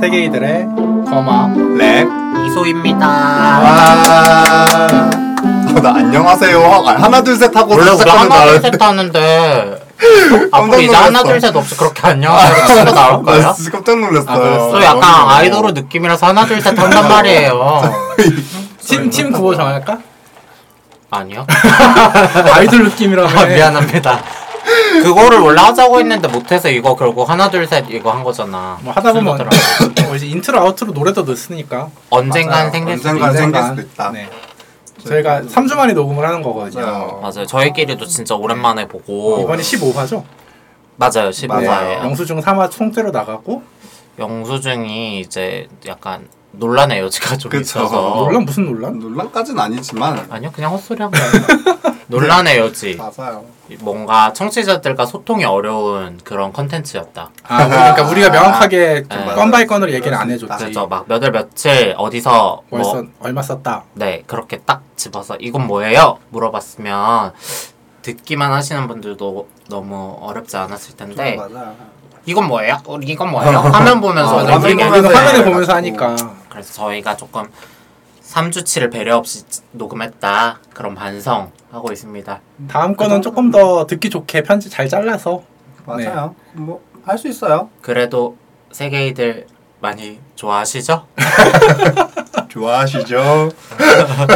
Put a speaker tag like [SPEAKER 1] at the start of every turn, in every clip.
[SPEAKER 1] 세계이들의 거마
[SPEAKER 2] 네.
[SPEAKER 1] 랩.
[SPEAKER 2] 이소입니다.
[SPEAKER 1] 와.
[SPEAKER 3] 어, 아. 나 안녕하세요. 아, 하고 하나 둘 셋 하고
[SPEAKER 2] 원래 우리
[SPEAKER 3] 시작하면
[SPEAKER 2] 하나
[SPEAKER 3] 나는-
[SPEAKER 2] 둘셋 하는데
[SPEAKER 3] 깜짝
[SPEAKER 2] 앞으로 이제 하나
[SPEAKER 3] 놀랐어.
[SPEAKER 2] 둘셋 없이 아, 그렇게 안녕하세요 치고 나올
[SPEAKER 3] 나
[SPEAKER 2] 거예요?
[SPEAKER 3] 아, 진짜 깜짝 놀랐어요. 네.
[SPEAKER 2] 저 약간 아이돌의 느낌이라서 하나 둘셋 한단 말이에요.
[SPEAKER 1] 팀팀 구호 정할까?
[SPEAKER 2] 아니요?
[SPEAKER 1] 아이돌 느낌이라며.
[SPEAKER 2] 아, 미안합니다. 그거를 원래 하자고 했는데 못해서 이거 결국 하나 둘 셋 이거 한 거잖아.
[SPEAKER 1] 뭐 하다 보면
[SPEAKER 2] 슬프더라고요.
[SPEAKER 1] 뭐 이제 인트로 아웃트로 노래도 넣었으니까
[SPEAKER 2] 언젠간
[SPEAKER 3] 맞아요.
[SPEAKER 2] 생길 수도
[SPEAKER 3] 언젠간
[SPEAKER 2] 있
[SPEAKER 3] 생길
[SPEAKER 1] 언젠간.
[SPEAKER 3] 수도 있다.
[SPEAKER 1] 네. 저희가 3주 만에 녹음을 하는 거거든요.
[SPEAKER 3] 맞아요.
[SPEAKER 2] 맞아요. 저희끼리도 진짜 오랜만에 보고
[SPEAKER 1] 어, 이번이 15화죠? 네.
[SPEAKER 2] 맞아요.
[SPEAKER 3] 네. 맞아요.
[SPEAKER 2] 15화에
[SPEAKER 1] 영수증 3화 총대로 나가고
[SPEAKER 2] 영수증이 이제 약간 논란의 여지가 좀
[SPEAKER 3] 그쵸.
[SPEAKER 2] 있어서
[SPEAKER 1] 논란 무슨 논란?
[SPEAKER 3] 논란까지는 아니지만
[SPEAKER 2] 아니요 그냥 헛소리 한 거예요. 논란의 여지.
[SPEAKER 3] 맞아요.
[SPEAKER 2] 뭔가 청취자들과 소통이 어려운 그런 컨텐츠였다.
[SPEAKER 1] 아 그러니까 우리가 명확하게
[SPEAKER 2] 아, 네.
[SPEAKER 1] 건바이 건으로 얘기를 안
[SPEAKER 3] 아,
[SPEAKER 1] 해줬지.
[SPEAKER 2] 그래서 막 몇월 며칠 어디서
[SPEAKER 1] 월선
[SPEAKER 2] 뭐
[SPEAKER 1] 얼마 썼다.
[SPEAKER 2] 네, 그렇게 딱 집어서 이건 뭐예요? 물어봤으면 듣기만 하시는 분들도 너무 어렵지 않았을 텐데
[SPEAKER 3] 음, 맞아요.
[SPEAKER 2] 이건 뭐예요? 어, 이건 뭐예요? 화면 보면서
[SPEAKER 3] 아,
[SPEAKER 2] 이렇게
[SPEAKER 3] 화면
[SPEAKER 1] 우리가
[SPEAKER 2] 얘기하는
[SPEAKER 3] 보면서
[SPEAKER 2] 거예요.
[SPEAKER 1] 화면을
[SPEAKER 3] 얘기를
[SPEAKER 1] 보면서
[SPEAKER 3] 해가지고.
[SPEAKER 1] 하니까
[SPEAKER 2] 그래서 저희가 조금 3주치를 배려 없이 녹음했다 그런 반성하고 있습니다.
[SPEAKER 1] 다음 거는 조금 더 듣기 좋게 편지 잘 잘라서
[SPEAKER 2] 네.
[SPEAKER 3] 맞아요. 뭐 할 수 있어요.
[SPEAKER 2] 그래도 세계이들 많이 좋아하시죠?
[SPEAKER 3] 좋아하시죠?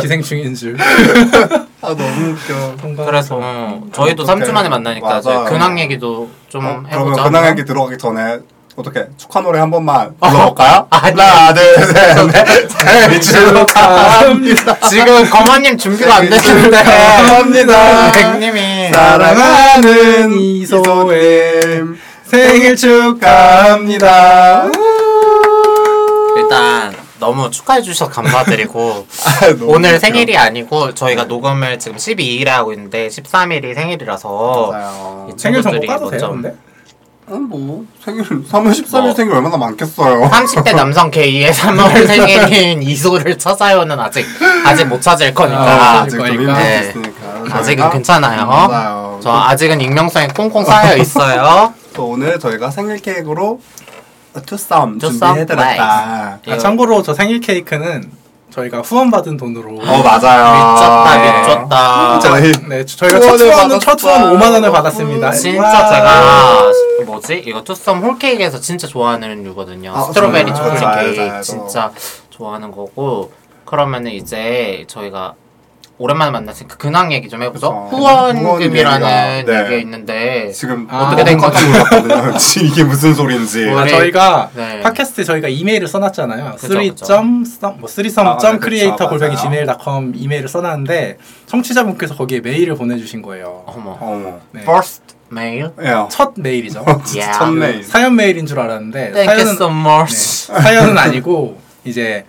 [SPEAKER 1] 기생충인 줄.
[SPEAKER 3] 아 너무 웃겨.
[SPEAKER 2] 음,
[SPEAKER 1] 그렇죠.
[SPEAKER 2] 그래서 어, 저희도 3주 만에 만나니까 이제
[SPEAKER 3] 음, 맞아요.
[SPEAKER 2] 근황 얘기도 좀
[SPEAKER 3] 어,
[SPEAKER 2] 해보자.
[SPEAKER 3] 그러면 근황 얘기 들어가기 전에 어떻게 축하 노래 한 번만 불러볼까요?
[SPEAKER 2] 어, 아니.
[SPEAKER 3] 하나 둘셋넷 네, 생일 축하합니다.
[SPEAKER 2] 지금 거마님 준비가
[SPEAKER 3] 네,
[SPEAKER 2] 안 되시는데 아,
[SPEAKER 3] 축하합니다.
[SPEAKER 2] 백님이
[SPEAKER 3] 사랑하는
[SPEAKER 1] 이소엠.
[SPEAKER 3] 이소엠
[SPEAKER 1] 생일
[SPEAKER 3] 축하합니다.
[SPEAKER 2] 일단 너무 축하해 주셔서 감사드리고
[SPEAKER 3] 아, 너무
[SPEAKER 2] 오늘
[SPEAKER 3] 웃겨.
[SPEAKER 2] 생일이 아니고 저희가 녹음을 지금 12일에 하고 있는데 13일이 생일이라서
[SPEAKER 3] 맞아요.
[SPEAKER 1] 생일 정보
[SPEAKER 2] 친구들이
[SPEAKER 1] 까도 돼요,
[SPEAKER 2] 먼저
[SPEAKER 1] 근데?
[SPEAKER 3] 어. 음, 뭐 생일 3월 13일
[SPEAKER 2] 뭐.
[SPEAKER 3] 생일 얼마나 많겠어요.
[SPEAKER 2] 30대 남성 K의
[SPEAKER 3] 네.
[SPEAKER 2] 3월 생일인 이소를 찾아요는 아직 아직 못 찾을
[SPEAKER 1] 아,
[SPEAKER 2] 거니까
[SPEAKER 3] 아직 좀
[SPEAKER 1] 그러니까.
[SPEAKER 3] 힘들
[SPEAKER 2] 네.
[SPEAKER 3] 수 있으니까.
[SPEAKER 2] 아직은
[SPEAKER 3] 저희가-
[SPEAKER 2] 괜찮아요.
[SPEAKER 3] 맞아요.
[SPEAKER 2] 저 아직은 익명성이 꽁꽁 쌓여 있어요.
[SPEAKER 3] 또 오늘 저희가 생일 케이크로 투썸
[SPEAKER 2] 투썸
[SPEAKER 3] 준비해드렸다.
[SPEAKER 1] 아, 참고로 저 생일 케이크는 저희가 후원 받은 돈으로
[SPEAKER 3] 어 맞아요. 예. 네.
[SPEAKER 2] 미쳤다 미쳤다.
[SPEAKER 3] 저희
[SPEAKER 1] 네, 저- 저희가 첫
[SPEAKER 3] 후원을
[SPEAKER 1] 후원은 첫
[SPEAKER 3] 받았어요.
[SPEAKER 1] 후원 5만 원을 받았습니다.
[SPEAKER 2] 음, 진짜
[SPEAKER 1] 와.
[SPEAKER 2] 제가 뭐지 이거 투썸 홀케이크에서 진짜 좋아하는 류거든요.
[SPEAKER 3] 아,
[SPEAKER 2] 스트로베리
[SPEAKER 1] 정말?
[SPEAKER 2] 초콜릿
[SPEAKER 1] 맞아요,
[SPEAKER 3] 맞아요.
[SPEAKER 2] 케이크 진짜 좋아하는 거고 그러면은 이제 저희가 오랜만에 만났으니까 그 근황 얘기 좀 해보죠.
[SPEAKER 3] 그쵸.
[SPEAKER 2] 후원금이라는
[SPEAKER 3] 후원 얘기가,
[SPEAKER 2] 얘기가
[SPEAKER 3] 네.
[SPEAKER 2] 있는데
[SPEAKER 3] 지금
[SPEAKER 1] 아.
[SPEAKER 3] 어떻게 된 건지 몰랐거든요. 지금 이게 무슨 소리인지.
[SPEAKER 2] 뭐,
[SPEAKER 1] 아,
[SPEAKER 2] 우리-
[SPEAKER 1] 저희가
[SPEAKER 2] 네.
[SPEAKER 1] 팟캐스트 저희가 이메일을 써놨잖아요.
[SPEAKER 2] 그쵸,
[SPEAKER 1] 3.
[SPEAKER 2] 그쵸.
[SPEAKER 1] 점 썸, 뭐
[SPEAKER 3] 아, 네,
[SPEAKER 1] 3점
[SPEAKER 3] 그쵸,
[SPEAKER 1] 크리에이터 골뱅이
[SPEAKER 3] 맞아요.
[SPEAKER 1] gmail.com 이메일을 써놨는데 청취자분께서 거기에 메일을 보내주신 거예요.
[SPEAKER 2] 어머
[SPEAKER 3] 어머.
[SPEAKER 1] 네.
[SPEAKER 2] first mail.
[SPEAKER 3] 예.
[SPEAKER 1] 첫 메일이죠.
[SPEAKER 2] 야.
[SPEAKER 3] 진짜 쳤네.
[SPEAKER 1] 사연 메일인 줄 알았는데
[SPEAKER 2] Thank you so
[SPEAKER 1] 네, 사연은 네,
[SPEAKER 2] much.
[SPEAKER 1] 사연은 아니고 이제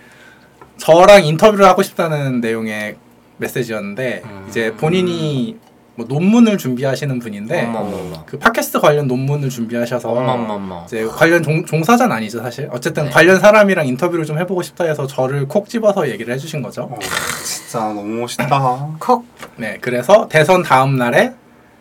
[SPEAKER 1] 저랑 인터뷰를 하고 싶다는 내용의 메시지였는데
[SPEAKER 2] 음.
[SPEAKER 1] 이제 본인이 뭐 논문을 준비하시는 분인데
[SPEAKER 2] 어머 어머 어머.
[SPEAKER 1] 그 팟캐스트 관련 논문을 준비하셔서
[SPEAKER 2] 어머 어머 어머.
[SPEAKER 1] 이제 관련 종, 종사자는 아니죠 사실 어쨌든
[SPEAKER 2] 네.
[SPEAKER 1] 관련 사람이랑 인터뷰를 좀 해보고 싶다 해서 저를 콕 집어서 얘기를 해주신 거죠
[SPEAKER 3] 어, 진짜 너무 멋있다.
[SPEAKER 2] 콕.
[SPEAKER 1] 네 그래서 대선 다음 날에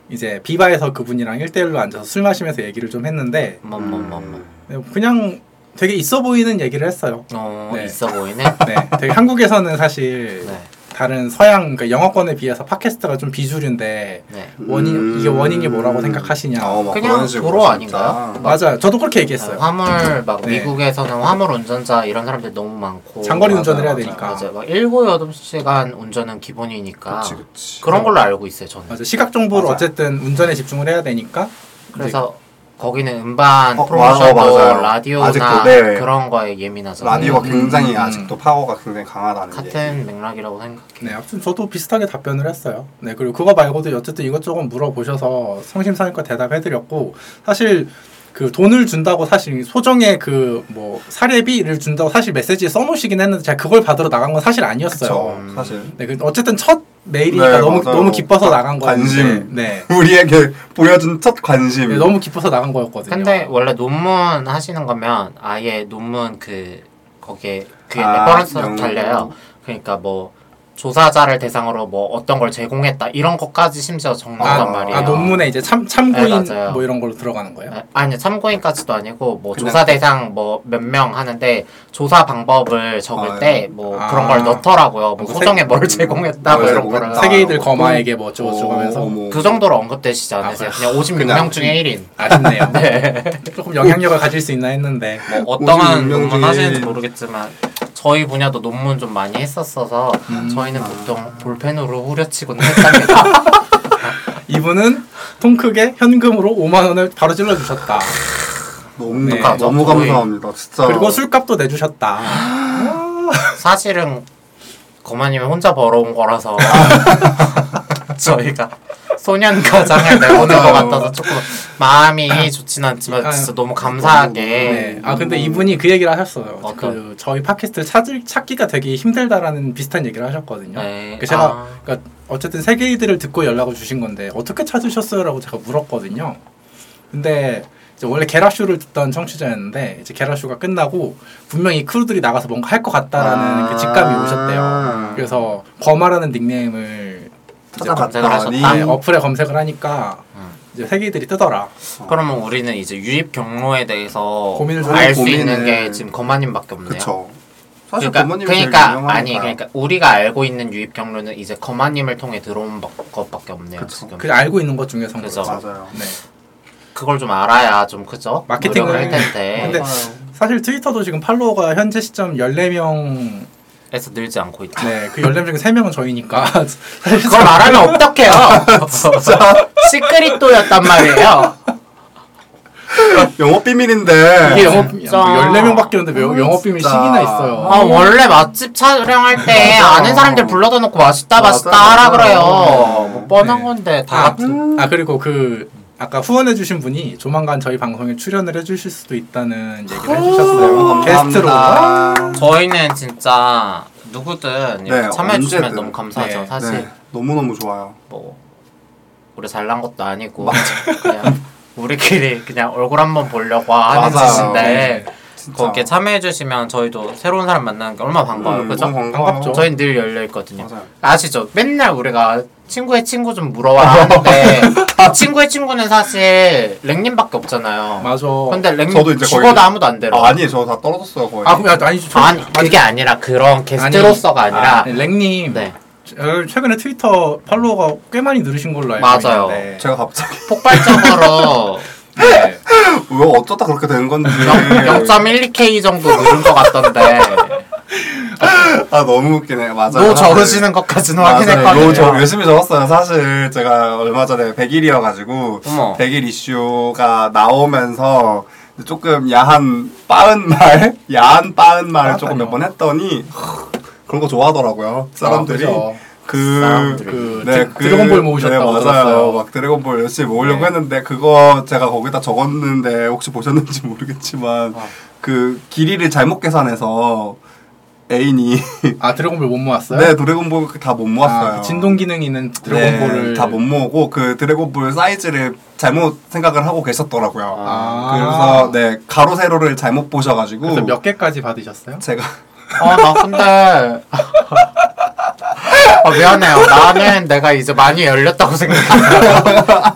[SPEAKER 1] 이제 비바에서 그분이랑 일대일로 앉아서 술 마시면서 얘기를 좀 했는데
[SPEAKER 2] 어머 어머 어머, 어머.
[SPEAKER 1] 그냥 되게 있어 보이는 얘기를 했어요
[SPEAKER 2] 어
[SPEAKER 1] 네.
[SPEAKER 2] 있어 보이네.
[SPEAKER 1] 네 되게 한국에서는 사실
[SPEAKER 2] 네.
[SPEAKER 1] 다른 서양 그러니까 영어권에 비해서 팟캐스트가 좀 비주류인데
[SPEAKER 2] 네.
[SPEAKER 1] 원인 이게 원인이 뭐라고 생각하시냐
[SPEAKER 3] 음. 어, 막
[SPEAKER 2] 그냥
[SPEAKER 3] 그런 식으로
[SPEAKER 2] 도로
[SPEAKER 3] 진짜.
[SPEAKER 2] 아닌가요?
[SPEAKER 1] 맞아요 저도 그렇게 얘기했어요
[SPEAKER 2] 화물 막
[SPEAKER 1] 네.
[SPEAKER 2] 미국에서는 화물 운전자 이런 사람들 너무 많고
[SPEAKER 1] 장거리
[SPEAKER 3] 맞아요,
[SPEAKER 1] 운전을 해야
[SPEAKER 3] 맞아요,
[SPEAKER 1] 되니까
[SPEAKER 2] 맞아요. 막 7, 8시간 운전은 기본이니까
[SPEAKER 3] 그치 그치.
[SPEAKER 2] 아. 그런 걸로 알고 있어요, 저는.
[SPEAKER 1] 맞아 시각 정보를
[SPEAKER 3] 맞아요.
[SPEAKER 1] 어쨌든 운전에 집중을 해야 되니까
[SPEAKER 2] 그래서 거기는 음반
[SPEAKER 3] 어,
[SPEAKER 2] 프로모션도 뭐
[SPEAKER 3] 맞아, 맞아요.
[SPEAKER 2] 라디오나
[SPEAKER 3] 아직도, 네.
[SPEAKER 2] 그런 거에 예민하잖아요.
[SPEAKER 3] 라디오가 굉장히
[SPEAKER 1] 음.
[SPEAKER 3] 아직도 파워가 굉장히 강하다는 얘기.
[SPEAKER 2] 같은 맥락이라고 생각해요.
[SPEAKER 1] 네, 아무튼 저도 비슷하게 답변을 했어요. 네, 그리고 그거 말고도 어쨌든 이것저것 물어보셔서 성심성의껏 대답해드렸고 사실 그 돈을 준다고 사실 소정의 그 뭐 사례비를 준다고 사실 메시지에 써놓으시긴 했는데 제가 그걸 받으러 나간 건 사실 아니었어요.
[SPEAKER 2] 음.
[SPEAKER 3] 그쵸 사실
[SPEAKER 1] 네, 그 어쨌든 첫 메일이니까
[SPEAKER 3] 네,
[SPEAKER 1] 너무
[SPEAKER 3] 맞아요.
[SPEAKER 1] 너무 기뻐서 나간 거였는데
[SPEAKER 3] 관심.
[SPEAKER 1] 네,
[SPEAKER 3] 우리에게 보여준 첫 관심.
[SPEAKER 1] 네, 너무 기뻐서 나간 거였거든요.
[SPEAKER 2] 근데 원래 논문 하시는 거면 아예 논문 그 거기에 그게
[SPEAKER 3] 아,
[SPEAKER 2] 레퍼런스로
[SPEAKER 1] 음.
[SPEAKER 3] 영-
[SPEAKER 2] 달려요. 그러니까 뭐 조사자를 대상으로 뭐 어떤 걸 제공했다 이런 것까지 심지어 적는단 말이에요.
[SPEAKER 1] 아 논문에 이제 참 참고인
[SPEAKER 2] 네, 맞아요.
[SPEAKER 1] 뭐 이런 걸로 들어가는 거예요.
[SPEAKER 2] 아, 아니요 참고인까지도 아니고 뭐
[SPEAKER 3] 그냥
[SPEAKER 2] 조사 대상 뭐 몇 명 하는데 조사 방법을 적을
[SPEAKER 3] 아,
[SPEAKER 2] 때 뭐
[SPEAKER 1] 아.
[SPEAKER 2] 그런 걸 넣더라고요 뭐
[SPEAKER 1] 세-
[SPEAKER 2] 소정에 뭘 제공했다 뭐
[SPEAKER 1] 맞아요.
[SPEAKER 2] 이런 거를
[SPEAKER 3] 아,
[SPEAKER 1] 세계이들
[SPEAKER 3] 뭐
[SPEAKER 1] 거마에게 뭐 어쩌고 저쩌고 하면서
[SPEAKER 2] 그 정도로 언급되시지 않으세요
[SPEAKER 1] 아,
[SPEAKER 2] 그냥 56명
[SPEAKER 3] 그냥
[SPEAKER 2] 중에 1인
[SPEAKER 1] 아쉽네요. 조금 영향력을 가질 수 있나 했는데
[SPEAKER 2] 뭐 어떠한
[SPEAKER 3] 56명
[SPEAKER 2] 논문
[SPEAKER 3] 중에
[SPEAKER 2] 하시는지
[SPEAKER 3] 일.
[SPEAKER 2] 모르겠지만 저희 분야도 논문 좀 많이 했었어서 저희는 보통 볼펜으로 후려치곤 했답니다
[SPEAKER 1] 이분은 통 크게 현금으로 5만 원을 바로 찔러 주셨다.
[SPEAKER 3] 너무
[SPEAKER 1] 네.
[SPEAKER 3] 너무
[SPEAKER 2] 거의.
[SPEAKER 3] 감사합니다. 진짜.
[SPEAKER 1] 그리고 술값도 내주셨다.
[SPEAKER 2] 사실은 거마님이 혼자 벌어온 거라서 저희가 소년 가장을 내보낸 것
[SPEAKER 3] 맞아요.
[SPEAKER 2] 같아서 조금 마음이 좋진 않지만 진짜 너무 감사하게
[SPEAKER 1] 네. 아 근데 이분이 그 얘기를 하셨어요.
[SPEAKER 2] 어떤?
[SPEAKER 1] 그 저희 팟캐스트 찾을 찾기가 되게 힘들다라는 비슷한 얘기를 하셨거든요.
[SPEAKER 2] 네.
[SPEAKER 1] 그 제가
[SPEAKER 2] 아.
[SPEAKER 1] 그러니까 어쨌든 세계이들을 듣고 연락을 주신 건데 어떻게 찾으셨어요라고 제가 물었거든요. 근데 이제 원래 게라쇼를 듣던 청취자였는데 이제 게라쇼가 끝나고 분명히 크루들이 나가서 뭔가 할 것 같다라는
[SPEAKER 3] 아.
[SPEAKER 1] 그 직감이 오셨대요. 그래서 거마라는 닉네임을
[SPEAKER 2] 찾아 검색을
[SPEAKER 3] 봤더니
[SPEAKER 2] 하셨다.
[SPEAKER 1] 네, 어플에 검색을 하니까 이제 세계이들이 뜨더라.
[SPEAKER 2] 그러면 우리는 이제 유입 경로에 대해서
[SPEAKER 1] 고민을 좀
[SPEAKER 2] 알 수
[SPEAKER 3] 고민을-
[SPEAKER 2] 있는 게 지금 거마님밖에 없네요.
[SPEAKER 3] 그쵸. 사실
[SPEAKER 2] 그러니까
[SPEAKER 3] 부모님이 제일
[SPEAKER 2] 그러니까
[SPEAKER 3] 유명하니까요.
[SPEAKER 2] 아니 그러니까 우리가 알고 있는 유입 경로는 이제 거마님을 통해 들어온 바- 것밖에 없네요
[SPEAKER 3] 그쵸.
[SPEAKER 2] 지금.
[SPEAKER 1] 그 알고 있는 것 중에서
[SPEAKER 2] 그죠.
[SPEAKER 1] 그렇죠.
[SPEAKER 3] 맞아요.
[SPEAKER 1] 네.
[SPEAKER 2] 그걸 좀 알아야 좀 그죠?
[SPEAKER 1] 마케팅을-
[SPEAKER 2] 노력을 할 텐데.
[SPEAKER 1] 근데- 사실 트위터도 지금 팔로워가 현재 시점 14명
[SPEAKER 2] 에서 늘지 않고 있다.
[SPEAKER 1] 네, 그 14명 중에 3명은 저희니까 사실
[SPEAKER 2] 그걸 말하면 어떡해요? 시크릿도였단 말이에요.
[SPEAKER 3] 음. 영업 비밀인데.
[SPEAKER 1] 이게 영업
[SPEAKER 2] 진짜.
[SPEAKER 1] 뭐 14명밖에 없는데 왜 영업 비밀
[SPEAKER 3] 진짜.
[SPEAKER 1] 식이나 있어요.
[SPEAKER 2] 아, 원래 맛집 촬영할 때
[SPEAKER 3] 맞아.
[SPEAKER 2] 아는 사람들 불러다 놓고 맛있다
[SPEAKER 3] 맞아,
[SPEAKER 2] 맛있다
[SPEAKER 3] 맞아. 음.
[SPEAKER 2] 하라 그래요. 뭐 뻔한
[SPEAKER 1] 네.
[SPEAKER 2] 건데 다
[SPEAKER 1] 아,
[SPEAKER 2] 같은.
[SPEAKER 1] 아 그리고 그 아까 후원해주신 분이 조만간 저희 방송에 출연을 해주실 수도 있다는 얘기를 해주셨어요.
[SPEAKER 3] 너무
[SPEAKER 1] 게스트로.
[SPEAKER 3] 감사합니다.
[SPEAKER 2] 저희는 진짜 누구든 이렇게
[SPEAKER 3] 네,
[SPEAKER 2] 참여해 주시면
[SPEAKER 3] 언제든.
[SPEAKER 2] 너무 감사하죠.
[SPEAKER 1] 네,
[SPEAKER 2] 사실
[SPEAKER 3] 네, 너무 너무 좋아요.
[SPEAKER 2] 뭐 우리 잘난 것도 아니고 그냥 우리끼리 그냥 얼굴 한번 보려고 하는
[SPEAKER 3] 맞아요. 네,
[SPEAKER 1] 네.
[SPEAKER 2] 짓인데
[SPEAKER 3] 진짜.
[SPEAKER 2] 거기에 참여해 주시면 저희도 새로운 사람 만나는 게 얼마나 반가워요.
[SPEAKER 3] 음,
[SPEAKER 2] 그죠?
[SPEAKER 3] 너무
[SPEAKER 1] 반갑죠.
[SPEAKER 2] 저희는 늘 열려 있거든요.
[SPEAKER 3] 맞아요.
[SPEAKER 2] 아시죠? 맨날 우리가 친구의 친구 좀 물어와 하는데 그 친구의 친구는 사실 랭님밖에 없잖아요.
[SPEAKER 1] 맞아.
[SPEAKER 2] 근데
[SPEAKER 3] 저도
[SPEAKER 2] 랭님
[SPEAKER 3] 이제
[SPEAKER 2] 죽어도
[SPEAKER 3] 거의-
[SPEAKER 2] 아무도 안 데려.
[SPEAKER 3] 아, 아니 저 다 떨어졌어요 거의.
[SPEAKER 1] 아 그게 아니죠. 저-
[SPEAKER 2] 아니 그게 아니라 그런 게스트로서가 아니라
[SPEAKER 1] 네, 랭님.
[SPEAKER 2] 네
[SPEAKER 1] 저- 최근에 트위터 팔로워가 꽤 많이 늘으신 걸로 알고
[SPEAKER 2] 맞아요.
[SPEAKER 1] 있는데.
[SPEAKER 3] 예. 제가 갑자기
[SPEAKER 2] 폭발적으로
[SPEAKER 1] 네.
[SPEAKER 3] 왜 어쩌다 그렇게 된 건지.
[SPEAKER 2] 0.12k 정도 늘은 것 같던데
[SPEAKER 3] 아 너무 웃기네. 맞아요.
[SPEAKER 2] 노 저르시는 것까지는
[SPEAKER 3] 맞아요. 저
[SPEAKER 2] 확인했거든요.
[SPEAKER 3] 열심히 적었어요. 사실 제가 얼마 전에 100일이어가지고
[SPEAKER 2] 어머.
[SPEAKER 3] 100일 이슈가 나오면서 조금 야한 빠른 말, 야한 빠른 말을 조금 몇 번 했더니 그런 거 좋아하더라고요. 사람들이
[SPEAKER 1] 그죠.
[SPEAKER 3] 그,
[SPEAKER 2] 사람들이.
[SPEAKER 1] 그 드- 드래곤볼 모으셨다고
[SPEAKER 3] 네, 맞아요.
[SPEAKER 1] 들었어요.
[SPEAKER 3] 막 드래곤볼 열심히 모으려고
[SPEAKER 1] 네.
[SPEAKER 3] 했는데 그거 제가 거기다 적었는데 혹시 보셨는지 모르겠지만 그 길이를 잘못 계산해서 애인이
[SPEAKER 1] 아 드래곤볼 못 모았어요?
[SPEAKER 3] 네 드래곤볼 다 못 모았어요.
[SPEAKER 1] 아, 그 진동 기능 있는 드래곤볼을
[SPEAKER 3] 네. 다 못 모으고 그 드래곤볼 사이즈를 잘못 생각을 하고 계셨더라고요.
[SPEAKER 1] 아.
[SPEAKER 3] 그래서 네 가로 세로를 잘못 보셔가지고
[SPEAKER 1] 그래서 몇 개까지 받으셨어요?
[SPEAKER 3] 제가
[SPEAKER 2] 아나 근데 아, 미안해요. 나는 내가 이제 많이 열렸다고 생각해요.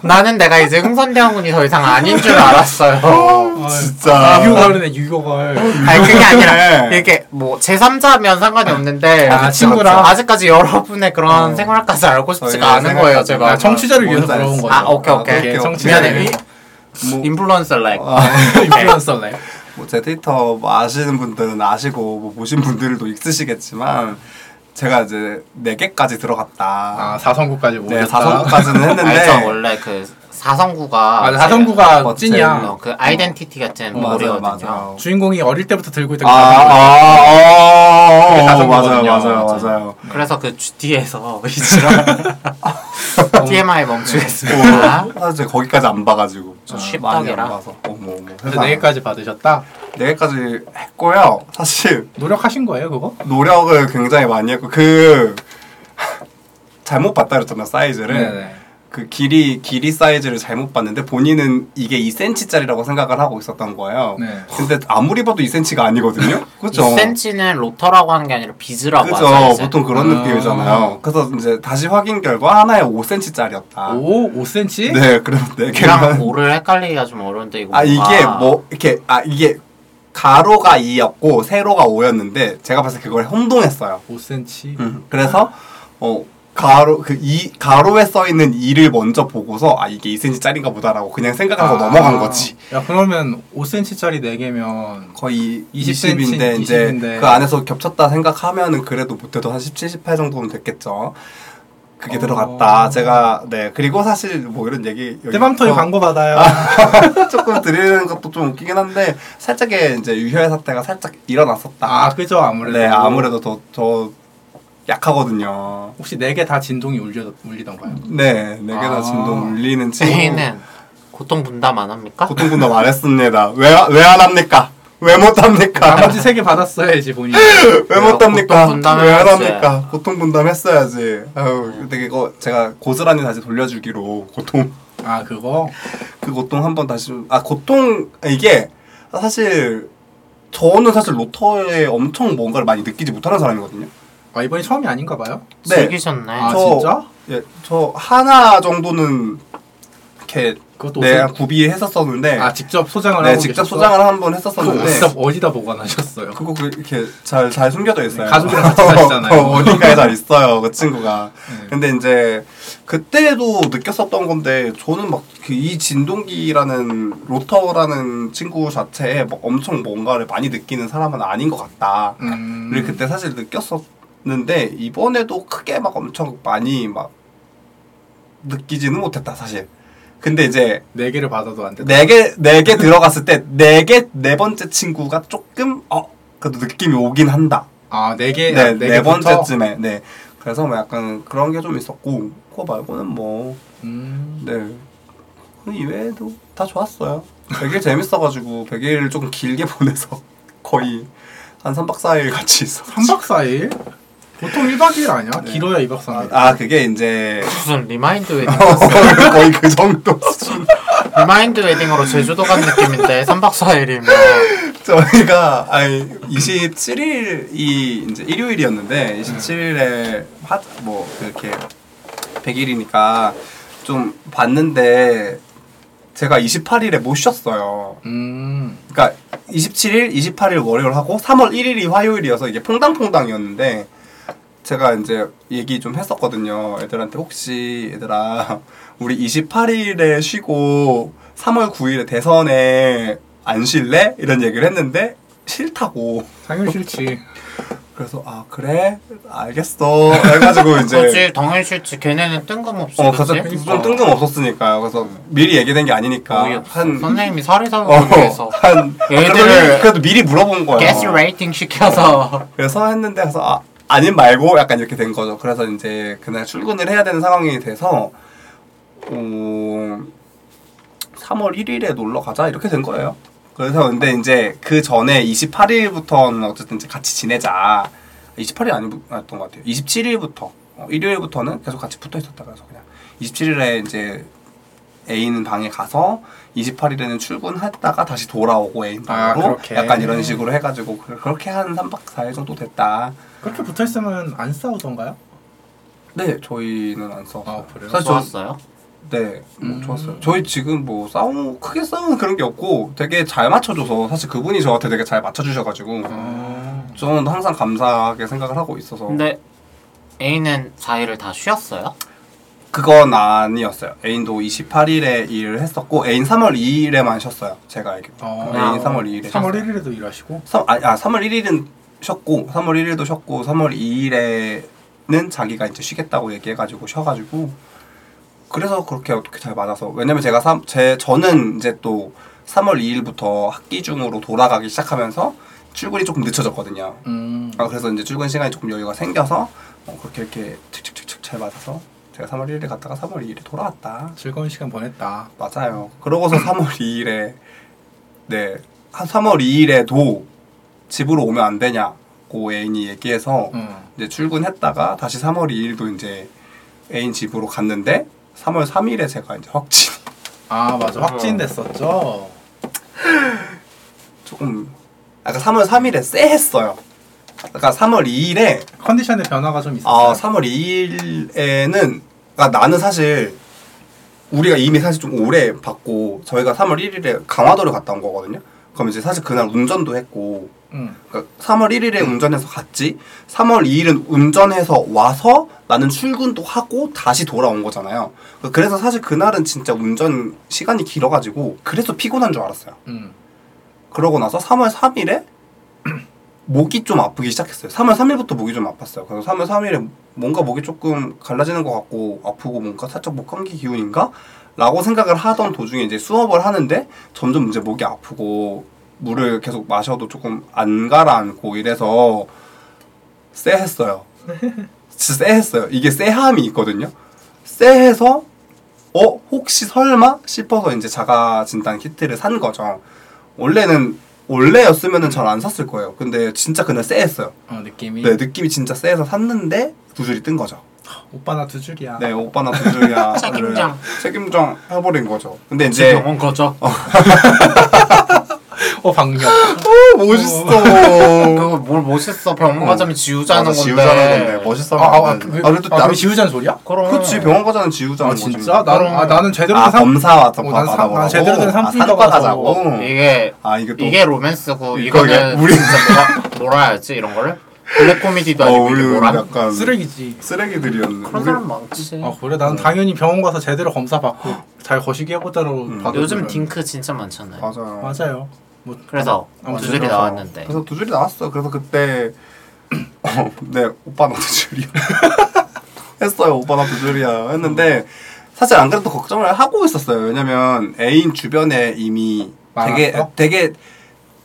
[SPEAKER 2] 나는 내가 이제 흥선대원군이 더 이상 아닌 줄 알았어요.
[SPEAKER 1] 아유,
[SPEAKER 3] 진짜.
[SPEAKER 1] 유교걸이네 유교걸.
[SPEAKER 2] 아니 그게 아니라 이렇게 뭐 제3자면 상관이 없는데
[SPEAKER 1] 아, 친구랑?
[SPEAKER 2] 아직까지 여러분의 그런 생활까지 알고 싶지가
[SPEAKER 3] 저희의
[SPEAKER 2] 않은 거예요
[SPEAKER 3] 생활까지.
[SPEAKER 2] 제가
[SPEAKER 1] 아, 청취자를
[SPEAKER 3] 뭔지
[SPEAKER 1] 위해서 물어본
[SPEAKER 3] 알았어.
[SPEAKER 1] 거예요.
[SPEAKER 2] 아 오케이 오케이, 네.
[SPEAKER 1] 오케이,
[SPEAKER 2] 미안해
[SPEAKER 1] 청취자를
[SPEAKER 2] 이-
[SPEAKER 3] 뭐, 아,
[SPEAKER 2] 인플루언서 렉
[SPEAKER 1] 인플루언서네.
[SPEAKER 3] 뭐제 트위터 뭐 아시는 분들은 아시고 뭐 보신 분들도 있으시겠지만 제가 이제 네 개까지 들어갔다.
[SPEAKER 1] 아 사성구까지 모았다.
[SPEAKER 3] 네 사성까지는
[SPEAKER 2] 알죠
[SPEAKER 3] 했는데
[SPEAKER 2] 원래 그 사성구가
[SPEAKER 1] 아 사성구가
[SPEAKER 3] 어,
[SPEAKER 1] 찐이야.
[SPEAKER 2] 어, 그 아이덴티티 같은
[SPEAKER 3] 맞아요
[SPEAKER 2] 몰이거든요
[SPEAKER 3] 맞아요.
[SPEAKER 1] 주인공이 어릴 때부터 들고 있던 그
[SPEAKER 3] 아, 아,
[SPEAKER 1] 가방.
[SPEAKER 3] 아,
[SPEAKER 1] 그게
[SPEAKER 3] 아, 아, 아, 맞아요,
[SPEAKER 1] 사성이거든요.
[SPEAKER 3] 맞아요,
[SPEAKER 1] 맞아요.
[SPEAKER 3] 맞아요.
[SPEAKER 2] 그래서 그 주- 뒤에서 이 지랄 TMI 멈추겠습니다
[SPEAKER 3] 어, 사실 거기까지 안 봐가지고
[SPEAKER 2] 저
[SPEAKER 3] 아, 많이 안
[SPEAKER 2] 쉽당이라.
[SPEAKER 3] 봐서 어머 어머
[SPEAKER 1] 그래서 네 개까지 받으셨다.
[SPEAKER 3] 네 개까지 했고요 사실
[SPEAKER 1] 노력하신 거예요 그거?
[SPEAKER 3] 노력을 굉장히 많이 했고 그 잘못 봤다 그랬잖아 사이즈를
[SPEAKER 1] 네네.
[SPEAKER 3] 그 길이 길이 사이즈를 잘못 봤는데 본인은 이게 2cm짜리라고 생각을 하고 있었던 거예요.
[SPEAKER 1] 네.
[SPEAKER 3] 근데 아무리 봐도 2cm가 아니거든요. 그죠?
[SPEAKER 2] 2cm는 로터라고 하는 게 아니라 비즈라고 하잖아요.
[SPEAKER 3] 그렇죠. 그죠?
[SPEAKER 2] 이제.
[SPEAKER 3] 보통 그런
[SPEAKER 1] 아.
[SPEAKER 3] 느낌이잖아요. 그래서 이제 다시 확인 결과 하나에 5cm짜리였다.
[SPEAKER 1] 오, 예? 5cm?
[SPEAKER 3] 아. 네, 그럼 네
[SPEAKER 2] 이랑
[SPEAKER 3] 개만.
[SPEAKER 2] 5를 헷갈리기가 좀 어려운데 이거
[SPEAKER 3] 아
[SPEAKER 2] 뭔가
[SPEAKER 3] 이게 뭐 이렇게 아 이게 가로가 2였고 세로가 5였는데 제가 봤을 때 그걸 혼동했어요.
[SPEAKER 1] 5cm.
[SPEAKER 3] 음, 그래서 어 가로 그 이 가로에 써 있는 2를 먼저 보고서 아 이게 2cm짜리인가 보다라고 그냥
[SPEAKER 1] 아.
[SPEAKER 3] 생각하고 아, 넘어간 거지.
[SPEAKER 1] 야, 그러면 5cm짜리 4개면
[SPEAKER 3] 거의
[SPEAKER 1] 20cm,
[SPEAKER 3] 20인데 이제
[SPEAKER 1] 20인데.
[SPEAKER 3] 그 안에서 겹쳤다 생각하면은 그래도 못해도 한 17, 18 정도는 됐겠죠. 그게
[SPEAKER 1] 어.
[SPEAKER 3] 들어갔다. 제가 네 그리고 사실 뭐 이런 얘기 여기
[SPEAKER 1] 대밤토이
[SPEAKER 3] 어,
[SPEAKER 1] 광고 받아요.
[SPEAKER 3] 조금 드리는 것도 좀 웃기긴 한데 살짝의 이제 유혈 사태가 살짝 일어났었다.
[SPEAKER 1] 아, 그죠, 아무래도.
[SPEAKER 3] 네 아무래도 더 더 약하거든요.
[SPEAKER 1] 혹시 4개 다 진동이 울려, 울리던가요?
[SPEAKER 3] 네, 네 개나
[SPEAKER 1] 아. 네,
[SPEAKER 3] 진동 울리는 친구.
[SPEAKER 2] A는 고통 분담 안 합니까?
[SPEAKER 3] 고통 분담 안 했습니다. 왜 왜 안 합니까? 왜 못 합니까?
[SPEAKER 1] 나머지 3개 받았어야지, 본인이.
[SPEAKER 3] 왜 못 합니까?
[SPEAKER 2] 고통 분담을
[SPEAKER 3] 왜 안
[SPEAKER 2] 해야지.
[SPEAKER 3] 합니까? 고통 분담 했어야지. 아유, 근데 이거 제가 고스란히 다시 돌려주기로 고통
[SPEAKER 1] 아, 그거?
[SPEAKER 3] 그 고통 한번 다시 좀- 아 고통 이게 사실 저는 사실 로터에 엄청 뭔가를 많이 느끼지 못하는 사람이거든요.
[SPEAKER 1] 아, 이번이 처음이 아닌가 봐요?
[SPEAKER 3] 네.
[SPEAKER 2] 즐기셨네.
[SPEAKER 1] 아,
[SPEAKER 3] 저-
[SPEAKER 1] 진짜?
[SPEAKER 3] 예, 저 하나 정도는 이렇게
[SPEAKER 1] 그것도
[SPEAKER 3] 내가
[SPEAKER 1] 5cm?
[SPEAKER 3] 구비했었었는데
[SPEAKER 1] 아, 직접 소장을
[SPEAKER 3] 네,
[SPEAKER 1] 하고
[SPEAKER 3] 직접
[SPEAKER 1] 계셨어?
[SPEAKER 3] 소장을 한 번
[SPEAKER 1] 그거 뭐-
[SPEAKER 3] 했었었는데
[SPEAKER 1] 어디다, 어디다 보관하셨어요?
[SPEAKER 3] 그거 그- 이렇게 잘, 잘 숨겨져 있어요.
[SPEAKER 1] 가족이랑 같이 사시잖아요.
[SPEAKER 3] 어, 어딘가에 잘 있어요, 그 친구가.
[SPEAKER 1] 네.
[SPEAKER 3] 근데 이제, 그때도 느꼈었던 건데, 저는 막, 그이 진동기라는, 로터라는 친구 자체에 막 엄청 뭔가를 많이 느끼는 사람은 아닌 것 같다.
[SPEAKER 1] 음.
[SPEAKER 3] 그리고 그때 사실 느꼈었는데, 이번에도 크게 막 엄청 많이 막, 느끼지는 못했다, 사실. 근데 이제,
[SPEAKER 1] 네 개를 받아도 안 된다.
[SPEAKER 3] 네 개 네 개 들어갔을 때 네 개 네 번째 친구가 조금 어 그래도 느낌이 오긴 한다.
[SPEAKER 1] 아, 네 개,
[SPEAKER 3] 네네
[SPEAKER 1] 네 개부터?
[SPEAKER 3] 번째쯤에 네 그래서 뭐 약간 그런 게 좀 있었고 그거 말고는 뭐네
[SPEAKER 1] 음.
[SPEAKER 3] 그 이외에도 다 좋았어요. 100일 재밌어가지고 100일 조금 길게 보내서 거의 한 3박 4일 같이 있어.
[SPEAKER 1] 3박 4일? 보통 1박 2일 아니야? 길어야 2박 3일.
[SPEAKER 3] 네. 아 그게 이제
[SPEAKER 2] 무슨 리마인드 웨딩
[SPEAKER 3] 거의 그 정도 수준.
[SPEAKER 2] 리마인드 웨딩으로 제주도 간 느낌인데 3박 4일이면
[SPEAKER 3] 저희가 아니 27일이 이제 일요일이었는데 27일에 뭐 이렇게 100일이니까 좀 봤는데 제가 28일에 못 쉬었어요.
[SPEAKER 1] 음.
[SPEAKER 3] 그러니까 27일, 28일 월요일 하고 3월 1일이 화요일이어서 이게 퐁당퐁당이었는데 제가 이제 얘기 좀 했었거든요. 애들한테 혹시 얘들아 우리 28일에 쉬고 3월 9일에 대선에 안 쉴래? 이런 얘기를 했는데 싫다고.
[SPEAKER 1] 당연히 싫지.
[SPEAKER 3] 그래서 아 그래 알겠어 해가지고 이제
[SPEAKER 2] 그지 당연실지 걔네는 뜬금없이
[SPEAKER 3] 어
[SPEAKER 2] 그지?
[SPEAKER 3] 갑자기 좀 뜬금 없었으니까요. 그래서 미리 얘기된 게 아니니까
[SPEAKER 2] 어이없어. 예.
[SPEAKER 3] 한 어,
[SPEAKER 2] 선생님이 사리사욕을 위해서
[SPEAKER 3] 어한
[SPEAKER 2] 얘들을
[SPEAKER 3] 그래도, 그래도 미리 물어본 거예요.
[SPEAKER 2] 게스 레이팅 시켜서
[SPEAKER 3] 그래서 했는데 그래서 아, 아님 말고 약간 이렇게 된 거죠. 그래서 이제 그날 출근을 해야 되는 상황이 돼서 어, 3월 1일에 놀러 가자 이렇게 된 거예요. 그래서 근데 이제 그 전에 28일부터는 어쨌든 이제 같이 지내자. 28일 아니었던 것 같아요. 27일부터 일요일부터는 계속 같이 붙어 있었다 그래서 그냥 27일에 이제 A는 방에 가서 28일에는 출근했다가 다시 돌아오고 A는
[SPEAKER 1] 아,
[SPEAKER 3] 방으로
[SPEAKER 1] 그렇게.
[SPEAKER 3] 약간 이런 식으로 해가지고 그- 그렇게 한 3박 4일 정도 됐다.
[SPEAKER 1] 그렇게 붙어 있으면 안 싸우던가요?
[SPEAKER 3] 네, 저희는 안 싸웠어요.
[SPEAKER 1] 아, 그래요?
[SPEAKER 3] 사실 저-
[SPEAKER 2] 좋았어요.
[SPEAKER 3] 네, 뭐
[SPEAKER 1] 음.
[SPEAKER 3] 좋았어요. 저희 지금 뭐 싸움 크게 싸우는 그런 게 없고 되게 잘 맞춰줘서 사실 그분이 저한테 되게 잘 맞춰주셔가지고
[SPEAKER 1] 아. 네.
[SPEAKER 3] 저는 항상 감사하게 생각을 하고 있어서
[SPEAKER 2] 근데 A는 4일을 다 쉬었어요?
[SPEAKER 3] 그건 아니었어요. 애인도 28일에 일을 했었고 애인 3월 2일에만 쉬었어요. 제가 알기로.
[SPEAKER 1] 어.
[SPEAKER 3] 애인 3월 아, 2일에
[SPEAKER 1] 3월
[SPEAKER 3] 쉬었어요.
[SPEAKER 1] 1일에도 일하시고.
[SPEAKER 3] 삼- 아, 아 3월 1일은 쉬었고 3월 1일도 쉬었고 3월 2일에는 자기가 이제 쉬겠다고 얘기해가지고 쉬어가지고 그래서 그렇게 어떻게 잘 맞아서 왜냐면 제가 삼, 제 저는 이제 또 3월 2일부터 학기 중으로 돌아가기 시작하면서 출근이 조금 늦춰졌거든요.
[SPEAKER 1] 음.
[SPEAKER 3] 아, 그래서 이제 출근 시간이 조금 여유가 생겨서 어, 그렇게 이렇게 칙칙칙칙 잘 맞아서 제가 3월 1일에 갔다가 3월 2일에 돌아왔다.
[SPEAKER 1] 즐거운 시간 보냈다.
[SPEAKER 3] 맞아요. 그러고서 3월 2일에 네, 한 3월 2일에도 집으로 오면 안 되냐고 애인이 얘기해서
[SPEAKER 1] 음.
[SPEAKER 3] 이제 출근했다가 다시 3월 2일도 이제 애인 집으로 갔는데 3월 3일에 제가 이제 확진
[SPEAKER 1] 아 맞아 확진됐었죠.
[SPEAKER 3] 조금 아까 3월 3일에 쎄했어요. 아까 3월 2일에
[SPEAKER 1] 컨디션의 변화가 좀 있었어요.
[SPEAKER 3] 아 3월 2일에는 아, 나는 사실 우리가 이미 사실 좀 오래 받고 저희가 3월 1일에 강화도를 갔다 온 거거든요. 그럼 이제 사실 그날 운전도 했고
[SPEAKER 1] 음.
[SPEAKER 3] 그러니까 3월 1일에 운전해서 갔지 3월 2일은 운전해서 와서 나는 출근도 하고 다시 돌아온 거잖아요. 그래서 사실 그날은 진짜 운전 시간이 길어가지고 그래서 피곤한 줄 알았어요.
[SPEAKER 1] 음.
[SPEAKER 3] 그러고 나서 3월 3일에 목이 좀 아프기 시작했어요. 3월 3일부터 목이 좀 아팠어요. 그래서 3월 3일에 뭔가 목이 조금 갈라지는 것 같고 아프고 뭔가 살짝 목 감기 기운인가? 라고 생각을 하던 도중에 이제 수업을 하는데 점점 이제 목이 아프고 물을 계속 마셔도 조금 안 가라앉고 이래서 쎄했어요. 진짜 쎄했어요. 이게 쎄함이 있거든요. 쎄해서 어 혹시 설마 싶어서 이제 자가 진단 키트를 산 거죠. 원래는 원래였으면은 잘 안 샀을 거예요. 근데 진짜 그날 쎄했어요.
[SPEAKER 1] 어, 느낌이
[SPEAKER 3] 네 느낌이 진짜 쎄해서 샀는데 두 줄이 뜬 거죠.
[SPEAKER 1] 오빠 나두 줄이야.
[SPEAKER 3] 네 오빠 나두 줄이야.
[SPEAKER 2] 책임정.
[SPEAKER 3] 책임정 해버린 거죠. 근데
[SPEAKER 2] 이제
[SPEAKER 3] 이제
[SPEAKER 2] 병원 거죠.
[SPEAKER 1] 어 방역.
[SPEAKER 3] 오 멋있어.
[SPEAKER 2] 그거 뭘 멋있어. 병원 가자면 지우자는
[SPEAKER 3] 맞아,
[SPEAKER 2] 건데.
[SPEAKER 3] 지우자는 건데. 멋있어.
[SPEAKER 1] 아, 아,
[SPEAKER 3] 하는
[SPEAKER 1] 그,
[SPEAKER 3] 건데. 아, 그래도
[SPEAKER 1] 아,
[SPEAKER 3] 나름-
[SPEAKER 1] 그럼 지우자는 소리야?
[SPEAKER 2] 그럼.
[SPEAKER 3] 그렇지 병원 가자는 지우자는
[SPEAKER 1] 아
[SPEAKER 3] 거지.
[SPEAKER 1] 진짜? 나는 아 나는 제대로
[SPEAKER 3] 아
[SPEAKER 1] 된 상.
[SPEAKER 3] 검사와
[SPEAKER 1] 어,
[SPEAKER 3] 덮어
[SPEAKER 1] 난 상-
[SPEAKER 3] 받아보라고.
[SPEAKER 1] 난 제대로 된
[SPEAKER 3] 아,
[SPEAKER 1] 산부인과
[SPEAKER 3] 산과
[SPEAKER 1] 가자고.
[SPEAKER 3] 가자고.
[SPEAKER 2] 이게
[SPEAKER 3] 아 이게 또
[SPEAKER 2] 이게 로맨스고
[SPEAKER 3] 이거
[SPEAKER 2] 이거는
[SPEAKER 3] 우리- 어,
[SPEAKER 2] 우리 진짜 놀아, 놀아야지 이런 거를. 블랙 코미디도 아니고 이게
[SPEAKER 3] 우리
[SPEAKER 2] 뭐라.
[SPEAKER 3] 약간
[SPEAKER 1] 쓰레기지.
[SPEAKER 3] 쓰레기들이었는데
[SPEAKER 2] 그런 사람 많지.
[SPEAKER 1] 아 그래
[SPEAKER 3] 네.
[SPEAKER 1] 나는 당연히 병원 가서 제대로 검사 받고 잘 거시기 해보자로
[SPEAKER 3] 음.
[SPEAKER 1] 받아.
[SPEAKER 2] 요즘 딩크 진짜 많잖아요.
[SPEAKER 3] 맞아요.
[SPEAKER 1] 맞아요. 뭐
[SPEAKER 2] 그래서
[SPEAKER 1] 아무튼
[SPEAKER 2] 두 줄이
[SPEAKER 3] 그래서-
[SPEAKER 2] 나왔는데.
[SPEAKER 3] 그래서 두 줄이 나왔어. 그래서 그때 어, 네 오빠 나두 줄이야 했어요. 오빠 나두 줄이야 했는데 사실 안 그래도 걱정을 하고 있었어요. 왜냐면 애인 주변에 이미
[SPEAKER 1] 많았어?
[SPEAKER 3] 되게 되게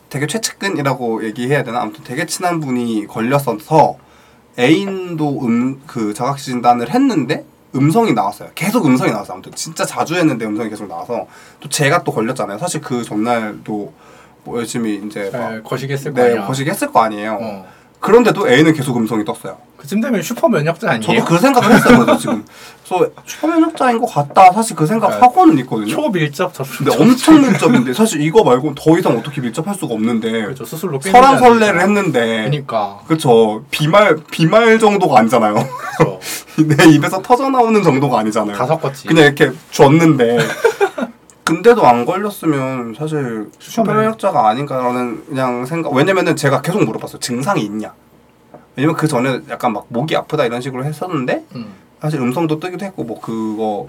[SPEAKER 3] 되게 최측근이라고 얘기해야 되나 아무튼 되게 친한 분이 걸렸어서 애인도 음 그 자각 진단을 했는데 음성이 나왔어요. 계속 음성이 나왔어요. 아무튼 진짜 자주 했는데 음성이 계속 나와서 또 제가 또 걸렸잖아요. 사실 그 전날도 뭐 열심히 이제 막
[SPEAKER 1] 잘 거시기 했을
[SPEAKER 3] 네,
[SPEAKER 1] 거야.
[SPEAKER 3] 거시기 했을 거 아니에요.
[SPEAKER 1] 어.
[SPEAKER 3] 그런데도 애는 계속 음성이 떴어요.
[SPEAKER 1] 그쯤 되면 슈퍼 면역자 아니에요?
[SPEAKER 3] 저도 그 생각을 했어요, 그래서 지금. 그래서 초면역자인 것 같다. 사실 그 생각 하고는 있거든요.
[SPEAKER 1] 네. 초밀접 접촉.
[SPEAKER 3] 근데 엄청 밀접인데 사실 이거 말고 더 이상 어떻게 밀접할 수가 없는데
[SPEAKER 1] 그렇죠 수술로
[SPEAKER 3] 설왕설래를 했는데
[SPEAKER 1] 그러니까
[SPEAKER 3] 그쵸 비말 비말 정도가 아니잖아요.
[SPEAKER 1] 그렇죠.
[SPEAKER 3] 내 입에서 터져 나오는 정도가 아니잖아요.
[SPEAKER 1] 다 섞었지.
[SPEAKER 3] 그냥 이렇게 줬는데 근데도 안 걸렸으면 사실 슈퍼면역자가 아닌가라는 그냥 생각 왜냐면은 제가 계속 물어봤어요 증상이 있냐 왜냐면 그 전에 약간 막 목이 아프다 이런 식으로 했었는데
[SPEAKER 1] 음.
[SPEAKER 3] 사실 음성도 뜨기도 했고 뭐 그거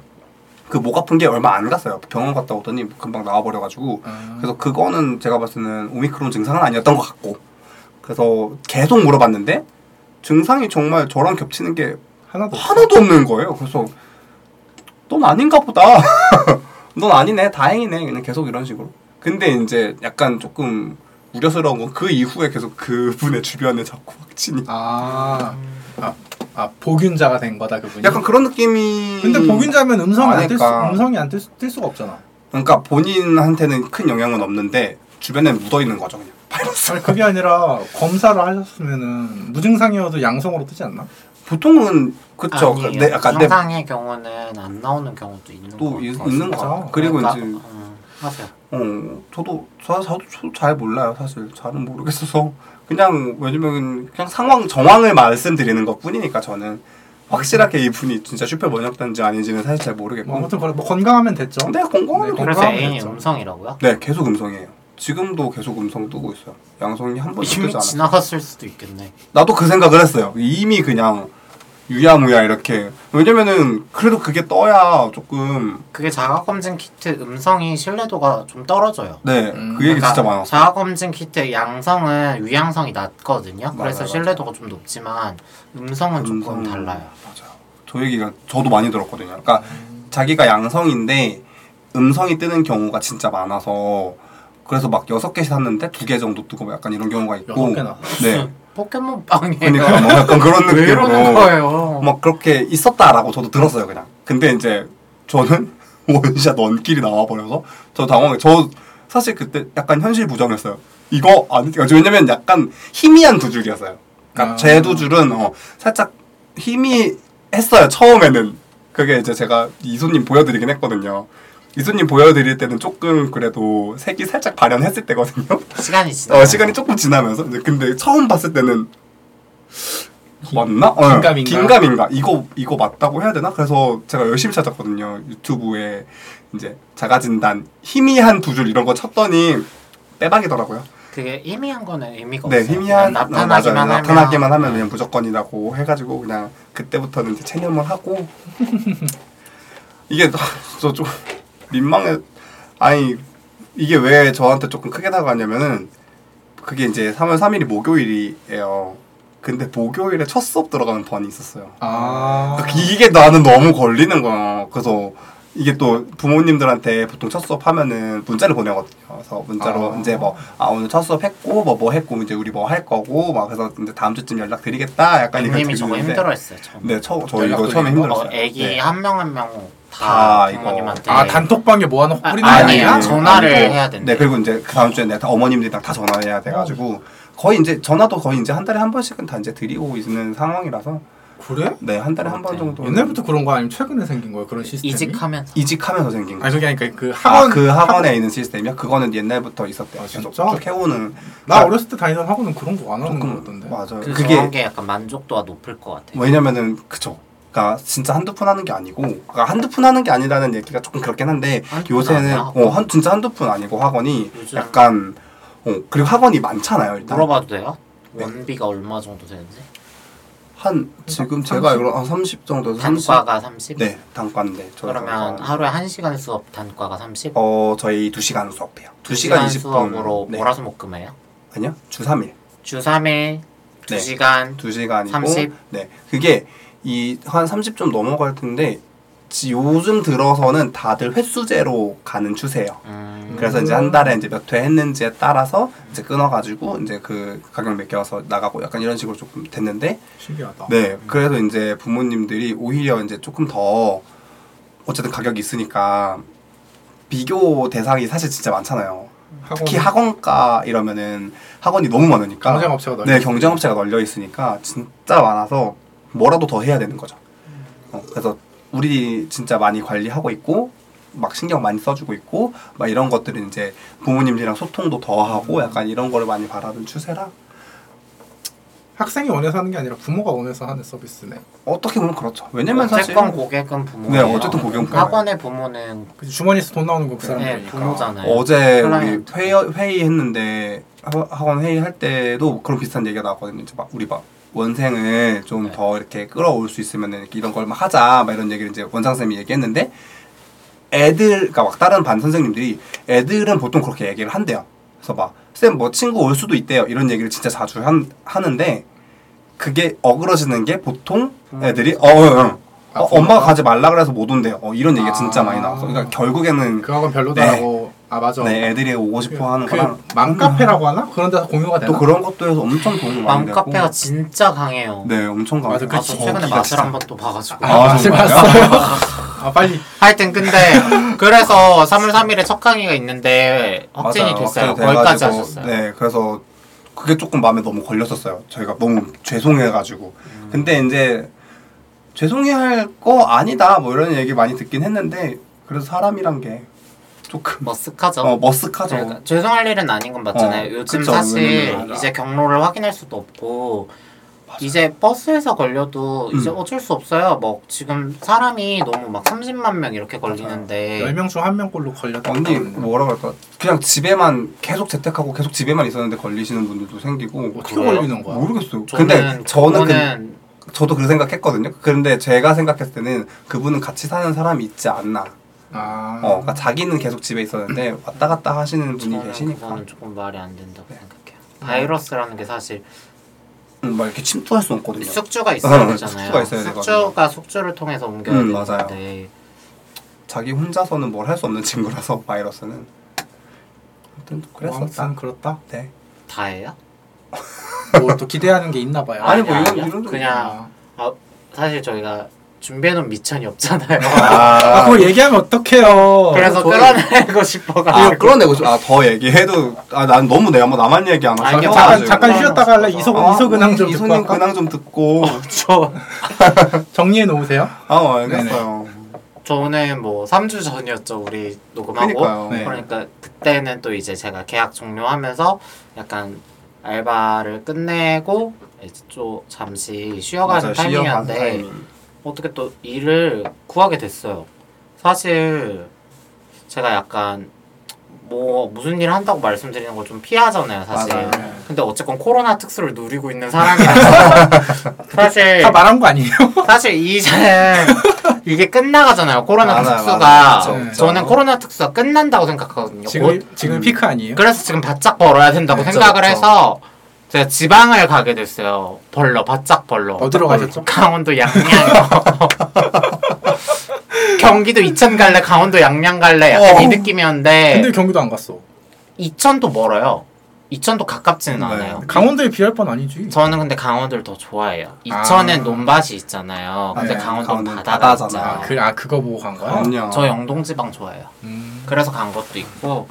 [SPEAKER 3] 그 목 아픈 게 얼마 안 갔어요 병원 갔다 오더니 금방 나와버려가지고
[SPEAKER 1] 아.
[SPEAKER 3] 그래서 그거는 제가 봤을 때는 오미크론 증상은 아니었던 것 같고 그래서 계속 물어봤는데 증상이 정말 저랑 겹치는 게
[SPEAKER 1] 하나도
[SPEAKER 3] 하나도 없는 거예요. 그래서 넌 아닌가 보다. 넌 아니네. 다행이네. 그냥 계속 이런 식으로. 근데 이제 약간 조금 우려스러운 건 그 이후에 계속 그분의 주변에 자꾸 확진이.
[SPEAKER 1] 아, 아, 아 보균자가 된 거다 그분이.
[SPEAKER 3] 약간 그런 느낌이.
[SPEAKER 1] 근데 보균자면 음성이 안뜰 수,
[SPEAKER 3] 아니까.
[SPEAKER 1] 음성이 안 뜰 수가 없잖아.
[SPEAKER 3] 그러니까 본인한테는 큰 영향은 없는데 주변에 묻어 있는 거죠 그냥. 바이러스.
[SPEAKER 1] 아니 그게 아니라 검사를 하셨으면은 무증상이어도 양성으로 뜨지 않나?
[SPEAKER 3] 보통은 그쵸.
[SPEAKER 2] 아니에요.
[SPEAKER 3] 내 약간 내 또
[SPEAKER 2] 정상의 경우는 안 나오는 경우도 있는 거
[SPEAKER 3] 있는 거
[SPEAKER 1] 진짜?
[SPEAKER 3] 같아. 그리고
[SPEAKER 2] 그러니까
[SPEAKER 3] 이제
[SPEAKER 2] 음, 하세요.
[SPEAKER 3] 어, 저도 저, 저도 저도 잘 몰라요 사실 잘은 모르겠어서 그냥 왜냐면 그냥 상황 정황을 말씀드리는 것 뿐이니까 저는 확실하게 이분이 진짜 슈퍼 번역단지 아닌지는 사실 잘 모르겠고
[SPEAKER 1] 뭐 아무튼 그래 뭐 건강하면 됐죠.
[SPEAKER 3] 근데
[SPEAKER 1] 네,
[SPEAKER 3] 건강하면 네,
[SPEAKER 2] 음. 그래서
[SPEAKER 1] 건강하면
[SPEAKER 2] 애인이
[SPEAKER 1] 됐죠.
[SPEAKER 2] 음성이라고요?
[SPEAKER 3] 네 계속 음성이에요 지금도 계속 음성 뜨고 있어요 양성이 한 번도
[SPEAKER 2] 이미
[SPEAKER 3] 뜨지 뭐 않아
[SPEAKER 2] 지나갔을 수도 있겠네.
[SPEAKER 3] 나도 그 생각을 했어요 이미 그냥 유야무야 이렇게 왜냐면은 그래도 그게 떠야 조금
[SPEAKER 2] 그게 자가 검증 키트 음성이 신뢰도가 좀 떨어져요.
[SPEAKER 3] 네 그
[SPEAKER 1] 음,
[SPEAKER 3] 얘기
[SPEAKER 2] 그러니까
[SPEAKER 3] 진짜 많았어
[SPEAKER 2] 자가 검증 키트 양성은 위양성이 낮거든요. 그래서
[SPEAKER 3] 맞아요.
[SPEAKER 2] 신뢰도가 좀 높지만 음성은 조금
[SPEAKER 3] 음성은
[SPEAKER 2] 달라요.
[SPEAKER 3] 맞아요. 저 얘기가 저도 많이 들었거든요. 그러니까 자기가 양성인데 음성이 뜨는 경우가 진짜 많아서 그래서 막 여섯 개씩 샀는데 두 개 정도 뜨고 막 약간 이런 경우가 있고.
[SPEAKER 1] 여섯 개나.
[SPEAKER 3] 네.
[SPEAKER 2] 포켓몬 빵이에요.
[SPEAKER 3] 그러니까 뭐 약간 그런
[SPEAKER 2] 왜 이러는
[SPEAKER 3] 느낌으로 뭐,
[SPEAKER 2] 거예요?
[SPEAKER 3] 막 그렇게 있었다라고 저도 들었어요 그냥. 근데 이제 저는 원샷 원킬이 나와버려서 저 당황해. 저 사실 그때 약간 현실 부정했어요. 이거 아니 왜냐면 약간 희미한 두 줄이었어요. 그러니까
[SPEAKER 1] 아.
[SPEAKER 3] 제 두 줄은 어, 살짝 희미했어요 처음에는 그게 이제 제가 이소님 보여드리긴 했거든요. 이소님 보여드릴 때는 조금 그래도 색이 살짝 발현했을 때거든요.
[SPEAKER 2] 시간이 지나.
[SPEAKER 3] 어, 시간이 조금 지나면서 이제 근데 처음 봤을 때는 맞나? 어,
[SPEAKER 1] 긴가민가?
[SPEAKER 3] 긴가민가. 이거 이거 맞다고 해야 되나? 그래서 제가 열심히 찾았거든요. 유튜브에 이제 자가진단 희미한 두 줄 이런 거 쳤더니 빼박이더라고요.
[SPEAKER 2] 그게 희미한 거는 의미가
[SPEAKER 3] 네,
[SPEAKER 2] 없어요.
[SPEAKER 3] 희미한
[SPEAKER 2] 그냥
[SPEAKER 3] 어,
[SPEAKER 2] 나타나기만
[SPEAKER 3] 맞아요.
[SPEAKER 2] 하면
[SPEAKER 3] 나타나기만 하면 그냥 무조건이라고 해가지고 그냥 그때부터는 이제 체념을 하고 이게 저좀 민망해. 아니 이게 왜 저한테 조금 크게 다가왔냐면은 그게 이제 3월 3일이 목요일이에요. 근데 목요일에 첫 수업 들어가는 번이 있었어요.
[SPEAKER 1] 아.
[SPEAKER 3] 그러니까 이게 나는 너무 걸리는 거야. 그래서 이게 또 부모님들한테 보통 첫 수업 하면은 문자를 보내거든요. 그래서 문자로
[SPEAKER 1] 아.
[SPEAKER 3] 이제 뭐, 아, 오늘 첫 수업 했고, 뭐, 뭐 했고, 이제 우리 뭐 할 거고, 막 그래서 이제 다음 주쯤 연락드리겠다. 약간 이런
[SPEAKER 2] 님이 저거 힘들어했어요. 저.
[SPEAKER 3] 네, 처, 저 이거
[SPEAKER 1] 연락도
[SPEAKER 3] 처음에
[SPEAKER 1] 되고.
[SPEAKER 3] 힘들었어요.
[SPEAKER 2] 어, 애기
[SPEAKER 3] 네.
[SPEAKER 2] 한 명 한 명 다
[SPEAKER 3] 다 이거.
[SPEAKER 2] 부모님한테
[SPEAKER 1] 아 단톡방에 모아놓고
[SPEAKER 2] 아,
[SPEAKER 1] 뿌리는 거
[SPEAKER 2] 아니에요.
[SPEAKER 1] 아니야?
[SPEAKER 2] 전화를
[SPEAKER 3] 아니고.
[SPEAKER 2] 해야 된대.
[SPEAKER 3] 네, 그리고 이제 그 다음 주에 내가 다 어머님들이랑 다 전화해야 돼가지고 거의 이제 전화도 거의 이제 한 달에 한 번씩은 다 이제 드리고 있는 상황이라서
[SPEAKER 1] 아, 그래?
[SPEAKER 3] 네, 한 달에
[SPEAKER 2] 아,
[SPEAKER 3] 한 번 정도.
[SPEAKER 1] 옛날부터 그런 거 아니면 최근에 생긴 거예요 그런 시스템이?
[SPEAKER 3] 어,
[SPEAKER 2] 이직하면서
[SPEAKER 3] 이직하면서 생긴 거.
[SPEAKER 1] 아니 그게 아니까 그 학원
[SPEAKER 3] 아, 그 학원에 있는 시스템이야? 그거는 옛날부터 있었대요.
[SPEAKER 1] 아,
[SPEAKER 3] 계속
[SPEAKER 1] 진짜?
[SPEAKER 3] 쭉 해오는.
[SPEAKER 1] 나 어렸을 때 다니던 학원은 그런 거 안 하는 거 같던데.
[SPEAKER 3] 맞아요.
[SPEAKER 2] 그
[SPEAKER 3] 그게 뭐,
[SPEAKER 2] 그런 게 약간 만족도가 높을 것 같아요.
[SPEAKER 3] 왜냐면은 그쵸. 그러니까 진짜 한두 푼 하는 게 아니고, 그러니까 한두 푼 하는 게 아니라는 얘기가 조금 그렇긴 한데
[SPEAKER 2] 한두 푼
[SPEAKER 3] 요새는
[SPEAKER 2] 아니야?
[SPEAKER 3] 어, 한 진짜 한두 푼 아니고 학원이
[SPEAKER 2] 요즘-
[SPEAKER 3] 약간 어, 그리고 학원이 많잖아요. 일단
[SPEAKER 2] 물어봐도 돼요?
[SPEAKER 3] 네.
[SPEAKER 2] 원비가 얼마 정도 되는지?
[SPEAKER 3] 한 지금 제가 알기로 한30 정도 30.
[SPEAKER 2] 단과가 30?
[SPEAKER 3] 네, 단과인데. 저희
[SPEAKER 2] 그러면
[SPEAKER 3] 단과가-
[SPEAKER 2] 하루에 1시간 수업 단과가 30?
[SPEAKER 3] 어, 저희 2시간 수업해요. 2시간
[SPEAKER 2] 2시간
[SPEAKER 3] 20분.
[SPEAKER 2] 수업으로
[SPEAKER 3] 네.
[SPEAKER 2] 몰아서 목금해요?
[SPEAKER 3] 아니요. 주 3일.
[SPEAKER 2] 주 3일
[SPEAKER 3] 네.
[SPEAKER 2] 2시간
[SPEAKER 3] 2시간이고
[SPEAKER 2] 30?
[SPEAKER 3] 네. 그게 이 한 30 좀 넘어갈 텐데 지- 요즘 들어서는 다들 횟수제로 가는 추세예요.
[SPEAKER 2] 음,
[SPEAKER 3] 그래서 이제 한 달에 이제 몇 회 했는지에 따라서 이제 끊어가지고 이제 그 가격 매겨서 나가고 약간 이런 식으로 조금 됐는데
[SPEAKER 1] 신기하다.
[SPEAKER 3] 네 그래서 이제 부모님들이 오히려 이제 조금 더 어쨌든 가격이 있으니까 비교 대상이 사실 진짜 많잖아요.
[SPEAKER 1] 학원
[SPEAKER 3] 특히 학원가 이러면은 학원이 너무 많으니까
[SPEAKER 1] 경쟁업체가 넓.
[SPEAKER 3] 네, 경쟁업체가 널려 있으니까 진짜 많아서 뭐라도 더 해야 되는 거죠. 어, 그래서 우리 진짜 많이 관리하고 있고 막 신경 많이 써주고 있고 막 이런 것들은 이제 부모님들이랑 소통도 더 하고 약간 이런 거를 많이 바라는 추세라
[SPEAKER 1] 학생이 원해서 하는 게 아니라 부모가 원해서 하는 서비스네.
[SPEAKER 3] 어떻게 보면 그렇죠. 왜냐면 사실
[SPEAKER 2] 어쨌건 고객은 부모예요.
[SPEAKER 3] 네, 어쨌든 고객은 부모예요. 그러니까.
[SPEAKER 2] 학원의 부모는
[SPEAKER 1] 그치, 주머니에서 돈 나오는 거 그 사람
[SPEAKER 2] 네,
[SPEAKER 1] 보니까.
[SPEAKER 2] 부모잖아요.
[SPEAKER 3] 어제 우리
[SPEAKER 2] 클라이언트.
[SPEAKER 3] 회의, 회의했는데 학- 학원 회의할 때도 그런 비슷한 얘기가 나왔거든요. 이제 막 우리 막 원생을 좀
[SPEAKER 2] 네.
[SPEAKER 3] 더 이렇게 끌어올 수 있으면 이렇게 이런 걸 막 하자 막 이런 얘기를 이제 원상 쌤이 얘기했는데 애들 그러니까 막 다른 반 선생님들이 애들은 보통 그렇게 얘기를 한대요. 그래서 막 쌤 뭐 친구 올 수도 있대요 이런 얘기를 진짜 자주 한, 하는데 그게 어그러지는 게 보통 애들이 어, 어, 어.
[SPEAKER 1] 아,
[SPEAKER 3] 어,
[SPEAKER 1] 부모가?
[SPEAKER 3] 엄마가 가지 말라 그래서 못 온대요. 어, 이런 얘기가 진짜
[SPEAKER 1] 아.
[SPEAKER 3] 많이 나왔어. 그러니까 결국에는
[SPEAKER 1] 그 학원 별로다라고. 아 맞아.
[SPEAKER 3] 네, 애들이 오고
[SPEAKER 1] 그,
[SPEAKER 3] 싶어 하는 거랑 음.
[SPEAKER 1] 그 맘카페라고 하나? 그런 데서 공유가 되나?
[SPEAKER 3] 또 그런 것도 해서 엄청 도움이 많이 되고
[SPEAKER 2] 맘카페가 진짜 강해요.
[SPEAKER 3] 네, 엄청 강해요.
[SPEAKER 1] 맞아,
[SPEAKER 2] 아,
[SPEAKER 1] 그치.
[SPEAKER 2] 저 최근에
[SPEAKER 3] 거기가
[SPEAKER 2] 맛을
[SPEAKER 3] 진짜-
[SPEAKER 2] 한 번 또 봐가지고.
[SPEAKER 3] 아,
[SPEAKER 1] 아,
[SPEAKER 3] 정말요?
[SPEAKER 1] 봤어요. 아 빨리.
[SPEAKER 2] 하여튼 근데 그래서 3월 3일에 첫 강의가 있는데 확진이
[SPEAKER 3] 맞아요.
[SPEAKER 2] 됐어요.
[SPEAKER 3] 확진이
[SPEAKER 2] 거기까지
[SPEAKER 3] 돼가지고,
[SPEAKER 2] 하셨어요.
[SPEAKER 3] 네, 그래서 그게 조금 마음에 너무 걸렸었어요. 저희가 너무 죄송해가지고.
[SPEAKER 2] 음.
[SPEAKER 3] 근데 이제 죄송해할 거 아니다 뭐 이런 얘기 많이 듣긴 했는데 그래도 사람이란 게 조금
[SPEAKER 2] 머쓱하죠.
[SPEAKER 3] 어, 머쓱하죠.
[SPEAKER 2] 뭐 그러니까 죄송할 일은 아닌 건 맞잖아요.
[SPEAKER 3] 어,
[SPEAKER 2] 요즘
[SPEAKER 3] 그쵸,
[SPEAKER 2] 사실
[SPEAKER 3] 왜냐면-
[SPEAKER 2] 이제 경로를 확인할 수도 없고 이제 버스에서 걸려도 이제
[SPEAKER 3] 음.
[SPEAKER 2] 어쩔 수 없어요. 뭐 지금 사람이 너무 막 30만 명 이렇게 걸리는데
[SPEAKER 1] 10명 중 1명꼴로 걸렸다.
[SPEAKER 3] 언니 뭐라 그럴까? 그냥 집에만 계속 재택하고 계속 집에만 있었는데 걸리시는 분들도 생기고
[SPEAKER 1] 어떻게
[SPEAKER 2] 그래요?
[SPEAKER 1] 걸리는 거야?
[SPEAKER 3] 모르겠어요.
[SPEAKER 2] 저는
[SPEAKER 3] 근데 저는 그
[SPEAKER 2] 그거는
[SPEAKER 3] 저도 그렇게 생각했거든요. 그런데 제가 생각했을 때는 그분은 같이 사는 사람이 있지 않나.
[SPEAKER 1] 아.
[SPEAKER 3] 어, 그러니까 자기는 계속 집에 있었는데
[SPEAKER 1] 음.
[SPEAKER 3] 왔다 갔다 하시는 분이
[SPEAKER 2] 저는
[SPEAKER 3] 계시니까 네.
[SPEAKER 2] 그거는 조금 말이 안 된다고 생각해요. 바이러스라는 게 사실
[SPEAKER 3] 음, 막 이렇게 침투할 수 없거든요.
[SPEAKER 2] 숙주가 있어야
[SPEAKER 3] 어,
[SPEAKER 2] 되잖아요.
[SPEAKER 3] 숙주가 있어야
[SPEAKER 2] 숙주가 숙주를 통해서 옮겨야
[SPEAKER 3] 음, 맞아요.
[SPEAKER 2] 되는데
[SPEAKER 3] 자기 혼자서는 뭘 할 수 없는 친구라서 바이러스는. 아무튼
[SPEAKER 1] 아무튼
[SPEAKER 3] 그랬었다.
[SPEAKER 1] 그렇다.
[SPEAKER 3] 네.
[SPEAKER 2] 다예요?
[SPEAKER 1] 뭐 또 기대하는 게 있나 봐요.
[SPEAKER 3] 아니, 뭐 이런-
[SPEAKER 2] 아니야.
[SPEAKER 3] 이런 좀-
[SPEAKER 2] 그냥 사실 저희가 준비해놓은 미천이 없잖아요.
[SPEAKER 1] 아,
[SPEAKER 3] 아,
[SPEAKER 1] 그걸 얘기하면 어떡해요. 뭐,
[SPEAKER 2] 그래서
[SPEAKER 3] 저는- 아,
[SPEAKER 2] 끌어내고 싶어가.
[SPEAKER 3] 이거 끌어내고 좀, 아, 더 얘기해도, 아, 난 너무 내가 뭐 나만 얘기 안 하고.
[SPEAKER 2] 아니요,
[SPEAKER 3] 싶어가지고.
[SPEAKER 1] 잠깐,
[SPEAKER 2] 아,
[SPEAKER 1] 잠깐
[SPEAKER 2] 아,
[SPEAKER 1] 쉬었다가 할래?
[SPEAKER 2] 아,
[SPEAKER 1] 이소,
[SPEAKER 3] 아,
[SPEAKER 1] 이소 근황 좀 듣고
[SPEAKER 3] 이소님
[SPEAKER 1] 할까?
[SPEAKER 3] 근황 좀 듣고.
[SPEAKER 2] 저,
[SPEAKER 1] 정리해 놓으세요.
[SPEAKER 3] 아, 알겠어요.
[SPEAKER 2] 저는 뭐 3주 전이었죠 우리 녹음하고
[SPEAKER 3] 그러니까요.
[SPEAKER 1] 네.
[SPEAKER 2] 그러니까 그때는 또 이제 제가 계약 종료하면서 약간 알바를 끝내고 이제 좀 잠시 쉬어가는
[SPEAKER 3] 맞아요, 시험하는
[SPEAKER 2] 타이밍이었는데
[SPEAKER 3] 타이밍.
[SPEAKER 2] 어떻게 또 일을 구하게 됐어요. 사실 제가 약간 뭐 무슨 일을 한다고 말씀드리는 걸 좀 피하잖아요, 사실.
[SPEAKER 3] 맞아요. 네.
[SPEAKER 2] 근데 어쨌건 코로나 특수를 누리고 있는 사람이라서 사실
[SPEAKER 1] 다 말한 거 아니에요?
[SPEAKER 2] 사실 이제 이게 끝나가잖아요. 코로나
[SPEAKER 3] 맞아요,
[SPEAKER 2] 특수가
[SPEAKER 3] 맞아요. 그쵸,
[SPEAKER 1] 그쵸.
[SPEAKER 2] 저는 코로나 특수가 끝난다고 생각하거든요.
[SPEAKER 1] 지금,
[SPEAKER 2] 네. 곧.
[SPEAKER 1] 지금
[SPEAKER 3] 음.
[SPEAKER 1] 피크 아니에요?
[SPEAKER 2] 그래서 지금 바짝 벌어야 된다고
[SPEAKER 3] 그쵸,
[SPEAKER 2] 생각을
[SPEAKER 3] 그쵸.
[SPEAKER 2] 해서 제가 지방을 가게 됐어요. 벌러 바짝 벌러.
[SPEAKER 1] 어디로 가셨죠?
[SPEAKER 2] 강원도 양양. 경기도 이천 갈래, 강원도 양양 갈래 약간
[SPEAKER 3] 어.
[SPEAKER 2] 이 느낌이었는데
[SPEAKER 1] 근데 그 경기도 안 갔어.
[SPEAKER 2] 이천도 멀어요. 이천도 가깝지는 않아요.
[SPEAKER 3] 네.
[SPEAKER 1] 강원도에 비할 뻔 아니지.
[SPEAKER 2] 저는 근데 강원도를 더 좋아해요. 이천엔
[SPEAKER 1] 아.
[SPEAKER 2] 논밭이 있잖아요. 근데
[SPEAKER 3] 네,
[SPEAKER 2] 강원도는
[SPEAKER 3] 강원도는
[SPEAKER 2] 바다가
[SPEAKER 3] 바다잖아.
[SPEAKER 2] 있잖아요.
[SPEAKER 1] 아, 그, 아, 그거 보고 간 거야?
[SPEAKER 3] 그럼요.
[SPEAKER 2] 저 영동 지방 좋아해요.
[SPEAKER 1] 음.
[SPEAKER 2] 그래서 간 것도 있고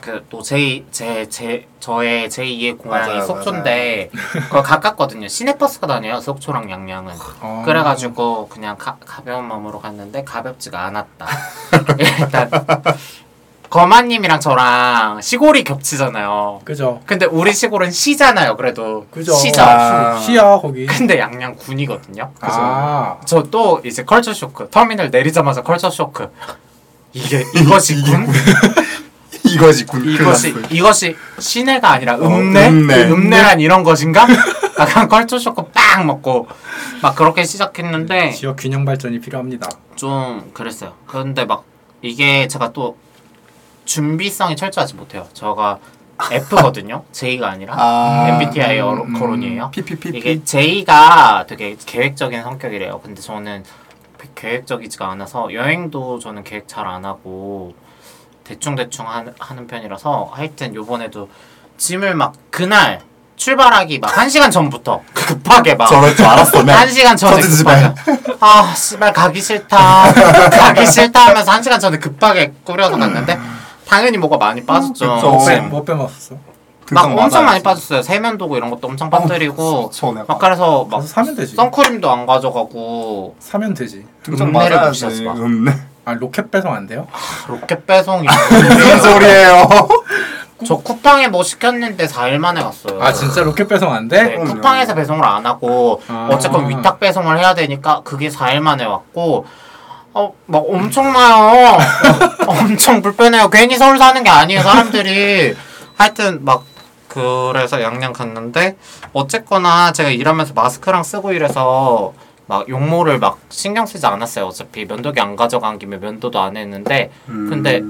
[SPEAKER 2] 그또제제제 저의 제 2의 고향이
[SPEAKER 3] 맞아요,
[SPEAKER 2] 속초인데 그거 가깝거든요. 시내버스가 다녀요. 속초랑 양양은.
[SPEAKER 1] 아.
[SPEAKER 2] 그래가지고 그냥 가, 가벼운 마음으로 갔는데 가볍지가 않았다. 예, 일단 거마님이랑 저랑 시골이 겹치잖아요.
[SPEAKER 1] 그죠.
[SPEAKER 2] 근데 우리 시골은 시잖아요. 그래도
[SPEAKER 1] 그죠.
[SPEAKER 2] 시죠.
[SPEAKER 3] 아.
[SPEAKER 1] 시야, 거기.
[SPEAKER 2] 근데 양양 군이거든요.
[SPEAKER 1] 아.
[SPEAKER 2] 저 또 이제 컬처 쇼크 터미널 내리자마자 컬처 쇼크 이게 이것이 군
[SPEAKER 3] 이거지, 군.
[SPEAKER 2] 이것이
[SPEAKER 3] 클라스.
[SPEAKER 2] 이것이 시내가 아니라 읍내
[SPEAKER 3] 어, 읍내.
[SPEAKER 2] 읍내. 란 이런 것인가 약간 컬처 쇼크 빵 먹고 막 그렇게 시작했는데
[SPEAKER 1] 지역 균형 발전이 필요합니다.
[SPEAKER 2] 좀 그랬어요 그런데 막 이게 제가 또 준비성이 철저하지 못해요 제가 F거든요 J가 아니라
[SPEAKER 3] 아.
[SPEAKER 2] MBTI 여론-
[SPEAKER 1] 음, 음.
[SPEAKER 2] 거론이에요
[SPEAKER 3] PPP.
[SPEAKER 2] 이게 제이가 되게 계획적인 성격이래요. 근데 저는 계획적이지가 않아서 여행도 저는 계획 잘 안 하고 대충 대충 하는 편이라서 하여튼 요번에도 짐을 막 그날 출발하기 막1 시간 전부터 급하게 막
[SPEAKER 3] 저럴 줄 알았어, 맨.
[SPEAKER 2] 한 시간 전에
[SPEAKER 3] 저도 집에.
[SPEAKER 2] 급하게 아 씨발 가기 싫다 가기 싫다 하면서 한 시간 전에 급하게 꾸려서 갔는데 당연히 뭐가 많이
[SPEAKER 3] 그쵸.
[SPEAKER 2] 빠졌죠. 네,
[SPEAKER 1] 뭐,
[SPEAKER 3] 어.
[SPEAKER 1] 빼, 뭐 빼먹었어?
[SPEAKER 2] 막 엄청 많이 빠졌어요. 세면도구 이런 것도 엄청 빠뜨리고
[SPEAKER 3] 저 내가.
[SPEAKER 2] 막 그래서 막
[SPEAKER 1] 가서 사면 되지.
[SPEAKER 2] 선크림도 안 가져가고
[SPEAKER 1] 사면 되지.
[SPEAKER 3] 등짝
[SPEAKER 2] 음내를
[SPEAKER 3] 맞아야지.
[SPEAKER 2] 붙였어, 막.
[SPEAKER 3] 음내.
[SPEAKER 1] 아, 로켓 배송 안 돼요?
[SPEAKER 2] 로켓 배송이
[SPEAKER 3] 무슨 소리예요?
[SPEAKER 2] 저 쿠팡에 뭐 시켰는데 4일 만에 갔어요.
[SPEAKER 1] 아, 진짜 로켓 배송 안
[SPEAKER 2] 네,
[SPEAKER 1] 돼?
[SPEAKER 3] 그럼요.
[SPEAKER 2] 쿠팡에서 배송을 안 하고
[SPEAKER 1] 아.
[SPEAKER 2] 어쨌건 위탁 배송을 해야 되니까 그게 4일 만에 왔고 어막 엄청나요. 어, 엄청 불편해요. 괜히 서울 사는 게 아니에요 사람들이. 하여튼 막 그래서 양양 갔는데 어쨌거나 제가 일하면서 마스크랑 쓰고 이래서 막 용모를 막 신경 쓰지 않았어요. 어차피 면도기 안 가져간 김에 면도도 안 했는데
[SPEAKER 3] 음.
[SPEAKER 2] 근데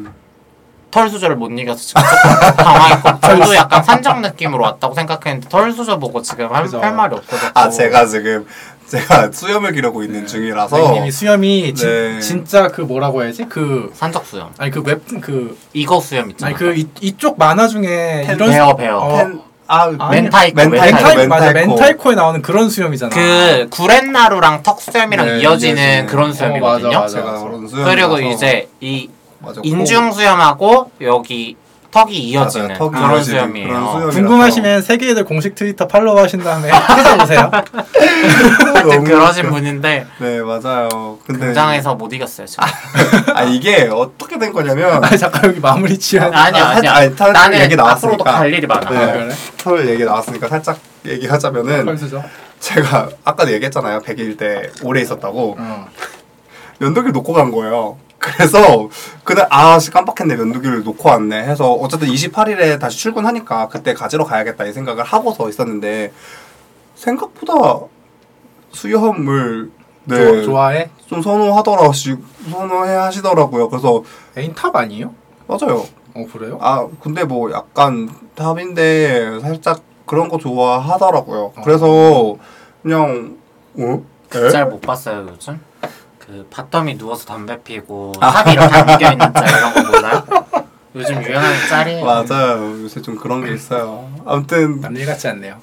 [SPEAKER 2] 털 수저를 못 이겨서 지금 조금 당황했고 저도 약간 산적 느낌으로 왔다고 생각했는데 털 수저 보고 지금 할,
[SPEAKER 1] 그죠.
[SPEAKER 2] 할 말이 없어서
[SPEAKER 3] 아 제가 지금 제가 수염을 기르고 있는 중이라서
[SPEAKER 1] 아, 선생님이 수염이 진-
[SPEAKER 3] 어. 네.
[SPEAKER 1] 진짜 그 뭐라고 해야지? 그
[SPEAKER 2] 산적 수염
[SPEAKER 1] 아니 그 웹 그
[SPEAKER 2] 이거 수염 있잖아 네,
[SPEAKER 1] 아니 그 이, 이쪽 만화 중에
[SPEAKER 3] 텐-
[SPEAKER 1] 이런 수-
[SPEAKER 2] 베어 베어
[SPEAKER 1] 어.
[SPEAKER 3] 펜- 아,
[SPEAKER 1] 아니,
[SPEAKER 2] 멘타이코
[SPEAKER 3] 멘타이코.
[SPEAKER 2] 멘타이코
[SPEAKER 1] 멘탈 맞아
[SPEAKER 3] 멘탈코.
[SPEAKER 1] 멘탈코에 나오는 그런 수염이잖아.
[SPEAKER 2] 그 구렛나루랑 턱 수염이랑
[SPEAKER 3] 네,
[SPEAKER 2] 이어지는
[SPEAKER 3] 이어지는.
[SPEAKER 2] 그런
[SPEAKER 3] 어,
[SPEAKER 2] 수염이거든요
[SPEAKER 1] 맞아, 맞아.
[SPEAKER 3] 제가 그런 수염
[SPEAKER 2] 그리고 이제 이
[SPEAKER 3] 맞아, 코.
[SPEAKER 2] 인중 수염하고 여기 턱이 이어지는
[SPEAKER 3] 맞아요, 턱이
[SPEAKER 2] 그런
[SPEAKER 3] 이어지는
[SPEAKER 2] 수염이에요
[SPEAKER 3] 그런 수염.
[SPEAKER 1] 궁금하시면 세계애들 공식 트위터 팔로우 하신 다음에 찾아보세요.
[SPEAKER 2] 하여튼
[SPEAKER 3] 너무
[SPEAKER 2] 그러신
[SPEAKER 3] 웃겨.
[SPEAKER 2] 분인데
[SPEAKER 3] 네 맞아요 근데
[SPEAKER 2] 등장해서 못 이겼어요 지금
[SPEAKER 3] 아 이게 어떻게 된 거냐면 네.
[SPEAKER 1] 아 잠깐 여기 마무리 지어야 돼.
[SPEAKER 2] 아니야
[SPEAKER 3] 아, 살-
[SPEAKER 2] 아니야
[SPEAKER 3] 아니, 털
[SPEAKER 2] 나는
[SPEAKER 3] 얘기 나왔으니까.
[SPEAKER 2] 앞으로도 갈 일이 많아
[SPEAKER 1] 아,
[SPEAKER 3] 네.
[SPEAKER 1] 그래?
[SPEAKER 3] 털 얘기 나왔으니까 살짝 얘기하자면은
[SPEAKER 1] 털수죠.
[SPEAKER 3] 제가 아까도 얘기했잖아요 100일 때 오래 있었다고
[SPEAKER 1] 어.
[SPEAKER 3] 면도기를 놓고 간 거예요. 그래서 그날 아씨 깜빡했네 면도기를 놓고 왔네 해서 어쨌든 28일에 다시 출근하니까 그때 가지러 가야겠다 이 생각을 하고서 있었는데 생각보다 수염을
[SPEAKER 1] 좋아-
[SPEAKER 3] 네,
[SPEAKER 1] 좋아해?
[SPEAKER 3] 좀 선호하더라 선호해 하시더라고요. 그래서
[SPEAKER 1] 애인 탑 아니에요?
[SPEAKER 3] 맞아요.
[SPEAKER 1] 어 그래요?
[SPEAKER 3] 아 근데 뭐 약간 탑인데 살짝 그런 거 좋아하더라고요. 그래서 그냥 어? 에?
[SPEAKER 2] 짤 못 봤어요 요즘? 그 바텀이 누워서 담배 피고
[SPEAKER 3] 아.
[SPEAKER 2] 삽이 이렇게 담겨 있는 짤 이런 거 몰라요? 요즘
[SPEAKER 1] 네.
[SPEAKER 2] 유행하는 짤이에요.
[SPEAKER 3] 맞아요. 요새 좀 그런 게 있어요. 아무튼
[SPEAKER 1] 남일 같지 않네요.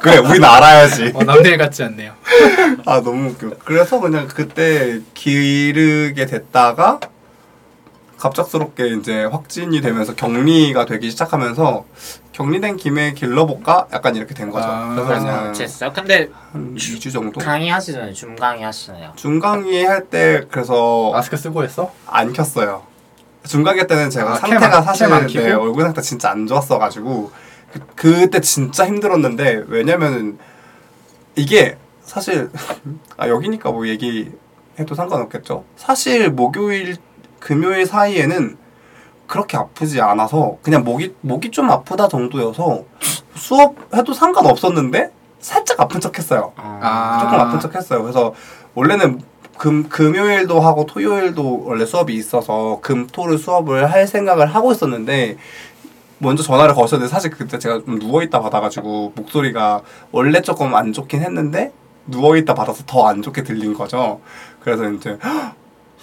[SPEAKER 3] 그래 우린 알아야지.
[SPEAKER 1] 어, 남들 같지 않네요.
[SPEAKER 3] 아 너무 웃겨. 그래서 그냥 그때 기르게 됐다가 갑작스럽게 이제 확진이 되면서 격리가 되기 시작하면서 격리된 김에 길러볼까? 약간 이렇게 된 거죠.
[SPEAKER 1] 아,
[SPEAKER 3] 그래서 그냥
[SPEAKER 2] 됐어요. 근데
[SPEAKER 3] 한 2주 정도
[SPEAKER 2] 강의 하시잖아요. 줌 강의 하시잖아요.
[SPEAKER 3] 중강의 할 때 그래서
[SPEAKER 1] 마스크 쓰고 했어?
[SPEAKER 3] 안 켰어요. 중간계 때는 제가
[SPEAKER 1] 아,
[SPEAKER 3] 상태가
[SPEAKER 1] 캠안-
[SPEAKER 3] 사실
[SPEAKER 1] 캠안
[SPEAKER 3] 내
[SPEAKER 1] 키고?
[SPEAKER 3] 얼굴 상태 진짜 안 좋았어가지고 그, 그때 진짜 힘들었는데 왜냐면은 이게 사실 아 여기니까 뭐 얘기해도 상관없겠죠. 사실 목요일 금요일 사이에는 그렇게 아프지 않아서 그냥 목이 목이 좀 아프다 정도여서 수업 해도 상관없었는데 살짝 아픈 척했어요.
[SPEAKER 2] 어,
[SPEAKER 1] 아.
[SPEAKER 3] 조금 아픈 척 했어요. 그래서 원래는 금 금요일도 하고 토요일도 원래 수업이 있어서 금토를 수업을 할 생각을 하고 있었는데 먼저 전화를 거셨는데 사실 그때 제가 좀 누워 있다 받아가지고 목소리가 원래 조금 안 좋긴 했는데 누워 있다 받아서 더 안 좋게 들린 거죠. 그래서 이제 "헉,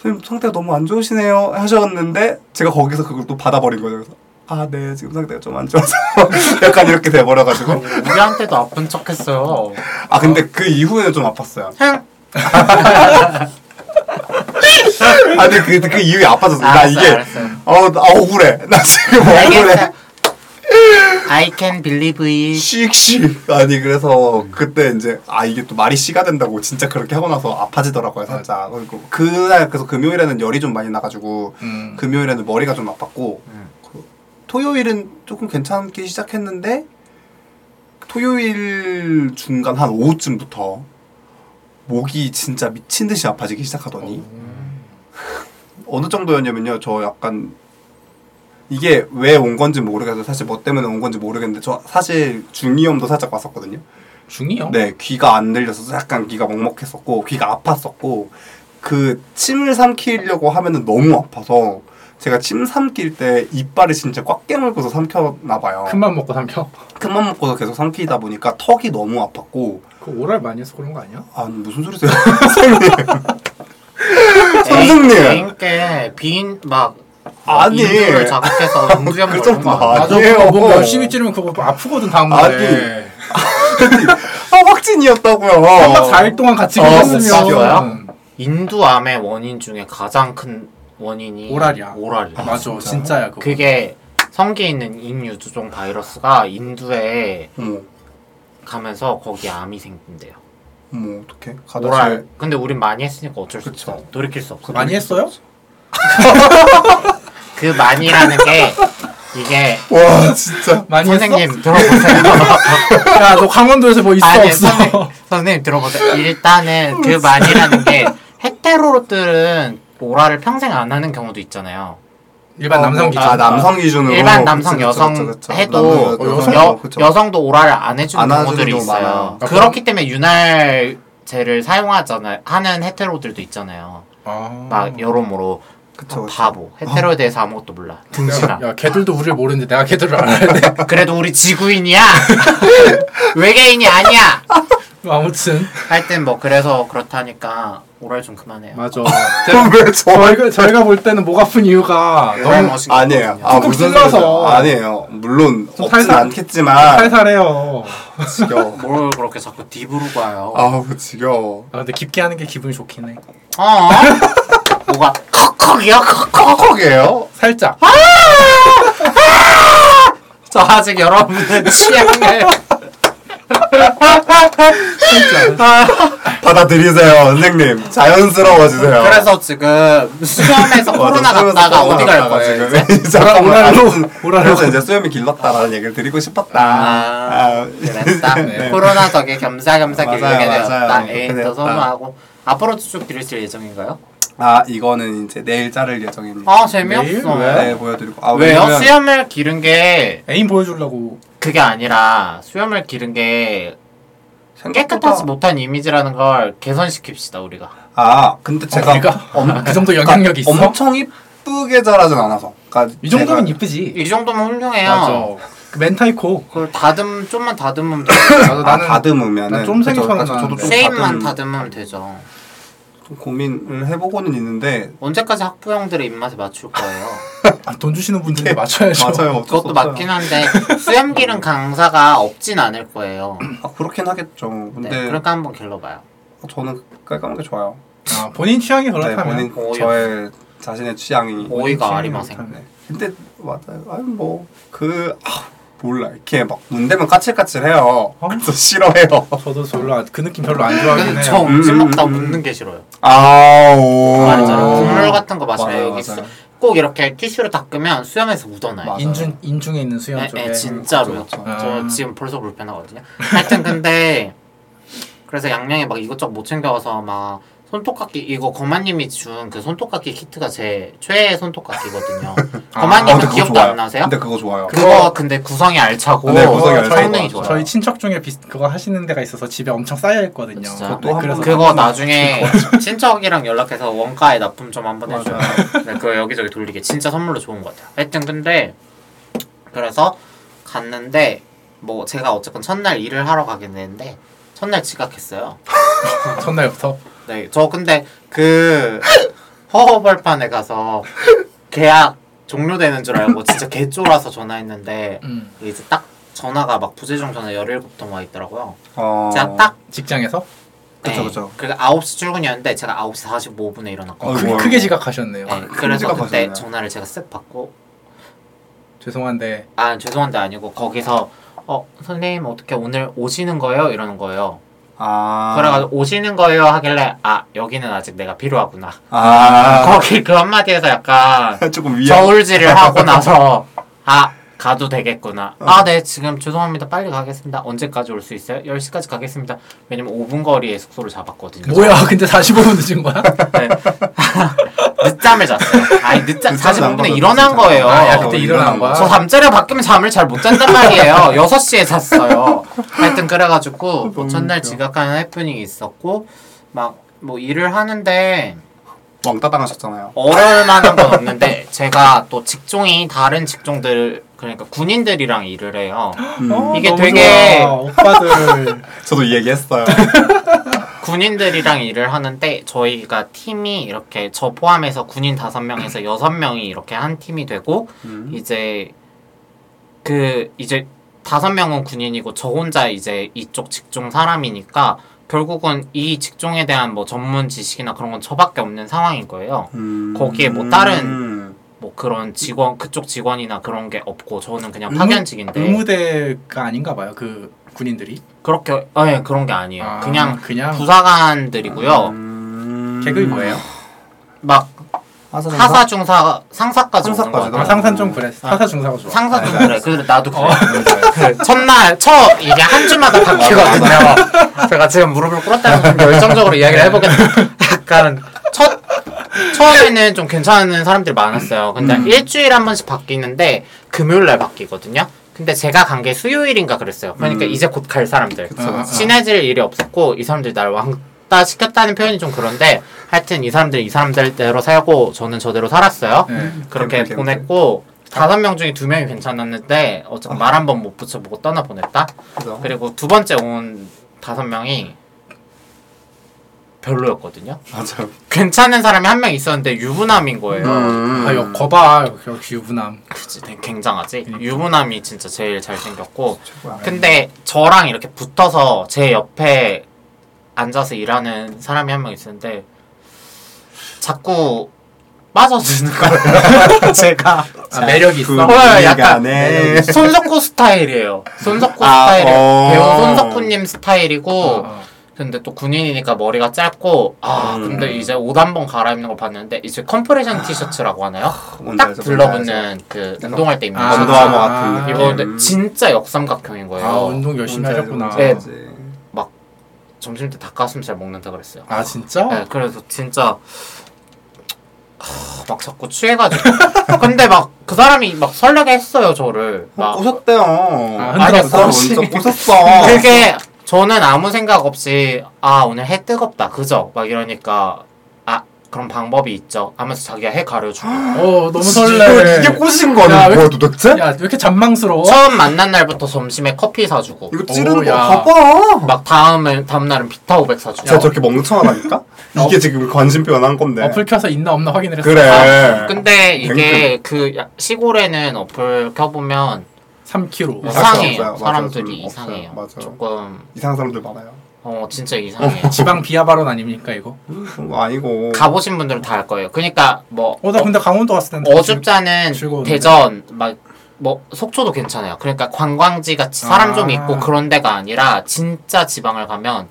[SPEAKER 3] 선생님 상태 가 너무 안 좋으시네요 하셨는데 제가 거기서 그걸 또 받아버린 거죠. 그래서 아 네 지금 상태가 좀 안 좋아서 약간 이렇게 돼버려가지고
[SPEAKER 2] 어, 우리한테도 아픈 척했어요.
[SPEAKER 3] 아 근데 그 이후에는 좀 아팠어요.
[SPEAKER 2] 흥.
[SPEAKER 3] 아, 근데 그, 그 이유에 아파졌어. 나
[SPEAKER 2] 알았어요,
[SPEAKER 3] 이게,
[SPEAKER 2] 알았어요.
[SPEAKER 3] 어, 나 억울해. 나 지금 억울해.
[SPEAKER 2] 알겠어요. I can believe it.
[SPEAKER 3] 씩씩. 아니, 그래서 그때 이제, 아, 이게 또 말이 씨가 된다고 진짜 그렇게 하고 나서 아파지더라고요, 살짝. 그리고 그날, 그래서 금요일에는 열이 좀 많이 나가지고,
[SPEAKER 1] 음.
[SPEAKER 3] 금요일에는 머리가 좀 아팠고,
[SPEAKER 2] 음.
[SPEAKER 3] 그 토요일은 조금 괜찮기 시작했는데, 토요일 중간 한 오후쯤부터 목이 진짜 미친 듯이 아파지기 시작하더니, 어느 정도였냐면요. 저 약간 이게 왜 온 건지 모르겠어요. 사실 뭐 때문에 온 건지 모르겠는데 저 사실 중이염도 살짝 왔었거든요.
[SPEAKER 1] 중이요?
[SPEAKER 3] 네, 귀가 안 들려서 약간 귀가 먹먹했었고 귀가 아팠었고 그 침을 삼키려고 하면은 너무 아파서 제가 침 삼킬 때 이빨을 진짜 꽉 깨물고서 삼켰나 봐요.
[SPEAKER 1] 큰맘 먹고 삼켜.
[SPEAKER 3] 큰맘 먹고서 계속 삼키다 보니까 턱이 너무 아팠고
[SPEAKER 1] 그 오랄 많이 해서 그런 거 아니야?
[SPEAKER 3] 아 무슨 소리세요? 선생님. 선생님.
[SPEAKER 2] 그러니까 빈막
[SPEAKER 3] 아니.
[SPEAKER 2] 인두를 자극해서 음주염 걸린 거
[SPEAKER 3] 그 정도
[SPEAKER 2] 아니야?
[SPEAKER 1] 맞아.
[SPEAKER 3] 아니에요.
[SPEAKER 1] 그거 뭐 열심히 찌르면 그거 아프거든 다음 날에.
[SPEAKER 3] 아 확진이었다고요.
[SPEAKER 1] 3박 4일 동안 같이
[SPEAKER 3] 어,
[SPEAKER 1] 계셨으면 음.
[SPEAKER 2] 맞아요? 인두암의 원인 중에 가장 큰 원인이
[SPEAKER 1] 오랄이야.
[SPEAKER 2] 오랄이야.
[SPEAKER 1] 맞아. 진짜야 그거.
[SPEAKER 2] 그게 성기에 있는 인유두종 바이러스가 인두에
[SPEAKER 3] 어머,
[SPEAKER 2] 가면서 거기에 암이 생긴대요.
[SPEAKER 3] 어머 어떡해.
[SPEAKER 1] 아,
[SPEAKER 2] 오랄. 근데 우린 많이 했으니까 어쩔 수
[SPEAKER 3] 그쵸.
[SPEAKER 2] 없어. 돌이킬 수 없어.
[SPEAKER 1] 많이 했어요?
[SPEAKER 2] 그 많이라는 게 이게
[SPEAKER 3] 와 진짜.
[SPEAKER 1] 많이 했어?
[SPEAKER 2] 선생님 들어보세요.
[SPEAKER 1] 야, 너 강원도에서 뭐 있어
[SPEAKER 2] 아니
[SPEAKER 1] 없어?
[SPEAKER 2] 선생님, 선생님 들어보세요. 일단은 그 많이라는 게 헤테로들은 오랄을 평생 안 하는 경우도 있잖아요.
[SPEAKER 1] 일반 남성 기준.
[SPEAKER 3] 아 남성 기준으로.
[SPEAKER 2] 일반 남성
[SPEAKER 3] 그쵸,
[SPEAKER 2] 여성
[SPEAKER 3] 그쵸, 그쵸.
[SPEAKER 2] 해도
[SPEAKER 3] 남성, 여성,
[SPEAKER 2] 여,
[SPEAKER 3] 그쵸.
[SPEAKER 2] 여성, 도 오랄을 안 해주는
[SPEAKER 3] 안 하는
[SPEAKER 2] 경우들이
[SPEAKER 3] 경우
[SPEAKER 2] 있어요.
[SPEAKER 3] 많아요. 그러니까
[SPEAKER 1] 아,
[SPEAKER 2] 그렇기 때문에 윤활제를 사용하잖아요. 하는 헤테로들도 있잖아요.
[SPEAKER 1] 아.
[SPEAKER 2] 막 여러모로
[SPEAKER 3] 음. 그쵸, 어. 그쵸.
[SPEAKER 2] 바보. 헤테로에 대해서 아무것도 몰라. 등신아.
[SPEAKER 1] 야, 걔들도 우리를 모르는데 내가 걔들을 알아야 돼.
[SPEAKER 2] 그래도 우리 지구인이야. 외계인이 아니야.
[SPEAKER 1] 아무튼
[SPEAKER 2] 하여튼 뭐 그래서 그렇다니까 오랄 좀 그만해요.
[SPEAKER 1] 맞아.
[SPEAKER 3] 그럼 왜 저?
[SPEAKER 1] 저희가 저희가 볼 때는 목 아픈 이유가
[SPEAKER 2] 오랄
[SPEAKER 1] 너무
[SPEAKER 2] 멋있거든요.
[SPEAKER 3] 아니에요. 아
[SPEAKER 1] 꾹꾹
[SPEAKER 3] 무슨
[SPEAKER 1] 찔러서.
[SPEAKER 3] 소리세요? 아니에요. 물론
[SPEAKER 1] 좀
[SPEAKER 3] 없진
[SPEAKER 1] 살살-
[SPEAKER 3] 않겠지만
[SPEAKER 1] 살살해요.
[SPEAKER 3] 지겨워.
[SPEAKER 2] 뭘 그렇게 자꾸 딥으로 가요.
[SPEAKER 3] 아우 지겨워.
[SPEAKER 1] 아, 근데 깊게 하는 게 기분이 좋긴 해.
[SPEAKER 2] 어? 뭐가 컥컥이야 컥컥.
[SPEAKER 3] 헉헉이에요?
[SPEAKER 1] 살짝.
[SPEAKER 3] 아.
[SPEAKER 2] 저 아직 여러분의 취향을
[SPEAKER 3] 받아들이세요 선생님. 자연스러워지세요.
[SPEAKER 2] 그래서 지금 수염에서 코로나 갔다가 어디 갈 거예요? 이제?
[SPEAKER 3] 잠깐만.
[SPEAKER 1] 오랄로, 오랄로.
[SPEAKER 3] 그래서 이제 수염이 길렀다라는 얘기를 드리고 싶었다.
[SPEAKER 2] 아, 그랬다.
[SPEAKER 1] 네.
[SPEAKER 2] 코로나 덕에 겸사겸사
[SPEAKER 3] 맞아요,
[SPEAKER 2] 길게
[SPEAKER 3] 맞아요.
[SPEAKER 2] 되었다. 에이더
[SPEAKER 3] 그랬다.
[SPEAKER 2] 선호하고 앞으로도 쭉 들으실 예정인가요?
[SPEAKER 3] 아 이거는 이제 내일 자를 예정입니다.
[SPEAKER 2] 아
[SPEAKER 1] 내일?
[SPEAKER 2] 재미없어.
[SPEAKER 1] 왜?
[SPEAKER 3] 네 보여드리고. 아,
[SPEAKER 2] 왜요?
[SPEAKER 3] 왜냐면-
[SPEAKER 2] 수염을 기른 게
[SPEAKER 1] 애인 보여주려고.
[SPEAKER 2] 그게 아니라 수염을 기른 게
[SPEAKER 3] 생각보다-
[SPEAKER 2] 깨끗하지 뭐. 못한 이미지라는 걸 개선시킵시다 우리가.
[SPEAKER 3] 아 근데 제가
[SPEAKER 2] 어,
[SPEAKER 1] 우리가?
[SPEAKER 3] 엄- 그러니까
[SPEAKER 1] 그 정도 영향력이 있어?
[SPEAKER 3] 엄청 이쁘게 자라진 않아서 그러니까
[SPEAKER 1] 이 정도면
[SPEAKER 3] 제가-
[SPEAKER 1] 이쁘지.
[SPEAKER 2] 이 정도면 훌륭해요.
[SPEAKER 1] 맞아. 그 멘타이코.
[SPEAKER 2] 그걸 다듬 좀만 다듬으면
[SPEAKER 1] 그래서
[SPEAKER 3] 어. 아,
[SPEAKER 1] 나는
[SPEAKER 3] 다듬으면은
[SPEAKER 1] 난좀 생소한
[SPEAKER 3] 그쵸, 그쵸, 저도
[SPEAKER 1] 나는데.
[SPEAKER 3] 좀
[SPEAKER 2] 세입만
[SPEAKER 3] 다듬-
[SPEAKER 2] 다듬으면 되죠.
[SPEAKER 3] 좀 고민을 해보고는 있는데
[SPEAKER 2] 언제까지 학부형들의 입맛에 맞출 거예요?
[SPEAKER 1] 아, 돈 주시는 분들께 맞춰야죠.
[SPEAKER 3] 네, 맞아요. 음. 어쩔 수
[SPEAKER 2] 그것도
[SPEAKER 3] 없어요.
[SPEAKER 2] 맞긴 한데 수염기른 강사가 없진 않을 거예요.
[SPEAKER 3] 아, 그렇긴 하겠죠.
[SPEAKER 2] 네,
[SPEAKER 3] 근데
[SPEAKER 2] 그러니까 한번 길러봐요.
[SPEAKER 3] 저는 깔끔한 게 좋아요.
[SPEAKER 1] 아, 본인 취향이
[SPEAKER 3] 네,
[SPEAKER 1] 그렇다면
[SPEAKER 3] 본인
[SPEAKER 2] 오히려.
[SPEAKER 3] 저의 자신의 취향이
[SPEAKER 2] 오이가
[SPEAKER 1] 취향이
[SPEAKER 2] 아리마생.
[SPEAKER 1] 그렇다면.
[SPEAKER 3] 네. 근데 맞아요. 아니 뭐그 아, 몰라 이렇게 막 문대면 까칠까칠해요.
[SPEAKER 1] 어?
[SPEAKER 3] 그래서 싫어해요.
[SPEAKER 1] 저도 별로 안- 그 느낌 별로 안 좋아하긴
[SPEAKER 2] 근데 저
[SPEAKER 1] 해요.
[SPEAKER 3] 음,
[SPEAKER 2] 음식 먹다
[SPEAKER 3] 음, 음.
[SPEAKER 2] 묻는 게 싫어요.
[SPEAKER 3] 아오.
[SPEAKER 2] 말했잖아요. 국물 같은 거 마시면
[SPEAKER 3] 맞아요,
[SPEAKER 2] 여기
[SPEAKER 3] 맞아요.
[SPEAKER 2] 수- 꼭 이렇게 티슈로 닦으면 수염에서 묻어나요.
[SPEAKER 3] 맞아.
[SPEAKER 1] 인중 인중에 있는 수염
[SPEAKER 2] 에,
[SPEAKER 1] 쪽에
[SPEAKER 2] 에, 네, 진짜로요.
[SPEAKER 3] 그렇죠,
[SPEAKER 1] 그렇죠.
[SPEAKER 2] 저
[SPEAKER 1] 음.
[SPEAKER 2] 지금 벌써 불편하거든요. 하여튼 근데 그래서 양양에 막 이것저것 못 챙겨와서 막 손톱깎이 이거 거만님이 준 그 손톱깎이 키트가 제 최애 손톱깎이거든요.
[SPEAKER 3] 아,
[SPEAKER 2] 거만님은
[SPEAKER 3] 근데 그거
[SPEAKER 2] 기억도
[SPEAKER 3] 좋아요.
[SPEAKER 2] 안 나세요?
[SPEAKER 3] 근데 그거 좋아요.
[SPEAKER 2] 그거 근데 구성이 알차고
[SPEAKER 3] 네, 구성이
[SPEAKER 1] 어. 알차고
[SPEAKER 2] 성능이
[SPEAKER 3] 맞아요.
[SPEAKER 2] 좋아요.
[SPEAKER 1] 저희 친척 중에 비, 그거 하시는 데가 있어서 집에 엄청 쌓여 있거든요.
[SPEAKER 2] 아,
[SPEAKER 1] 네,
[SPEAKER 2] 진짜.
[SPEAKER 3] 그것도 한번
[SPEAKER 1] 그래서
[SPEAKER 2] 그거 나중에 친척이랑 연락해서 원가에 납품 좀 한번 해줘요. 네, 그거 여기저기 돌리게 진짜 선물로 좋은 것 같아요. 하여튼 근데 그래서 갔는데 뭐 제가 어쨌건 첫날 일을 하러 가게 되는데 첫날 지각했어요.
[SPEAKER 1] 전날부터
[SPEAKER 2] 네, 저 근데 그 허허벌판에 가서 계약 종료되는 줄 알고 진짜 개쫄아서 전화했는데
[SPEAKER 1] 음,
[SPEAKER 2] 그 이제 딱 전화가 막 부재중 전화 17통 와 있더라고요.
[SPEAKER 3] 어.
[SPEAKER 2] 제가 딱 예.
[SPEAKER 1] 직장에서
[SPEAKER 3] 그쵸, 그쵸.
[SPEAKER 2] 그리고 9시 출근이었는데 제가 9시 45분에 일어났거든요.
[SPEAKER 3] 어이구,
[SPEAKER 1] 크,
[SPEAKER 3] 어이구.
[SPEAKER 1] 크게 지각하셨네요.
[SPEAKER 2] 네, 그래서
[SPEAKER 3] 끔찍한
[SPEAKER 2] 그때
[SPEAKER 3] 거잖아요.
[SPEAKER 2] 전화를 제가 쓱 받고
[SPEAKER 1] 죄송한데
[SPEAKER 2] 아 죄송한데 아니고 거기서 어 선생님 어떻게 오늘 오시는 거예요 이러는 거예요.
[SPEAKER 3] 아.
[SPEAKER 2] 그래가지고 오시는 거예요 하길래 아 여기는 아직 내가 필요하구나.
[SPEAKER 3] 아.
[SPEAKER 2] 거기 그 한마디에서 약간
[SPEAKER 3] 조금 위험.
[SPEAKER 2] 저울질을 하고 나서 아 가도 되겠구나. 아 네 지금 죄송합니다 빨리 가겠습니다. 언제까지 올 수 있어요? 10시까지 가겠습니다. 왜냐면 5분 거리에 숙소를 잡았거든요.
[SPEAKER 1] 뭐야? 근데 45분 늦은 거야?
[SPEAKER 2] 네. 늦잠을 잤어요. 아니 늦잠
[SPEAKER 3] 늦잠
[SPEAKER 2] 45분에
[SPEAKER 3] 잔
[SPEAKER 2] 일어난
[SPEAKER 3] 거죠,
[SPEAKER 2] 거예요.
[SPEAKER 3] 진짜.
[SPEAKER 1] 아, 야,
[SPEAKER 3] 어,
[SPEAKER 1] 그때 일어난
[SPEAKER 3] 일어난
[SPEAKER 1] 거야?
[SPEAKER 3] 그
[SPEAKER 2] 저
[SPEAKER 3] 거야?
[SPEAKER 2] 잠자리 바뀌면 잠을 잘 못 잔단 말이에요. 6시에 잤어요. 하여튼 그래가지고 뭐
[SPEAKER 3] 너무
[SPEAKER 2] 첫날
[SPEAKER 3] 웃겨.
[SPEAKER 2] 지각하는 해프닝이 있었고 막 뭐 일을 하는데
[SPEAKER 3] 왕따 당하셨잖아요.
[SPEAKER 2] 어려울 만한 건 없는데 제가 또 직종이 다른 직종들 그러니까 군인들이랑 일을 해요.
[SPEAKER 3] 음.
[SPEAKER 1] 어,
[SPEAKER 2] 이게
[SPEAKER 1] 너무
[SPEAKER 2] 되게-
[SPEAKER 1] 좋아. 오빠들
[SPEAKER 3] 저도 이 얘기했어요.
[SPEAKER 2] 군인들이랑 일을 하는데 저희가 팀이 이렇게 저 포함해서 군인 5명에서 6명이 이렇게 한 팀이 되고
[SPEAKER 3] 음.
[SPEAKER 2] 이제 그 이제 다섯 명은 군인이고 저 혼자 이제 이쪽 직종 사람이니까 결국은 이 직종에 대한 뭐 전문 지식이나 그런 건 저밖에 없는 상황인 거예요.
[SPEAKER 3] 음.
[SPEAKER 2] 거기에 뭐 다른
[SPEAKER 3] 음.
[SPEAKER 2] 뭐 그런 직원 그쪽 직원이나 그런 게 없고 저는 그냥
[SPEAKER 1] 의무-
[SPEAKER 2] 파견직인데
[SPEAKER 1] 의무대가 아닌가 봐요. 그 군인들이
[SPEAKER 2] 그렇게 예 그런 게 아니에요.
[SPEAKER 1] 아,
[SPEAKER 2] 그냥
[SPEAKER 1] 그냥
[SPEAKER 2] 부사관들이고요.
[SPEAKER 3] 음.
[SPEAKER 1] 계급이 뭐예요?
[SPEAKER 2] 막
[SPEAKER 3] 하사정사?
[SPEAKER 2] 하사 중사 상사까지 오는 거
[SPEAKER 3] 상사까지도
[SPEAKER 2] 같아요.
[SPEAKER 1] 아, 상산 좀 그래. 사사 중사가 좋아.
[SPEAKER 2] 상사 좀 그래. 그래 나도 그래.
[SPEAKER 3] 네.
[SPEAKER 2] 첫날 첫 이게 한 주마다 바뀌거든요. 제가 지금 무릎을 꿇었다는 좀 열정적으로 이야기를 해보겠는데 약간 첫 처음에는 좀 괜찮은 사람들이 많았어요. 근데 일주일에 한 번씩 바뀌는데 금요일 날 바뀌거든요. 근데 제가 간 게 수요일인가 그랬어요. 그러니까
[SPEAKER 3] 음.
[SPEAKER 2] 이제 곧 갈 사람들.
[SPEAKER 1] 어,
[SPEAKER 3] 그쵸, 그쵸.
[SPEAKER 2] 친해질 일이 없었고 이 사람들이 날 왕따 시켰다는 표현이 좀 그런데 하여튼 이 사람들이 이 사람들대로 살고 저는 저대로 살았어요.
[SPEAKER 1] 네.
[SPEAKER 2] 그렇게
[SPEAKER 3] 캠프, 캠프.
[SPEAKER 2] 보냈고 다섯 명 중에 두 명이 괜찮았는데 어쨌든 말 한 번 못 붙여보고 떠나 보냈다.
[SPEAKER 3] 그죠?
[SPEAKER 2] 그리고 두 번째 온 다섯 명이 별로였거든요.
[SPEAKER 3] 맞아요.
[SPEAKER 2] 괜찮은 사람이 한 명 있었는데 유부남인 거예요.
[SPEAKER 3] 음.
[SPEAKER 1] 아, 여, 거봐. 역시 유부남. 아,
[SPEAKER 2] 그치, 되게 굉장하지. 유부남이 진짜 제일 잘생겼고
[SPEAKER 3] 최고야.
[SPEAKER 2] 아, 근데 저랑 이렇게 붙어서 제 옆에 앉아서 일하는 사람이 한 명 있었는데 자꾸 빠져드는 거예요. 제가
[SPEAKER 1] 아, 매력이
[SPEAKER 3] 그
[SPEAKER 1] 있어.
[SPEAKER 2] 헐, 약간
[SPEAKER 1] 네.
[SPEAKER 3] 약간의
[SPEAKER 2] 손석구 스타일이에요. 손석구
[SPEAKER 3] 아,
[SPEAKER 2] 스타일이
[SPEAKER 3] 어.
[SPEAKER 2] 배우 손석구님 스타일이고
[SPEAKER 1] 어.
[SPEAKER 2] 근데 또 군인이니까 머리가 짧고 아
[SPEAKER 3] 음.
[SPEAKER 2] 근데 이제 옷 한 번 갈아입는 걸 봤는데 이제 컴프레션 티셔츠라고 하나요?
[SPEAKER 3] 뭔지
[SPEAKER 2] 딱
[SPEAKER 3] 알죠, 뭔지 알죠.
[SPEAKER 2] 들러붙는 그
[SPEAKER 3] 약간
[SPEAKER 2] 운동할 때 입는
[SPEAKER 1] 아,
[SPEAKER 2] 셔츠.
[SPEAKER 3] 검도암호
[SPEAKER 1] 아,
[SPEAKER 3] 같은
[SPEAKER 2] 이거 근데
[SPEAKER 3] 뭐. 음.
[SPEAKER 2] 진짜 역삼각형인 거예요.
[SPEAKER 1] 아, 운동 열심히
[SPEAKER 3] 뭔지 알죠,
[SPEAKER 1] 하셨구나.
[SPEAKER 2] 네.
[SPEAKER 3] 뭔지 알지.
[SPEAKER 2] 점심 때 닭가슴살 먹는다 그랬어요.
[SPEAKER 1] 아, 진짜?
[SPEAKER 2] 네, 그래서 진짜 하, 막 자꾸 취해가지고 근데 막 그 사람이 막 설레게 했어요 저를
[SPEAKER 3] 어,
[SPEAKER 2] 막
[SPEAKER 3] 꼬셨대요. 아, 그
[SPEAKER 1] 흔들었어,
[SPEAKER 3] 꼬셨어.
[SPEAKER 1] 혹시?
[SPEAKER 3] 꼬셨어.
[SPEAKER 2] 그게 저는 아무 생각 없이 아 오늘 해 뜨겁다 그죠? 막 이러니까 아 그런 방법이 있죠. 하면서 자기가 해 가려주고
[SPEAKER 1] 어 너무
[SPEAKER 3] 이거
[SPEAKER 1] 설레.
[SPEAKER 3] 이게 꼬신
[SPEAKER 1] 야,
[SPEAKER 3] 거는
[SPEAKER 1] 왜-
[SPEAKER 3] 뭐야 도대체?
[SPEAKER 1] 야왜 이렇게 잔망스러워? 어,
[SPEAKER 2] 처음 만난 날부터 점심에 커피 사주고
[SPEAKER 3] 이거 찌르는
[SPEAKER 1] 오,
[SPEAKER 3] 거
[SPEAKER 1] 야.
[SPEAKER 3] 봐봐.
[SPEAKER 2] 막 다음에 다음 날은 비타 500 사주고
[SPEAKER 3] 제가 저렇게 멍청하다니까? 이게 지금 관심표가 난 건데.
[SPEAKER 1] 어플 켜서 있나 없나 확인을 했어.
[SPEAKER 3] 네. 그래.
[SPEAKER 2] 아, 근데 이게 그 야- 시골에는 어플 켜보면
[SPEAKER 1] 3kg.
[SPEAKER 3] 맞아,
[SPEAKER 2] 이상해요.
[SPEAKER 3] 맞아요. 맞아요.
[SPEAKER 2] 사람들이
[SPEAKER 3] 좀 없어요.
[SPEAKER 2] 이상해요.
[SPEAKER 3] 맞아요.
[SPEAKER 2] 조금
[SPEAKER 3] 이상한 사람들 많아요.
[SPEAKER 2] 어 진짜 이상해요.
[SPEAKER 1] 지방 비하 발언 아닙니까 이거?
[SPEAKER 3] 음, 아니고.
[SPEAKER 2] 가보신 분들은 다 알 거예요. 그러니까 뭐
[SPEAKER 1] 어나 근데 강원도 갔을 때
[SPEAKER 2] 어줍잖은
[SPEAKER 1] 즐거운데.
[SPEAKER 2] 대전 막 뭐 속초도 괜찮아요. 그러니까 관광지 같이 사람 좀
[SPEAKER 1] 아.
[SPEAKER 2] 있고 그런 데가 아니라 진짜 지방을 가면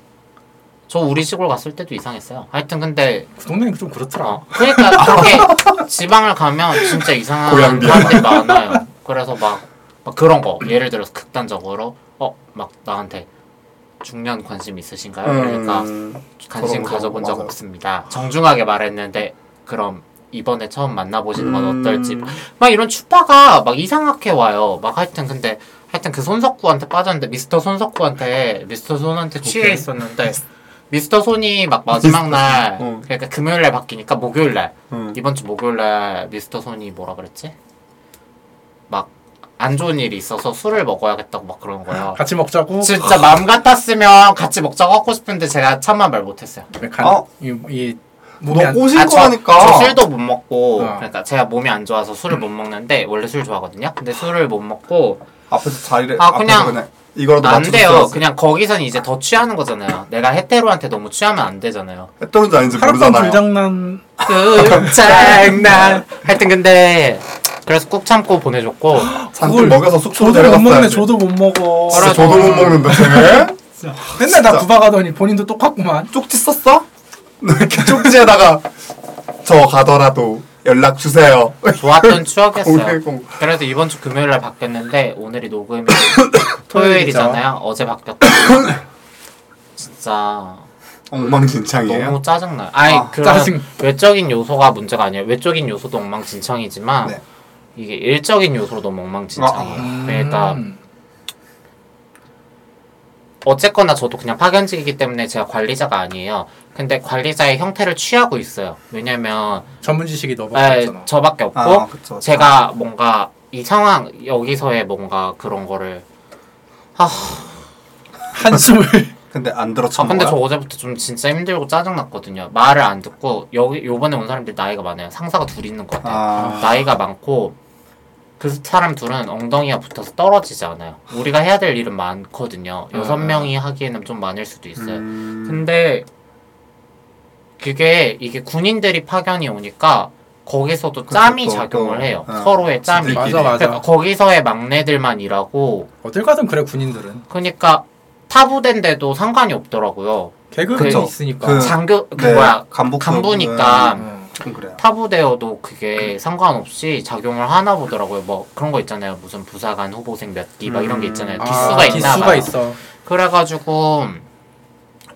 [SPEAKER 2] 저 우리 시골 갔을 때도 이상했어요. 하여튼 근데
[SPEAKER 1] 그 동네는 좀 그렇더라.
[SPEAKER 2] 어, 그러니까 그렇게 지방을 가면 진짜 이상한
[SPEAKER 3] 고양이야.
[SPEAKER 2] 사람들이 많아요. 그래서 막, 막 그런 거 예를 들어서 극단적으로 어 막 나한테 중년 관심 있으신가요? 그러니까
[SPEAKER 3] 음,
[SPEAKER 2] 관심
[SPEAKER 3] 그런 거,
[SPEAKER 2] 가져본 적
[SPEAKER 3] 맞아요.
[SPEAKER 2] 없습니다. 정중하게 말했는데 그럼 이번에 처음 만나보시는 건
[SPEAKER 3] 음.
[SPEAKER 2] 뭐 어떨지 막 이런 추파가 막 이상하게 와요. 막 하여튼 근데 하여튼 그 손석구한테 빠졌는데 미스터 손석구한테 미스터 손한테 취해
[SPEAKER 3] 오케이.
[SPEAKER 2] 있었는데 미스터 손이 막 마지막 날
[SPEAKER 3] 손, 어.
[SPEAKER 2] 그러니까 금요일 날 바뀌니까 목요일 날
[SPEAKER 3] 음.
[SPEAKER 2] 이번 주 목요일 날 미스터 손이 뭐라 그랬지? 막 안 좋은 일이 있어서 술을 먹어야겠다고 막 그런
[SPEAKER 3] 아,
[SPEAKER 2] 거예요.
[SPEAKER 1] 같이 먹자고.
[SPEAKER 2] 진짜 맘 같았으면 같이 먹자고 하고 싶은데 제가 참만 말 못했어요.
[SPEAKER 1] 네, 간,
[SPEAKER 3] 어.
[SPEAKER 1] 이, 이 몸이
[SPEAKER 3] 너
[SPEAKER 1] 안,
[SPEAKER 3] 뭐 꼬실
[SPEAKER 2] 아, 저-
[SPEAKER 3] 거라니까.
[SPEAKER 2] 저 술도 못 먹고
[SPEAKER 1] 어.
[SPEAKER 2] 그러니까 제가 몸이 안 좋아서 술을 못 먹는데 원래 술 좋아하거든요. 근데 술을 못 먹고
[SPEAKER 3] 앞에서 자리를
[SPEAKER 2] 아,
[SPEAKER 3] 앞에서
[SPEAKER 2] 그냥-
[SPEAKER 3] 그냥, 이거라도
[SPEAKER 2] 안
[SPEAKER 3] 맞춰서
[SPEAKER 2] 돼요.
[SPEAKER 3] 써야지.
[SPEAKER 2] 그냥 거기선 이제 더 취하는 거잖아요. 내가 해태로한테 너무 취하면 안 되잖아요.
[SPEAKER 3] 했던지 아닌지
[SPEAKER 1] 하룻밤
[SPEAKER 3] 모르잖아요.
[SPEAKER 1] 불장난
[SPEAKER 2] 그 장난. 하여튼 근데 그래서 꾹 참고 보내줬고
[SPEAKER 3] 잔뜩
[SPEAKER 1] 그걸
[SPEAKER 3] 먹여서 숙소로
[SPEAKER 1] 저도 못 먹네.
[SPEAKER 3] 데려갔어야지.
[SPEAKER 1] 저도 못 먹어.
[SPEAKER 2] 진짜
[SPEAKER 3] 저도 못 먹는데 쟤?
[SPEAKER 1] 맨날 나
[SPEAKER 3] 진짜.
[SPEAKER 1] 구박하더니 본인도 똑같구만.
[SPEAKER 3] 쪽지 썼어? 네, 이렇게 쪽지에다가 저 가더라도 연락 주세요.
[SPEAKER 2] 좋았던 추억이었어요.
[SPEAKER 3] 공개공.
[SPEAKER 2] 그래서 이번 주 금요일 날 바뀌었는데 오늘이 녹음이 토요일이잖아요. 어제 바뀌었다. 진짜
[SPEAKER 3] 엉망진창이에요.
[SPEAKER 2] 너무 짜증나요. 아니
[SPEAKER 3] 예? 아,
[SPEAKER 2] 그런
[SPEAKER 1] 짜증.
[SPEAKER 2] 외적인 요소가 문제가 아니에요. 외적인 요소도 엉망진창이지만
[SPEAKER 3] 네.
[SPEAKER 2] 이게 일적인 요소로 너무 엉망진창이에요. 그러니까
[SPEAKER 1] 아, 음.
[SPEAKER 2] 어쨌거나 저도 그냥 파견직이기 때문에 제가 관리자가 아니에요. 근데 관리자의 형태를 취하고 있어요. 왜냐면
[SPEAKER 1] 전문 지식이
[SPEAKER 2] 에,
[SPEAKER 1] 너밖에없잖아
[SPEAKER 2] 저밖에 없고
[SPEAKER 3] 아, 그쵸, 그쵸.
[SPEAKER 2] 제가 뭔가 이 상황 여기서의 뭔가 그런 거를 아
[SPEAKER 1] 한숨을
[SPEAKER 3] 근데 안 들어
[SPEAKER 2] 아,
[SPEAKER 3] 참
[SPEAKER 2] 근데
[SPEAKER 3] 거야?
[SPEAKER 2] 저 어제부터 좀 진짜 힘들고 짜증났거든요. 말을 안 듣고 여기 요번에 온 사람들 나이가 많아요. 상사가 둘이 있는 것 같아요.
[SPEAKER 3] 아.
[SPEAKER 2] 나이가 많고 그 사람 둘은 엉덩이가 붙어서 떨어지지 않아요. 우리가 해야 될 일은 많거든요. 여섯
[SPEAKER 1] 음.
[SPEAKER 2] 명이 하기에는 좀 많을 수도 있어요.
[SPEAKER 3] 음.
[SPEAKER 2] 근데 그게 이게 군인들이 파견이 오니까 거기서도 짬이
[SPEAKER 3] 또,
[SPEAKER 2] 작용을
[SPEAKER 3] 또,
[SPEAKER 2] 해요.
[SPEAKER 3] 어.
[SPEAKER 2] 서로의 짬이. 그러니까
[SPEAKER 3] 맞아,
[SPEAKER 1] 맞아.
[SPEAKER 2] 거기서의 막내들만 일하고
[SPEAKER 1] 어딜 가든 그래 군인들은
[SPEAKER 2] 그러니까 타부된데도 상관이 없더라고요.
[SPEAKER 1] 개그맨
[SPEAKER 3] 그쵸.
[SPEAKER 1] 있으니까.
[SPEAKER 3] 그-
[SPEAKER 2] 장교 그
[SPEAKER 3] 네,
[SPEAKER 2] 뭐야
[SPEAKER 3] 간부
[SPEAKER 2] 간부니까
[SPEAKER 1] 음.
[SPEAKER 3] 좀 그래요.
[SPEAKER 2] 타부되어도 그게 상관없이 작용을 하나 보더라고요. 뭐 그런 거 있잖아요. 무슨 부사관 후보생 몇 기 막 이런 게 있잖아요.
[SPEAKER 1] 아,
[SPEAKER 2] 기수가 있나
[SPEAKER 1] 기수가
[SPEAKER 2] 봐요.
[SPEAKER 1] 있어.
[SPEAKER 2] 그래가지고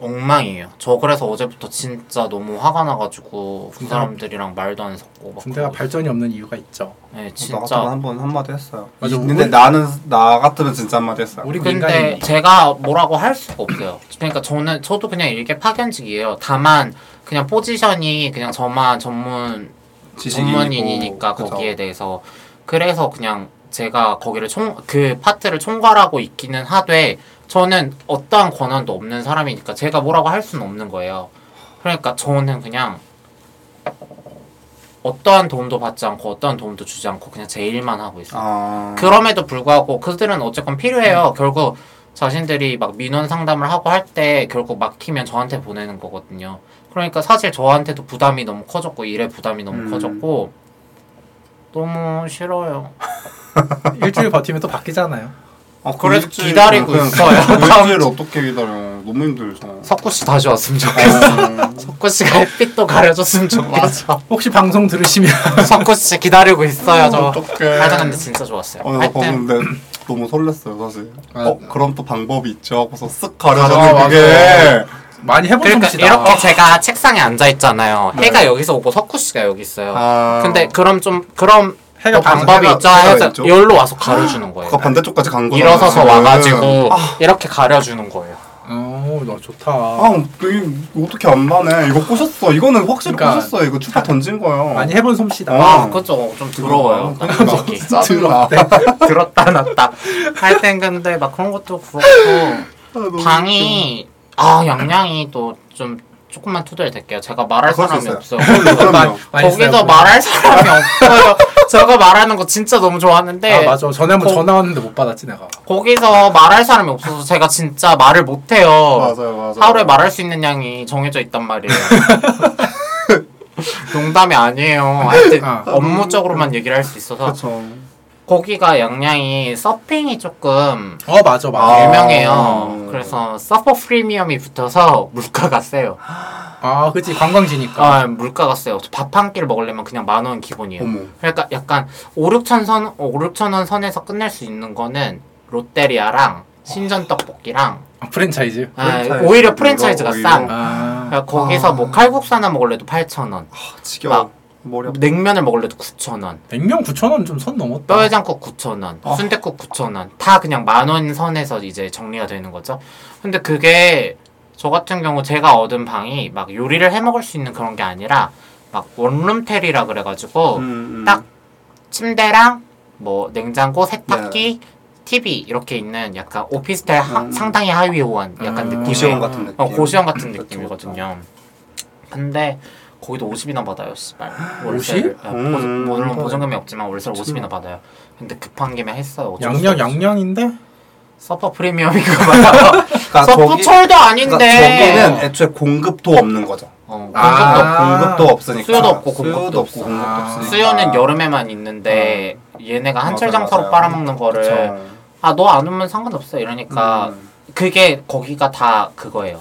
[SPEAKER 2] 엉망이에요. 저 그래서 어제부터 진짜 너무 화가 나가지고 그
[SPEAKER 1] 군대-
[SPEAKER 2] 사람들이랑 말도 안 섞고 막.
[SPEAKER 1] 군대가
[SPEAKER 2] 그러고.
[SPEAKER 1] 발전이 없는 이유가 있죠.
[SPEAKER 2] 네,
[SPEAKER 3] 어, 나 같으면
[SPEAKER 2] 진짜.
[SPEAKER 3] 한번 한마디 했어요.
[SPEAKER 1] 맞아,
[SPEAKER 3] 근데
[SPEAKER 1] 우리-
[SPEAKER 3] 나는 나 같으면 진짜 한마디 했어요.
[SPEAKER 1] 우리
[SPEAKER 2] 근데
[SPEAKER 1] 민간인
[SPEAKER 2] 제가 뭐라고 할 수가 없어요. 그러니까 저는 저도 그냥 이게 파견직이에요. 다만 그냥 포지션이 그냥 저만 전문
[SPEAKER 3] 지식인이고,
[SPEAKER 2] 전문인이니까
[SPEAKER 3] 그죠.
[SPEAKER 2] 거기에 대해서 그래서 그냥 제가 거기를 총 그 파트를 총괄하고 있기는 하되 저는 어떠한 권한도 없는 사람이니까 제가 뭐라고 할 수는 없는 거예요. 그러니까 저는 그냥 어떠한 도움도 받지 않고 어떠한 도움도 주지 않고 그냥 제 일만 하고 있어요.
[SPEAKER 3] 아.
[SPEAKER 2] 그럼에도 불구하고 그들은 어쨌건 필요해요. 결국 자신들이 막 민원 상담을 하고 할 때 결국 막히면 저한테 보내는 거거든요. 그러니까 사실 저한테도 부담이 너무 커졌고 일에 부담이 너무
[SPEAKER 3] 음.
[SPEAKER 2] 커졌고 너무 싫어요.
[SPEAKER 1] 일주일 버티면 또 바뀌잖아요.
[SPEAKER 3] 아,
[SPEAKER 2] 그래서
[SPEAKER 3] 일주일-
[SPEAKER 2] 기다리고
[SPEAKER 3] 그냥
[SPEAKER 2] 있어요.
[SPEAKER 3] 일주일 어떻게 기다려? 너무 힘들죠.
[SPEAKER 2] 석구 씨 다시 왔으면 좋겠어.
[SPEAKER 3] 아,
[SPEAKER 2] 네, 석구 씨가 햇빛도 가려줬으면 좋겠어.
[SPEAKER 1] 혹시 방송 들으시면
[SPEAKER 2] 석구 씨 기다리고 음, 있어요. 저.
[SPEAKER 3] 어떡해.
[SPEAKER 2] 하여튼 근데 진짜 좋았어요.
[SPEAKER 3] 어, 나
[SPEAKER 2] 하여튼
[SPEAKER 3] 봤는데 너무 설렜어요, 사실.
[SPEAKER 1] 아.
[SPEAKER 3] 어, 그럼 또 방법이 있죠. 하고서 쓱
[SPEAKER 1] 맞아,
[SPEAKER 3] 가려서
[SPEAKER 1] 맞아.
[SPEAKER 3] 그게
[SPEAKER 1] 많이 해본
[SPEAKER 2] 그러니까
[SPEAKER 1] 솜씨다. 어.
[SPEAKER 2] 이렇게 제가 책상에 앉아 있잖아요. 해가 여기서 오고 석구 씨가 여기 있어요.
[SPEAKER 3] 아.
[SPEAKER 2] 근데 그럼 좀 그럼
[SPEAKER 1] 해가
[SPEAKER 2] 또
[SPEAKER 1] 반사,
[SPEAKER 2] 방법이
[SPEAKER 3] 해가-
[SPEAKER 2] 있죠
[SPEAKER 3] 해가
[SPEAKER 2] 해서
[SPEAKER 3] 왼쪽?
[SPEAKER 2] 열로 와서 가려주는
[SPEAKER 3] 아까
[SPEAKER 2] 거예요.
[SPEAKER 3] 반대쪽까지 간 거잖아.
[SPEAKER 2] 일어서서
[SPEAKER 3] 음.
[SPEAKER 2] 와가지고 이렇게 가려주는 거예요.
[SPEAKER 1] 어. 오, 나 좋다.
[SPEAKER 3] 아, 이거 어떻게 안 마네. 이거 꼬셨어. 이거는 확실히
[SPEAKER 1] 그러니까
[SPEAKER 3] 꼬셨어. 이거 추파 던진 거예요.
[SPEAKER 1] 많이 해본 솜씨다. 네.
[SPEAKER 3] 아.
[SPEAKER 2] 아, 그쵸. 좀 더러워요. 그
[SPEAKER 3] 아,
[SPEAKER 2] 솔직히.
[SPEAKER 3] 짜증나.
[SPEAKER 2] 들었다 놨다 할 땐 근데 막 그런 것도 그렇고
[SPEAKER 3] 아, 너무
[SPEAKER 2] 방이 아 양양이 또 좀 조금만 투덜 될게요. 제가 말할
[SPEAKER 3] 아, 그럴
[SPEAKER 2] 사람이
[SPEAKER 3] 수
[SPEAKER 2] 없어.
[SPEAKER 3] 웃겨. 그럼요,
[SPEAKER 1] 많이- 아,
[SPEAKER 3] 그럼요.
[SPEAKER 1] 많이
[SPEAKER 2] 거기서
[SPEAKER 1] 써요,
[SPEAKER 2] 말할 사람이 없어요. 제가 말하는 거 진짜 너무 좋아하는데
[SPEAKER 1] 아 맞아 전에 한번
[SPEAKER 2] 거-
[SPEAKER 1] 전화 왔는데 못 받았지 내가
[SPEAKER 2] 거기서 말할 사람이 없어서 제가 진짜 말을 못해요.
[SPEAKER 3] 맞아요, 맞아요.
[SPEAKER 2] 어, 하루에 말할 수 있는 양이 정해져 있단 말이에요. 농담이 아니에요. 하여튼
[SPEAKER 1] 아.
[SPEAKER 3] 음.
[SPEAKER 2] 업무적으로만 얘기를 할 수 있어서
[SPEAKER 3] 그렇죠.
[SPEAKER 2] 거기가 양양이 서핑이 조금
[SPEAKER 1] 어 맞아 맞아
[SPEAKER 3] 아.
[SPEAKER 2] 유명해요. 그래서 서퍼 프리미엄이 붙어서 물가가 세요.
[SPEAKER 1] 아 그치 관광지니까
[SPEAKER 2] 아, 물가가 세요. 밥 한 끼를 먹으려면 그냥 만 원 기본이에요.
[SPEAKER 3] 어머.
[SPEAKER 2] 그러니까 약간 5, 6천 선, 5, 6천 원 선에서 끝낼 수 있는 거는 롯데리아랑 신전 떡볶이랑
[SPEAKER 1] 아, 프랜차이즈
[SPEAKER 2] 아,
[SPEAKER 3] 프랜차이즈.
[SPEAKER 2] 오히려 프랜차이즈가
[SPEAKER 3] 오히려.
[SPEAKER 2] 싸.
[SPEAKER 1] 아
[SPEAKER 2] 그러니까 거기서 뭐 칼국수 하나 먹을래도 8천 원,
[SPEAKER 3] 아, 지겨워.
[SPEAKER 2] 막-
[SPEAKER 3] 머리 아파.
[SPEAKER 2] 냉면을 먹을래도 9천 원,
[SPEAKER 1] 냉면 9,000원 좀 선 넘었다
[SPEAKER 2] 뼈해장국 9천 원,
[SPEAKER 3] 아.
[SPEAKER 2] 순대국 9천 원, 다 그냥 만 원 선에서 이제 정리가 되는 거죠. 근데 그게 저 같은 경우 제가 얻은 방이 막 요리를 해 먹을 수 있는 그런 게 아니라 막 원룸텔이라 그래가지고
[SPEAKER 3] 음, 음.
[SPEAKER 2] 딱 침대랑 뭐 냉장고, 세탁기, TV 이렇게 있는 약간 오피스텔 하-
[SPEAKER 3] 네. 음.
[SPEAKER 2] 상당히 하위 호환 약간
[SPEAKER 1] 음.
[SPEAKER 2] 느낌의
[SPEAKER 3] 고시원 같은 느낌.
[SPEAKER 2] 어, 고시원 같은
[SPEAKER 3] 그쵸,
[SPEAKER 2] 느낌이거든요. 근데 거기도 50이나 받아요, 씨발.
[SPEAKER 1] 50?
[SPEAKER 2] 월세를. 예, 보-
[SPEAKER 3] 음.
[SPEAKER 2] 물론
[SPEAKER 3] 음.
[SPEAKER 2] 보증금이 없지만 월세를
[SPEAKER 3] 그치.
[SPEAKER 2] 50이나 받아요. 근데 급한 김에 했어요. 어쩔 수
[SPEAKER 1] 양양
[SPEAKER 2] 없이.
[SPEAKER 1] 양양인데
[SPEAKER 2] 서퍼 프리미엄이가 봐요.
[SPEAKER 3] 그러니까
[SPEAKER 2] 서퍼
[SPEAKER 3] 거기-
[SPEAKER 2] 철도 아닌데.
[SPEAKER 3] 그러니까 저기는 애초에 공급도 없는 거죠.
[SPEAKER 2] 어,
[SPEAKER 1] 아.
[SPEAKER 2] 공급도
[SPEAKER 3] 공급도 없으니까.
[SPEAKER 2] 수요도 없고 공급도
[SPEAKER 3] 수요도 없고
[SPEAKER 2] 없어.
[SPEAKER 3] 공급도
[SPEAKER 1] 아.
[SPEAKER 3] 없으니까.
[SPEAKER 2] 수요는 여름에만 있는데 얘네가 한철
[SPEAKER 3] 음. 맞아,
[SPEAKER 2] 장사로
[SPEAKER 3] 맞아요.
[SPEAKER 2] 빨아먹는 거를
[SPEAKER 3] 그쵸.
[SPEAKER 2] 아 너 안 오면 상관없어 이러니까
[SPEAKER 3] 음.
[SPEAKER 2] 그게 거기가 다 그거예요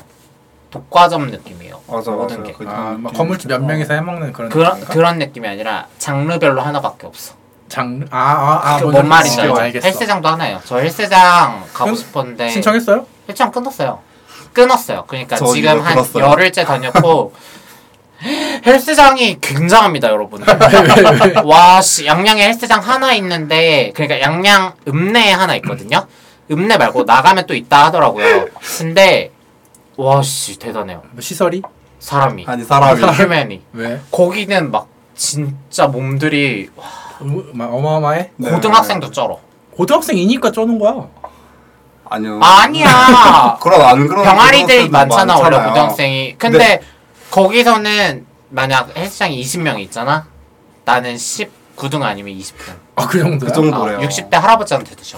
[SPEAKER 2] 독과점 느낌이에요
[SPEAKER 3] 맞아
[SPEAKER 2] 모든
[SPEAKER 3] 맞아.
[SPEAKER 2] 게.
[SPEAKER 3] 그
[SPEAKER 1] 아, 막
[SPEAKER 3] 느낌.
[SPEAKER 1] 건물주 몇 명이서 해먹는 그런
[SPEAKER 2] 그런
[SPEAKER 1] 느낌인가?
[SPEAKER 2] 그런 느낌이 아니라 장르별로 하나밖에 없어
[SPEAKER 1] 장르 아아아
[SPEAKER 2] 그 뭔 말인지
[SPEAKER 1] 알겠어
[SPEAKER 2] 알죠?
[SPEAKER 1] 알겠어
[SPEAKER 2] 헬스장도 하나예요 저 헬스장 가고
[SPEAKER 1] 그-
[SPEAKER 2] 싶었는데
[SPEAKER 1] 신청했어요?
[SPEAKER 2] 헬스장 끊었어요 끊었어요 그러니까
[SPEAKER 3] 저
[SPEAKER 2] 지금
[SPEAKER 3] 이거
[SPEAKER 2] 한
[SPEAKER 3] 끊었어요.
[SPEAKER 2] 열흘째 다녔고 헬스장이 굉장합니다 여러분
[SPEAKER 1] 왜왜왜
[SPEAKER 2] 네. 와씨 양양에 헬스장 하나 있는데 그러니까 양양 읍내에 하나 있거든요. 읍내 말고 나가면 또 있다 하더라고요. 근데 와씨 대단해요.
[SPEAKER 1] 시설이?
[SPEAKER 2] 사람이
[SPEAKER 3] 아니 사람이
[SPEAKER 2] 휴맨이
[SPEAKER 1] 왜?
[SPEAKER 2] 거기는 막 진짜 몸들이 와,
[SPEAKER 1] 음, 막 어마어마해?
[SPEAKER 3] 네.
[SPEAKER 2] 고등학생도 쩔어.
[SPEAKER 1] 고등학생이니까 쪼는 거야
[SPEAKER 3] 네. 아니요.
[SPEAKER 2] 아니야
[SPEAKER 3] 그런 안 그런
[SPEAKER 2] 병아리들이
[SPEAKER 3] 고등학생도
[SPEAKER 2] 많잖아 원래
[SPEAKER 3] 많잖아요.
[SPEAKER 2] 고등학생이. 근데 거기서는 만약 헬스장이 20명 있잖아. 나는 19등 아니면 20등.
[SPEAKER 1] 아 그 정도야?
[SPEAKER 3] 그 정도.
[SPEAKER 2] 아,
[SPEAKER 3] 뭐래요?
[SPEAKER 2] 60대 할아버지한테 드셔.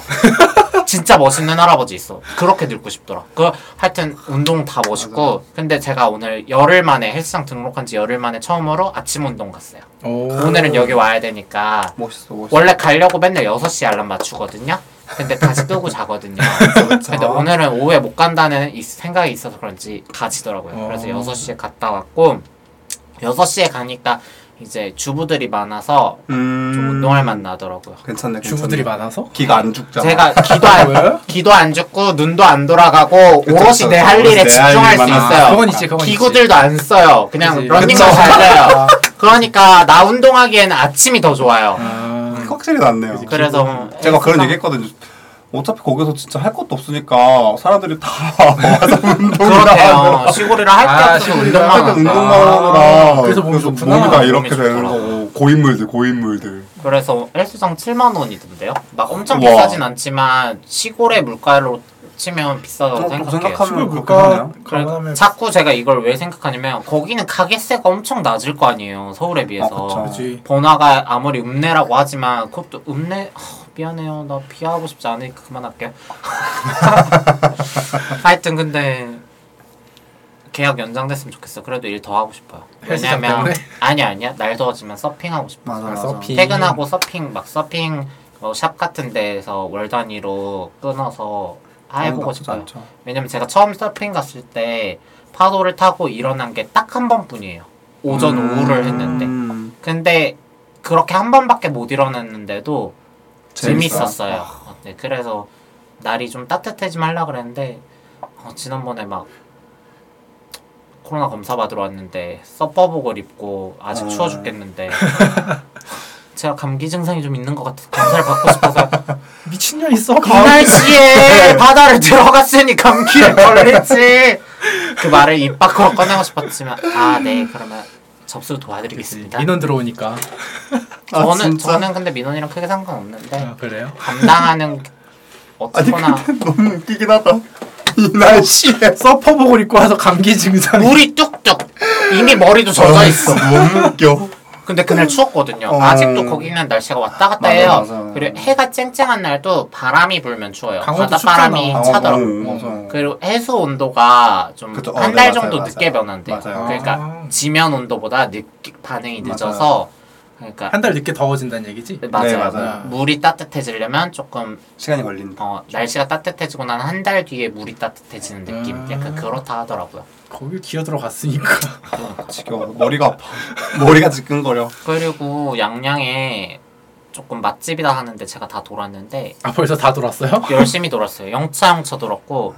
[SPEAKER 2] 진짜 멋있는 할아버지 있어. 그렇게 늙고 싶더라. 그 하여튼 운동 다 멋있고. 근데 제가 오늘 열흘 만에 헬스장 등록한 지 열흘 만에 처음으로 아침 운동 갔어요.
[SPEAKER 1] 오.
[SPEAKER 2] 오늘은 여기 와야 되니까
[SPEAKER 3] 멋있어 멋있어.
[SPEAKER 2] 원래 가려고 맨날 6시 알람 맞추거든요. 근데 다시 끄고 자거든요.
[SPEAKER 3] 그쵸.
[SPEAKER 2] 근데 오늘은 오후에 못 간다는 이 생각이 있어서 그런지 가지더라고요. 그래서
[SPEAKER 1] 어.
[SPEAKER 2] 6시에 갔다 왔고 6시에 가니까 이제 주부들이 많아서
[SPEAKER 3] 음.
[SPEAKER 2] 좀 운동할 맛 나더라고요.
[SPEAKER 3] 괜찮네. 괜찮네.
[SPEAKER 1] 주부들이 많아서?
[SPEAKER 3] 기가 안 죽잖아. 음.
[SPEAKER 2] 제가 기도 안,
[SPEAKER 1] 왜?
[SPEAKER 2] 기도 안 죽고 눈도 안 돌아가고
[SPEAKER 3] 그쵸,
[SPEAKER 2] 오롯이 내 할
[SPEAKER 3] 오롯이
[SPEAKER 2] 일에
[SPEAKER 3] 내할
[SPEAKER 2] 집중할 수
[SPEAKER 3] 일만 하고.
[SPEAKER 2] 있어요.
[SPEAKER 1] 아, 그건 있지 그건 있지
[SPEAKER 2] 아, 기구들도 안 써요. 그냥
[SPEAKER 1] 그치.
[SPEAKER 2] 런닝만
[SPEAKER 3] 그쵸.
[SPEAKER 2] 잘해요. 그러니까 나 운동하기에는 아침이 더 좋아요.
[SPEAKER 1] 아,
[SPEAKER 3] 확실히 낫네요.
[SPEAKER 2] 음. 그래서 뭐
[SPEAKER 3] 제가 그런 얘기했거든요. 어차피 거기서 진짜 할 것도 없으니까 사람들이 다 와서 운동을 하고
[SPEAKER 2] 그렇대요. 시골이라 할 게
[SPEAKER 1] 아,
[SPEAKER 2] 없어서
[SPEAKER 1] 시골이라
[SPEAKER 2] 운동만
[SPEAKER 1] 할
[SPEAKER 3] 하여튼
[SPEAKER 1] 게
[SPEAKER 2] 하고.
[SPEAKER 1] 없나.
[SPEAKER 3] 운동만 하느라
[SPEAKER 1] 아, 그래서 몸이 좋구나.
[SPEAKER 3] 몸이 다
[SPEAKER 2] 몸이
[SPEAKER 3] 이렇게 되는
[SPEAKER 2] 좋더라.
[SPEAKER 3] 거고 고인물들 고인물들
[SPEAKER 2] 그래서 헬스장 7만 원이던데요. 막 엄청
[SPEAKER 3] 우와.
[SPEAKER 2] 비싸진 않지만 시골의 물가로 치면 비싸다고
[SPEAKER 3] 어,
[SPEAKER 2] 생각해요.
[SPEAKER 3] 생각하면
[SPEAKER 1] 시골
[SPEAKER 3] 그렇긴
[SPEAKER 1] 물가
[SPEAKER 3] 하네요.
[SPEAKER 1] 감안하면
[SPEAKER 2] 자꾸 제가 이걸 왜 생각하냐면 거기는 가게세가 엄청 낮을 거 아니에요 서울에 비해서
[SPEAKER 3] 그쵸.
[SPEAKER 1] 그지
[SPEAKER 2] 번화가 아무리 읍내라고 하지만 그것도 읍내 하, 미안해요 나 비하하고 싶지 않으니까 그만할게요 하여튼 근데 계약 연장됐으면 좋겠어 그래도 일 더 하고 싶어요
[SPEAKER 1] 헬스장
[SPEAKER 2] 왜냐면
[SPEAKER 1] 때문에?
[SPEAKER 2] 아니 아니야 날 더워지면 서핑하고 싶어
[SPEAKER 3] 맞아
[SPEAKER 1] 아, 서핑.
[SPEAKER 2] 퇴근하고 서핑 막 서핑 뭐 샵 같은 데에서 월 단위로 끊어서 해보고
[SPEAKER 3] 나쁘지
[SPEAKER 2] 싶어요
[SPEAKER 3] 않죠.
[SPEAKER 2] 왜냐면 제가 처음 서핑 갔을 때 파도를 타고 일어난 게 딱 한 번뿐이에요. 오전
[SPEAKER 3] 음.
[SPEAKER 2] 오후를 했는데.
[SPEAKER 3] 음,
[SPEAKER 2] 근데 그렇게 한 번밖에 못 일어났는데도
[SPEAKER 3] 재밌어.
[SPEAKER 2] 재밌었어요.
[SPEAKER 3] 아.
[SPEAKER 2] 네, 그래서 날이 좀 따뜻해지면 하려고 그랬는데 어, 지난번에 막 코로나 검사 받으러 왔는데 서퍼복을 입고 아직
[SPEAKER 3] 어.
[SPEAKER 2] 추워 죽겠는데 제가 감기 증상이 좀 있는 것 같아서 검사를 받고 싶어서
[SPEAKER 1] 미친년 있어.
[SPEAKER 2] 이 날씨에 바다를 들어갔으니 감기에 걸리지. 그 말을 입 밖으로 꺼내고 싶었지만 아 네 그러면 접수 도와드리겠습니다.
[SPEAKER 1] 인원 들어오니까.
[SPEAKER 3] 아,
[SPEAKER 2] 저는
[SPEAKER 3] 진짜?
[SPEAKER 2] 저는 근데 민원이랑 크게 상관없는데
[SPEAKER 1] 아, 그래요?
[SPEAKER 2] 감당하는 게
[SPEAKER 3] 아니
[SPEAKER 2] 어쨌거나
[SPEAKER 3] 아, 근데 너무 웃기긴 하다. 이 날씨에
[SPEAKER 1] 서퍼복을 입고 와서 감기 증상.
[SPEAKER 2] 물이 뚝뚝 이미 머리도 젖어 있어.
[SPEAKER 3] 너무 웃겨.
[SPEAKER 2] 근데 그날 추웠거든요.
[SPEAKER 3] 뭐? 어.
[SPEAKER 2] 아직도 거기는 날씨가 왔다 갔다
[SPEAKER 3] 맞아,
[SPEAKER 2] 해요.
[SPEAKER 3] 맞아.
[SPEAKER 2] 그리고 해가 쨍쨍한 날도 바람이 불면 추워요.
[SPEAKER 1] 강원도
[SPEAKER 2] 바닷바람이
[SPEAKER 1] 춥잖아.
[SPEAKER 2] 차더라고요.
[SPEAKER 3] 어, 어, 맞아.
[SPEAKER 2] 그리고 해수 온도가 좀
[SPEAKER 3] 그쵸.
[SPEAKER 2] 한달
[SPEAKER 3] 어, 네, 맞아요,
[SPEAKER 2] 정도
[SPEAKER 3] 맞아요.
[SPEAKER 2] 늦게 변한대요.
[SPEAKER 3] 맞아요.
[SPEAKER 2] 그러니까
[SPEAKER 1] 아.
[SPEAKER 2] 지면 온도보다 늦게 반응이 늦어서 그러니까
[SPEAKER 1] 한 달 늦게 더워진다는 얘기지?
[SPEAKER 2] 네, 맞아요.
[SPEAKER 3] 네, 맞아요.
[SPEAKER 2] 물이 따뜻해지려면 조금
[SPEAKER 3] 시간이 걸린다.
[SPEAKER 2] 어, 날씨가 따뜻해지고 난 한 달 뒤에 물이 따뜻해지는 느낌
[SPEAKER 1] 음.
[SPEAKER 2] 약간 그렇다 하더라고요.
[SPEAKER 1] 거길 기어 들어갔으니까.
[SPEAKER 3] 아, 지겨워. 머리가 아파. 머리가 지끈거려.
[SPEAKER 2] 그리고 양양에 조금 맛집이다 하는데 제가 다 돌았는데
[SPEAKER 1] 아, 벌써 다 돌았어요?
[SPEAKER 2] 열심히 돌았어요. 영차 영차 돌았고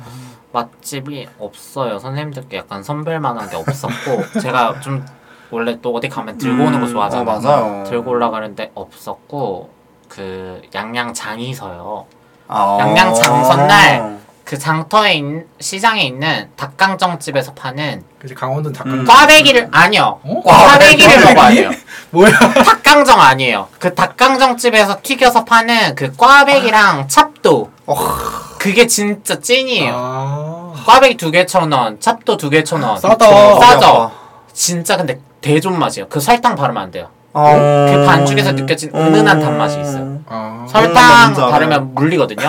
[SPEAKER 2] 맛집이 없어요. 선생님들께 약간 선별만한 게 없었고 제가 좀 원래 또 어디 가면 들고 오는 거
[SPEAKER 3] 음,
[SPEAKER 2] 좋아하잖아요.
[SPEAKER 3] 어, 맞아요.
[SPEAKER 2] 들고 올라가는데 없었고 그 양양 장이 서요.
[SPEAKER 3] 아. 어,
[SPEAKER 2] 양양 장선날. 그 장터에 있, 시장에 있는 닭강정 집에서 파는
[SPEAKER 1] 그치, 강원도는 잠깐.
[SPEAKER 3] 음.
[SPEAKER 2] 꽈배기를 아니요.
[SPEAKER 1] 어?
[SPEAKER 2] 꽈배기를
[SPEAKER 1] 꽈배기?
[SPEAKER 2] 먹어야 돼요.
[SPEAKER 1] 뭐야?
[SPEAKER 2] 닭강정 아니에요. 그 닭강정 집에서 튀겨서 파는 그 꽈배기랑 찹도
[SPEAKER 3] 어.
[SPEAKER 2] 그게 진짜 찐이에요.
[SPEAKER 1] 아.
[SPEAKER 2] 꽈배기 두 개 천 원, 찹도 두 개 천 원.
[SPEAKER 1] 싸다.
[SPEAKER 2] 싸죠?
[SPEAKER 3] 아.
[SPEAKER 2] 진짜 근데 대존 맛이에요. 그 설탕 바르면 안 돼요.
[SPEAKER 3] 어.
[SPEAKER 2] 그 반죽에서 느껴진 은은한 단맛이 있어요.
[SPEAKER 1] 아.
[SPEAKER 2] 설탕
[SPEAKER 3] 뭔지 알아요.
[SPEAKER 2] 바르면 물리거든요.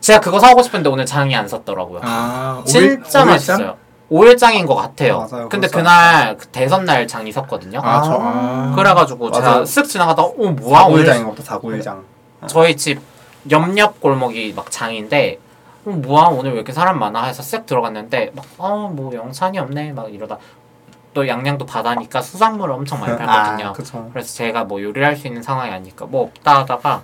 [SPEAKER 2] 제가 그거 사오고 싶었는데 오늘 장이 안 샀더라고요.
[SPEAKER 1] 아.
[SPEAKER 2] 진짜
[SPEAKER 1] 오일- 오일장?
[SPEAKER 2] 맛있어요. 오일장인 것 같아요.
[SPEAKER 3] 맞아요,
[SPEAKER 2] 근데
[SPEAKER 3] 오일장.
[SPEAKER 2] 그날 그 대선날 장이 섰거든요.
[SPEAKER 1] 아, 저. 아.
[SPEAKER 2] 그래가지고
[SPEAKER 3] 맞아요.
[SPEAKER 2] 제가 쓱 지나가다가 오 뭐야 오일장.
[SPEAKER 3] 사골장인 것보다 사골장.
[SPEAKER 2] 저희 집 옆옆 골목이 막 장인데 어, 뭐야 오늘 왜 이렇게 사람 많아 해서 쓱 들어갔는데 막아뭐 영산이 없네 막 이러다 또 양양도 바다니까 수산물 엄청 많이 팔거든요.
[SPEAKER 3] 아, 그쵸.
[SPEAKER 2] 그래서 제가 뭐 요리할 수 있는 상황이 아니니까 뭐 없다 하다가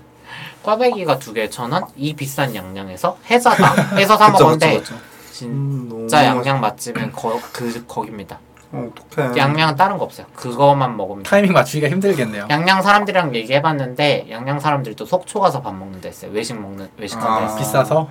[SPEAKER 2] 꽈배기가 두 개에 천 원? 이 비싼 양양에서 해자다 해서 사
[SPEAKER 3] 그쵸,
[SPEAKER 2] 먹었는데
[SPEAKER 3] 그쵸, 그쵸.
[SPEAKER 2] 진짜
[SPEAKER 3] 음, 너무
[SPEAKER 2] 양양 맛집은 거, 그 거기입니다
[SPEAKER 3] 맛있- 어, 어떡해.
[SPEAKER 2] 양양은 다른 거 없어요 그거만 먹으면 돼요.
[SPEAKER 1] 타이밍 맞추기가 힘들겠네요.
[SPEAKER 2] 양양 사람들이랑 얘기해봤는데 양양 사람들도 속초 가서 밥 먹는 데 있어요 외식 먹는 외식하는 데
[SPEAKER 3] 아,
[SPEAKER 2] 있어요
[SPEAKER 1] 비싸서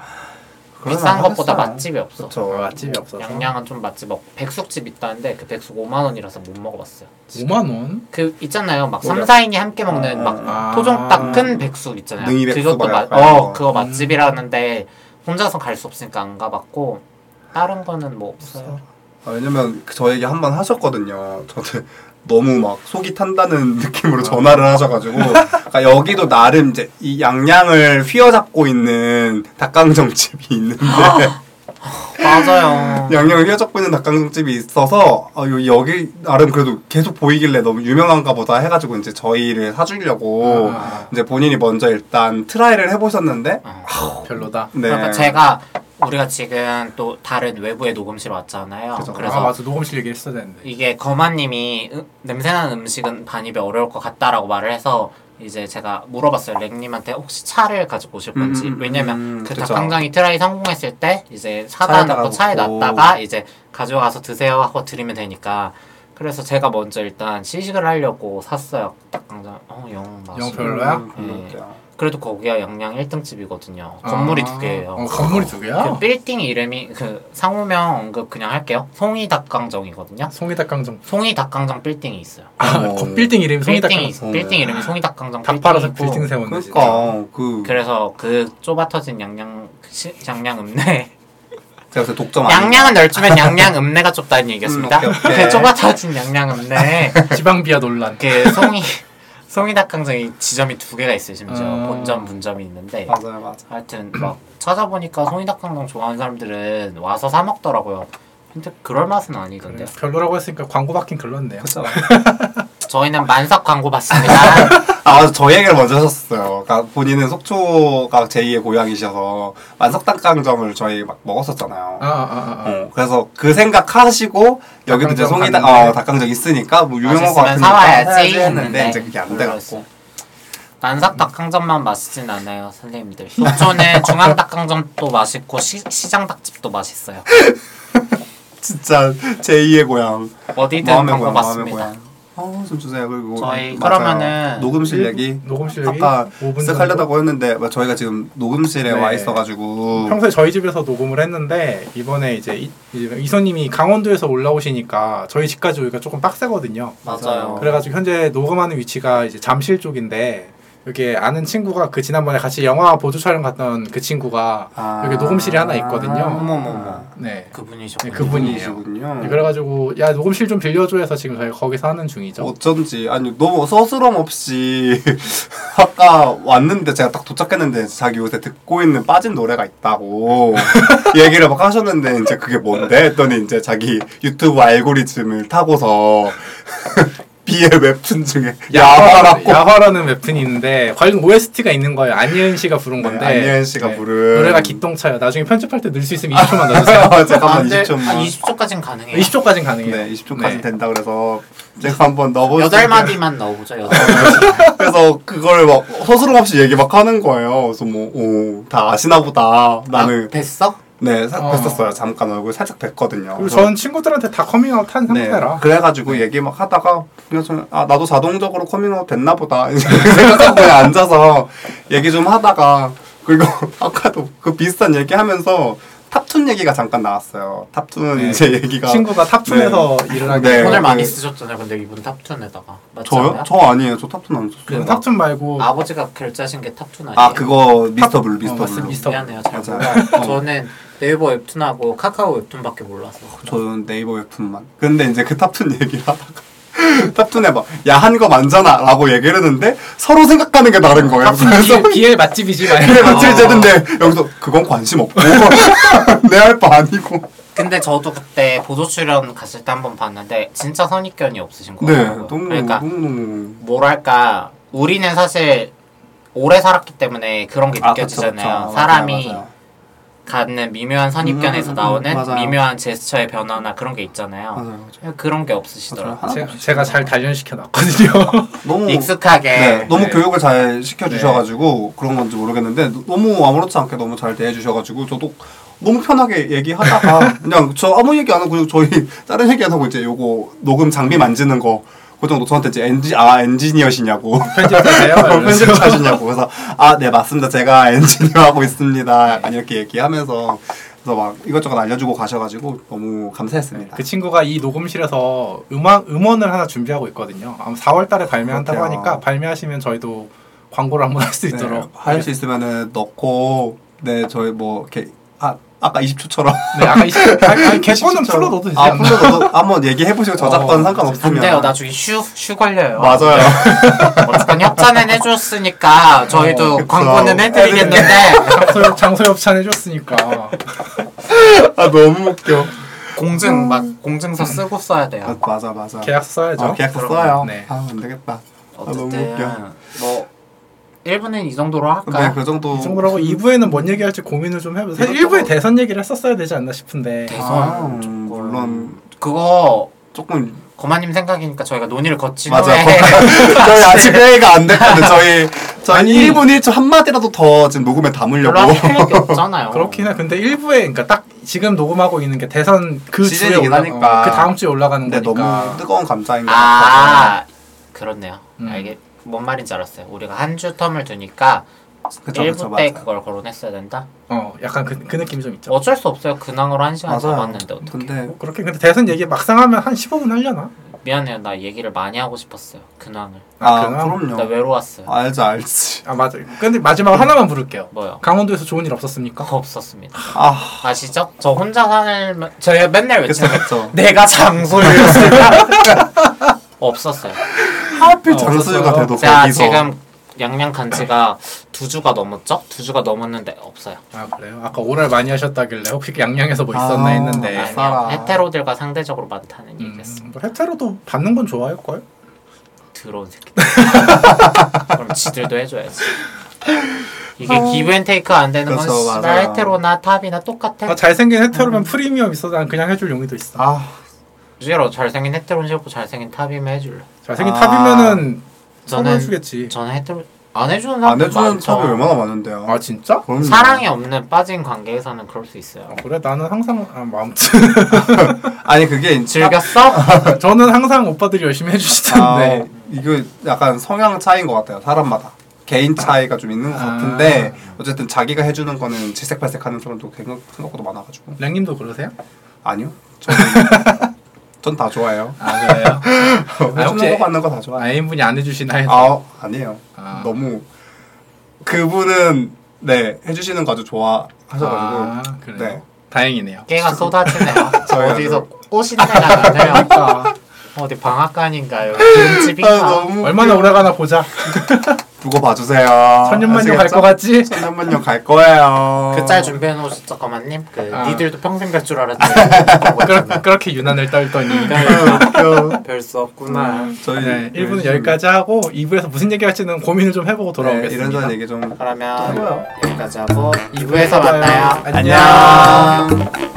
[SPEAKER 3] 그러나
[SPEAKER 2] 비싼 것보다
[SPEAKER 3] 하겠어요.
[SPEAKER 2] 맛집이 없어
[SPEAKER 3] 그쵸.
[SPEAKER 1] 맛집이 없어서
[SPEAKER 2] 양양은 좀 맛집 없고 백숙집 있다는데 그 백숙 5만 원이라서 못 먹어봤어요
[SPEAKER 1] 5만 원?
[SPEAKER 2] 그 있잖아요 막
[SPEAKER 3] 뭐죠?
[SPEAKER 2] 3, 4인이 함께 먹는
[SPEAKER 3] 아,
[SPEAKER 2] 막
[SPEAKER 1] 아.
[SPEAKER 2] 토종닭 큰 백숙 있잖아요
[SPEAKER 3] 능이 백숙
[SPEAKER 2] 그것도
[SPEAKER 3] 막
[SPEAKER 2] 맛,
[SPEAKER 3] 약간 음.
[SPEAKER 2] 어
[SPEAKER 3] 이런 거.
[SPEAKER 2] 그거 맛집이라는데 혼자서 갈 수 없으니까 안 가봤고 다른 거는 뭐 없어요
[SPEAKER 3] 아, 왜냐면 그 저에게 한 번 하셨거든요. 저는 너무 막 속이 탄다는
[SPEAKER 2] 어.
[SPEAKER 3] 느낌으로 전화를 하셔가지고 그러니까 여기도 나름 이제 이 양양을 휘어잡고 있는 닭강정집이 있는데
[SPEAKER 2] 맞아요
[SPEAKER 3] 양양을 휘어잡고 있는 닭강정집이 있어서 아, 요- 여기 나름 그래도 계속 보이길래 너무 유명한가 보다 해가지고 이제 저희를 사주려고
[SPEAKER 1] 아.
[SPEAKER 3] 이제 본인이 먼저 일단 트라이를 해보셨는데
[SPEAKER 2] 어.
[SPEAKER 1] 별로다.
[SPEAKER 3] 네.
[SPEAKER 2] 그러니까 제가 우리가 지금 또 다른 외부의 녹음실 왔잖아요.
[SPEAKER 3] 그죠.
[SPEAKER 2] 그래서
[SPEAKER 1] 아 맞아 녹음실 얘기했어야 되는데.
[SPEAKER 2] 이게 거만님이 음- 냄새나는 음식은 반입이 어려울 것 같다라고 말을 해서 이제 제가 물어봤어요. 랭님한테 혹시 차를 가지고 오실 건지.
[SPEAKER 3] 음, 음,
[SPEAKER 2] 왜냐면
[SPEAKER 3] 음,
[SPEAKER 2] 그
[SPEAKER 3] 그죠.
[SPEAKER 2] 닭강정이 트라이 성공했을 때 이제 사다
[SPEAKER 3] 차에다가
[SPEAKER 2] 놓고 차에
[SPEAKER 3] 놓고.
[SPEAKER 2] 놨다가 이제 가져가서 드세요 하고 드리면 되니까. 그래서 제가 먼저 일단 시식을 하려고 샀어요. 닭강정. 어, 영 맛있어.
[SPEAKER 1] 별로야?
[SPEAKER 3] 음, 별로였대요.
[SPEAKER 2] 그래도 거기가 양양 1등집이거든요. 건물이 두 개예요.
[SPEAKER 1] 어, 건물이 두 개야?
[SPEAKER 2] 그 빌딩 이름이 그 상호명 언급 그냥 할게요. 송이 닭강정이거든요.
[SPEAKER 1] 송이 닭강정.
[SPEAKER 2] 송이 닭강정 빌딩이 있어요.
[SPEAKER 1] 아,
[SPEAKER 3] 어.
[SPEAKER 1] 그 빌딩 이름이 송이
[SPEAKER 2] 빌딩이
[SPEAKER 1] 닭강정.
[SPEAKER 2] 있- 빌딩 이름이 송이 닭강정
[SPEAKER 1] 닭 팔아서
[SPEAKER 2] 빌딩이고.
[SPEAKER 1] 빌딩 세웠네. 진짜.
[SPEAKER 3] 그러니까 그
[SPEAKER 2] 그래서 그 좁아터진 양양 그 시, 양양 읍내
[SPEAKER 3] 제가 그때 독점 안
[SPEAKER 2] 양양은 넓지만 양양 읍내가 좁다는 얘기였습니다.
[SPEAKER 3] 음, 오케이, 오케이.
[SPEAKER 2] 그 좁아터진 양양 읍내
[SPEAKER 1] 지방 비하 논란.
[SPEAKER 2] 그 송이 송이 닭강정이 지점이 두 개가 있어요 심지어
[SPEAKER 1] 아.
[SPEAKER 2] 본점 분점이 있는데
[SPEAKER 3] 맞아요 맞아요.
[SPEAKER 2] 하여튼 막 찾아보니까 송이닭강정 좋아하는 사람들은 와서 사 먹더라고요. 근데 그럴 맛은 아니던데. 요
[SPEAKER 1] 네, 별로라고 했으니까 광고 받긴 글렀네요.
[SPEAKER 3] 그쵸.
[SPEAKER 2] 저희는 만삭 광고 봤습니다.
[SPEAKER 3] 아, 맞아. 저 얘기를 먼저 하셨어요. 그러니까 본인은 속초가 제2의 고향이셔서 만석닭강정을 저희 막 먹었었잖아요.
[SPEAKER 1] 아아아 아, 아,
[SPEAKER 3] 어, 그래서 그 생각하시고 여기도 이제
[SPEAKER 1] 닭강정
[SPEAKER 3] 송이닭
[SPEAKER 1] 갔는데.
[SPEAKER 3] 어, 닭강정 있으니까 뭐 유명한 거
[SPEAKER 2] 맛있으면
[SPEAKER 3] 같으니까
[SPEAKER 2] 사와야지
[SPEAKER 3] 네,
[SPEAKER 1] 네.
[SPEAKER 3] 했는데 이제 그게 안
[SPEAKER 2] 별로였어요.
[SPEAKER 3] 돼갖고
[SPEAKER 2] 만삭 닭강정만 맛있진 않아요, 선생님들. 속초는 중앙 닭강정도 맛있고 시, 시장 닭집도 맛있어요.
[SPEAKER 3] 진짜 제2의 고향
[SPEAKER 2] 어디든
[SPEAKER 3] 마음의
[SPEAKER 2] 광고
[SPEAKER 3] 고향 마음의
[SPEAKER 2] 봤습니다.
[SPEAKER 3] 고향 어, 좀 주세요. 그리고
[SPEAKER 2] 저희
[SPEAKER 3] 맞아요.
[SPEAKER 2] 그러면은
[SPEAKER 3] 녹음실 얘기
[SPEAKER 1] 녹음실 얘기
[SPEAKER 3] 아까
[SPEAKER 1] 5분 정도?
[SPEAKER 3] 시작하려다고 했는데 뭐 저희가 지금 녹음실에
[SPEAKER 1] 네.
[SPEAKER 3] 와 있어가지고
[SPEAKER 1] 평소에 저희 집에서 녹음을 했는데 이번에 이제 이, 이제 이소님이 강원도에서 올라오시니까 저희 집까지 오기가 조금 빡세거든요.
[SPEAKER 2] 맞아요.
[SPEAKER 1] 어. 그래가지고 현재 녹음하는 위치가 이제 잠실 쪽인데 여기 아는 친구가 그 지난번에 같이 영화 보조 촬영 갔던 그 친구가
[SPEAKER 3] 아.
[SPEAKER 1] 여기 녹음실이 하나 있거든요.
[SPEAKER 2] 어머머머.
[SPEAKER 1] 네.
[SPEAKER 2] 아, 그분이죠.
[SPEAKER 1] 네, 그분이에요. 네, 그래가지고 야 녹음실 좀 빌려줘 해서 지금 저희 거기서 하는 중이죠.
[SPEAKER 3] 어쩐지 아니 너무 서스럼 없이 아까 왔는데 제가 딱 도착했는데 자기 요새 듣고 있는 빠진 노래가 있다고 얘기를 막 하셨는데 이제 그게 뭔데 했더니 이제 자기 유튜브 알고리즘을 타고서 비의 웹툰 중에 야바라고
[SPEAKER 1] 야화라는 웹툰이 있는데 관련 OST가 있는 거예요. 안예은 씨가 부른 건데
[SPEAKER 3] 안예은 씨가
[SPEAKER 1] 네,
[SPEAKER 3] 부른
[SPEAKER 1] 노래가 기똥차요. 나중에 편집할 때 넣을 수 있으면 20초만 넣어주세요.
[SPEAKER 2] 아,
[SPEAKER 3] 잠깐만 20초만
[SPEAKER 2] 네. 20초까지는 가능해요.
[SPEAKER 1] 20초까진 가능해요.
[SPEAKER 3] 네 20초까지
[SPEAKER 1] 네.
[SPEAKER 3] 된다 그래서 제가 한번 넣어보고
[SPEAKER 2] 여덟 마디만 넣어보자.
[SPEAKER 3] 아,
[SPEAKER 2] 여덟 마디.
[SPEAKER 3] 그래서 그걸 막 서스럼 없이 얘기 막 하는 거예요. 그래서 뭐다 아시나 보다. 나는
[SPEAKER 2] 아, 뵀어?
[SPEAKER 3] 네 사,
[SPEAKER 1] 어.
[SPEAKER 3] 뵀었어요. 잠깐 얼굴 살짝 뵀거든요.
[SPEAKER 1] 그리고 전 친구들한테 다 커밍아웃 한
[SPEAKER 3] 네,
[SPEAKER 1] 상태라
[SPEAKER 3] 그래가지고 얘기 막 하다가 그냥 저는 아 나도 자동적으로 커밍아웃 됐나 보다 생각하고 그냥 앉아서 얘기 좀 하다가 그리고 아까도 그 비슷한 얘기하면서 탑툰 얘기가 잠깐 나왔어요. 탑툰
[SPEAKER 1] 네.
[SPEAKER 3] 이제 얘기가
[SPEAKER 1] 친구가 탑툰에서 일을 하게
[SPEAKER 3] 네.
[SPEAKER 1] 네.
[SPEAKER 2] 오늘
[SPEAKER 3] 그-
[SPEAKER 2] 많이 쓰셨잖아요. 근데 이분 탑툰에다가 맞지
[SPEAKER 3] 저요?
[SPEAKER 2] 않아요?
[SPEAKER 3] 저 아니에요. 저 탑툰 안 썼어요.
[SPEAKER 1] 그 탑툰 말고
[SPEAKER 2] 아버지가 결제하신 게 탑툰 아니에요?
[SPEAKER 3] 아 그거 미스터 블루 미스터
[SPEAKER 1] 맞습니다.
[SPEAKER 3] 블루.
[SPEAKER 1] 미스터 블루.
[SPEAKER 2] 미안해요. 잘
[SPEAKER 3] 맞아요. 어.
[SPEAKER 2] 몰라. 저는 네이버 웹툰하고 카카오 웹툰밖에 몰라서.
[SPEAKER 3] 저는 네이버 웹툰만. 근데 이제 그 탑툰 얘기를 하다가 탑툰에 막 야한 거 많잖아 라고 얘기를 했는데 서로 생각하는 게 다른 거예요. 그래서
[SPEAKER 1] 탑툰 BL 아, 맛집이지 말고
[SPEAKER 3] 그래 며칠
[SPEAKER 2] 아.
[SPEAKER 3] 됐는데 여기서 그건 관심 없고 내 할 바 아니고.
[SPEAKER 2] 근데 저도 그때 보조 출연 갔을 때 한 번 봤는데 진짜 선입견이 없으신 거예요.
[SPEAKER 3] 네 너무
[SPEAKER 2] 그러니까
[SPEAKER 3] 너무 너무.
[SPEAKER 2] 뭐랄까 우리는 사실 오래 살았기 때문에 그런 게
[SPEAKER 3] 아, 그쵸,
[SPEAKER 2] 느껴지잖아요.
[SPEAKER 3] 그쵸. 맞아요,
[SPEAKER 2] 사람이
[SPEAKER 3] 맞아요.
[SPEAKER 2] 갖는 미묘한 선입견에서
[SPEAKER 3] 음, 음,
[SPEAKER 2] 나오는
[SPEAKER 3] 맞아요.
[SPEAKER 2] 미묘한 제스처의 변화나 그런 게 있잖아요.
[SPEAKER 3] 맞아요,
[SPEAKER 2] 그런 게 없으시더라고요.
[SPEAKER 3] 맞아요.
[SPEAKER 1] 제, 제가 잘 단련시켜 놨거든요.
[SPEAKER 3] 너무
[SPEAKER 2] 익숙하게
[SPEAKER 3] 네, 너무
[SPEAKER 1] 네.
[SPEAKER 3] 교육을 잘 시켜주셔가지고 그런 건지 모르겠는데 너- 너무 아무렇지 않게 너무 잘 대해주셔가지고 저도 너무 편하게 얘기하다가 그냥 저 아무 얘기 안 하고 그냥 저희 다른 얘기 안 하고 이제 요거 녹음 장비 만지는 거 그 정도 저한테 이제 엔지 아 엔지니어시냐고
[SPEAKER 1] 편집하세요.
[SPEAKER 3] 편집 하시냐고 그래서 아 네 맞습니다 제가 엔지니어 하고 있습니다 약간 이렇게 얘기하면서 그래서 막 이것저것 알려주고 가셔가지고 너무 감사했습니다.
[SPEAKER 1] 그 친구가 이 녹음실에서 음악 음원을 하나 준비하고 있거든요. 아마 4월달에 발매한다고
[SPEAKER 3] 그렇대요.
[SPEAKER 1] 하니까 발매하시면 저희도 광고를 한번 할 수 있도록
[SPEAKER 3] 네, 할수 있으면은 넣고 네 저희 뭐 이렇게 아 아까 20초처럼
[SPEAKER 1] 네, 아까 이 아, 아, 개콘은
[SPEAKER 3] 20초처럼.
[SPEAKER 1] 풀로 넣어도 되지
[SPEAKER 3] 아
[SPEAKER 1] 않나?
[SPEAKER 3] 풀로 넣어도 한번 얘기해 보시고 저작권
[SPEAKER 1] 어,
[SPEAKER 3] 상관없으면
[SPEAKER 2] 안 돼요. 나중에 슈, 슈 걸려요.
[SPEAKER 3] 맞아요.
[SPEAKER 2] 어쨌건 협찬은 해줬으니까 저희도
[SPEAKER 3] 어, 그쵸. 네,
[SPEAKER 2] 광고는 해드리겠는데
[SPEAKER 1] 장소협 장소협찬 해줬으니까
[SPEAKER 3] 아 너무 웃겨.
[SPEAKER 2] 공증 막 공증서 쓰고 써야
[SPEAKER 3] 아,
[SPEAKER 2] 돼요.
[SPEAKER 3] 맞아 맞아.
[SPEAKER 1] 계약서 써야죠.
[SPEAKER 3] 아, 계약서
[SPEAKER 2] 그럼,
[SPEAKER 3] 써요.
[SPEAKER 1] 네.
[SPEAKER 3] 아안 되겠다. 아 너무 웃겨.
[SPEAKER 2] 어쨌든 뭐 1분은 이 정도로 할까요?
[SPEAKER 3] 근데 그 정도
[SPEAKER 1] 이 정도로 하고 2부에는 뭔 얘기할지 고민을 좀 해보세요. 사실
[SPEAKER 2] 이것도-
[SPEAKER 1] 1부에 대선 얘기를 했었어야 되지 않나 싶은데
[SPEAKER 2] 대선.
[SPEAKER 3] 뭐. 아,
[SPEAKER 2] 음,
[SPEAKER 3] 음,
[SPEAKER 2] 조금.
[SPEAKER 3] 물론
[SPEAKER 2] 그거
[SPEAKER 3] 조금
[SPEAKER 2] 거마님 생각이니까 저희가 논의를 거친
[SPEAKER 3] 맞아.
[SPEAKER 2] 후에
[SPEAKER 3] 저희 아직 회의가 안 됐거든. 저희 저희
[SPEAKER 1] 네. 아니.
[SPEAKER 3] 1분 1초 한 마디라도 더 지금 녹음에 담으려고.
[SPEAKER 2] 별로 할 필요가
[SPEAKER 3] 어.
[SPEAKER 2] 없잖아요.
[SPEAKER 1] 그렇긴 해. 근데 1부에 그러니까 딱 지금 녹음하고 있는 게 대선 그
[SPEAKER 3] 시즌이긴
[SPEAKER 1] 주에 올라-
[SPEAKER 3] 하니까.
[SPEAKER 1] 어, 그 다음 주에 올라가는
[SPEAKER 3] 근데
[SPEAKER 1] 거니까
[SPEAKER 3] 너무 뜨거운 감자인 것 같아서.
[SPEAKER 2] 아 그렇네요.
[SPEAKER 1] 음.
[SPEAKER 2] 알게 뭔 말인지 알았어요. 우리가 한 주 텀을 두니까
[SPEAKER 3] 그쵸,
[SPEAKER 2] 1부
[SPEAKER 3] 그쵸,
[SPEAKER 2] 때
[SPEAKER 3] 맞아요.
[SPEAKER 2] 그걸 거론했어야 된다.
[SPEAKER 1] 어 약간 그, 그 느낌이 좀 있죠.
[SPEAKER 2] 어쩔 수 없어요. 근황으로 한 시간 잡았는데 어떡해.
[SPEAKER 3] 아, 근데
[SPEAKER 1] 뭐 그렇게 근데 대선 얘기 막상 하면 한 15분 하려나?
[SPEAKER 3] 그-
[SPEAKER 2] 미안해요. 나 얘기를 많이 하고 싶었어요. 근황을.
[SPEAKER 3] 아,
[SPEAKER 1] 그나?
[SPEAKER 2] 나
[SPEAKER 3] 그럼요. 아,
[SPEAKER 2] 외로웠어요.
[SPEAKER 3] 알지 알지.
[SPEAKER 1] 아 맞아. 근데 마지막 으로 하나만 부를게요.
[SPEAKER 2] 뭐요?
[SPEAKER 1] 강원도에서 좋은 일
[SPEAKER 3] 어.
[SPEAKER 1] 없었습니까?
[SPEAKER 2] 없었습니다.
[SPEAKER 3] 아
[SPEAKER 2] 아시죠? 저 혼자 사는 저희가 맨날
[SPEAKER 3] 그쵸
[SPEAKER 2] 외쳐요.
[SPEAKER 3] 그쵸.
[SPEAKER 2] 내가 장소였을까? 없었어요.
[SPEAKER 3] 하필
[SPEAKER 1] 어,
[SPEAKER 3] 장수가
[SPEAKER 1] 없었어요.
[SPEAKER 3] 돼도
[SPEAKER 2] 자
[SPEAKER 3] 거기서
[SPEAKER 2] 지금 양양 간 지가 두 주가 넘었죠? 두 주가 넘었는데 없어요.
[SPEAKER 1] 아 그래요? 아까 오랄 많이 하셨다길래 혹시 양양에서 뭐 있었나
[SPEAKER 3] 아,
[SPEAKER 1] 했는데
[SPEAKER 2] 아니요 네,
[SPEAKER 3] 알았어라.
[SPEAKER 2] 헤테로들과 상대적으로 많다는 얘기였어.
[SPEAKER 1] 음, 뭐 헤테로도 받는 건 좋아할걸?
[SPEAKER 2] 더러운 새끼. 그럼 지들도 해줘야지. 이게 기브앤테이크 안 되는 건
[SPEAKER 3] 그렇죠,
[SPEAKER 2] 씨발
[SPEAKER 3] 맞아요.
[SPEAKER 2] 헤테로나 탑이나 똑같아.
[SPEAKER 1] 아, 잘생긴 헤테로면 프리미엄 있어. 난 그냥 해줄 용의도 있어.
[SPEAKER 3] 네. 음. 아
[SPEAKER 2] 주제로 잘생긴 헤테로는 싫고 잘생긴 탑이면 해줄래.
[SPEAKER 1] 잘생긴
[SPEAKER 3] 아.
[SPEAKER 1] 탑이면은
[SPEAKER 2] 저는
[SPEAKER 1] 선물 주겠지.
[SPEAKER 2] 저는 헤테로 안 해주는
[SPEAKER 3] 안
[SPEAKER 2] 사람도
[SPEAKER 3] 해주는
[SPEAKER 2] 많죠.
[SPEAKER 3] 사람이 얼마나 많은데요.
[SPEAKER 1] 아 진짜?
[SPEAKER 3] 그럼요.
[SPEAKER 2] 사랑이 없는 빠진 관계에서는 그럴 수 있어요.
[SPEAKER 1] 아, 그래 나는 항상 아, 뭐 아무튼
[SPEAKER 3] 아니 그게 진짜
[SPEAKER 2] 즐겼어?
[SPEAKER 1] 저는 항상 오빠들이 열심히
[SPEAKER 3] 아,
[SPEAKER 1] 해주시던데
[SPEAKER 2] 네.
[SPEAKER 3] 이거 약간 성향 차이인 것 같아요. 사람마다 개인 차이가 좀 있는 것
[SPEAKER 1] 아.
[SPEAKER 3] 같은데 어쨌든 자기가 해주는 거는 질색팔색하는 사람도 생각- 생각보다 많아가지고
[SPEAKER 1] 랭님도 그러세요?
[SPEAKER 3] 아니요. 전 다 좋아해요.
[SPEAKER 1] 아 그래요? 아,
[SPEAKER 3] 해주는 거
[SPEAKER 1] 혹시
[SPEAKER 3] 받는 거 다 좋아해요.
[SPEAKER 1] 아, 애인분이 안 해주시나 해서
[SPEAKER 3] 아 아니에요.
[SPEAKER 1] 아.
[SPEAKER 3] 너무 그분은 네 해주시는 거 아주 좋아하셔가지고
[SPEAKER 1] 아, 그래요?
[SPEAKER 3] 네.
[SPEAKER 1] 다행이네요
[SPEAKER 2] 깨가 쏟아지네요.
[SPEAKER 3] 저희
[SPEAKER 2] 어디서 꽃인내가 나네요. 어디 방앗간인가요?
[SPEAKER 3] 아,
[SPEAKER 2] 김집인가?
[SPEAKER 3] 너무
[SPEAKER 1] 얼마나 오래 가나 보자
[SPEAKER 3] 두고 봐주세요.
[SPEAKER 1] 천년만년 갈 것 같지?
[SPEAKER 3] 천년만년 갈 거예요.
[SPEAKER 2] 그 짤 준비해 놓으셨죠, 거만님? 그
[SPEAKER 1] 아.
[SPEAKER 2] 니들도 평생 갈 줄 알았지.
[SPEAKER 1] 그렇, 그렇게 유난을 떨더니
[SPEAKER 3] 웃겨.
[SPEAKER 2] 별수 없구나.
[SPEAKER 3] 저희
[SPEAKER 1] 네, 1부는
[SPEAKER 3] 열심히-
[SPEAKER 1] 여기까지 하고 2부에서 무슨 얘기 할지는 고민을 좀 해보고
[SPEAKER 3] 네,
[SPEAKER 1] 돌아오겠습니다
[SPEAKER 3] 이런저런 얘기 좀
[SPEAKER 2] 그러면
[SPEAKER 3] 또요.
[SPEAKER 2] 여기까지 하고 2부에서 만나요.
[SPEAKER 1] 안녕.
[SPEAKER 3] 안녕.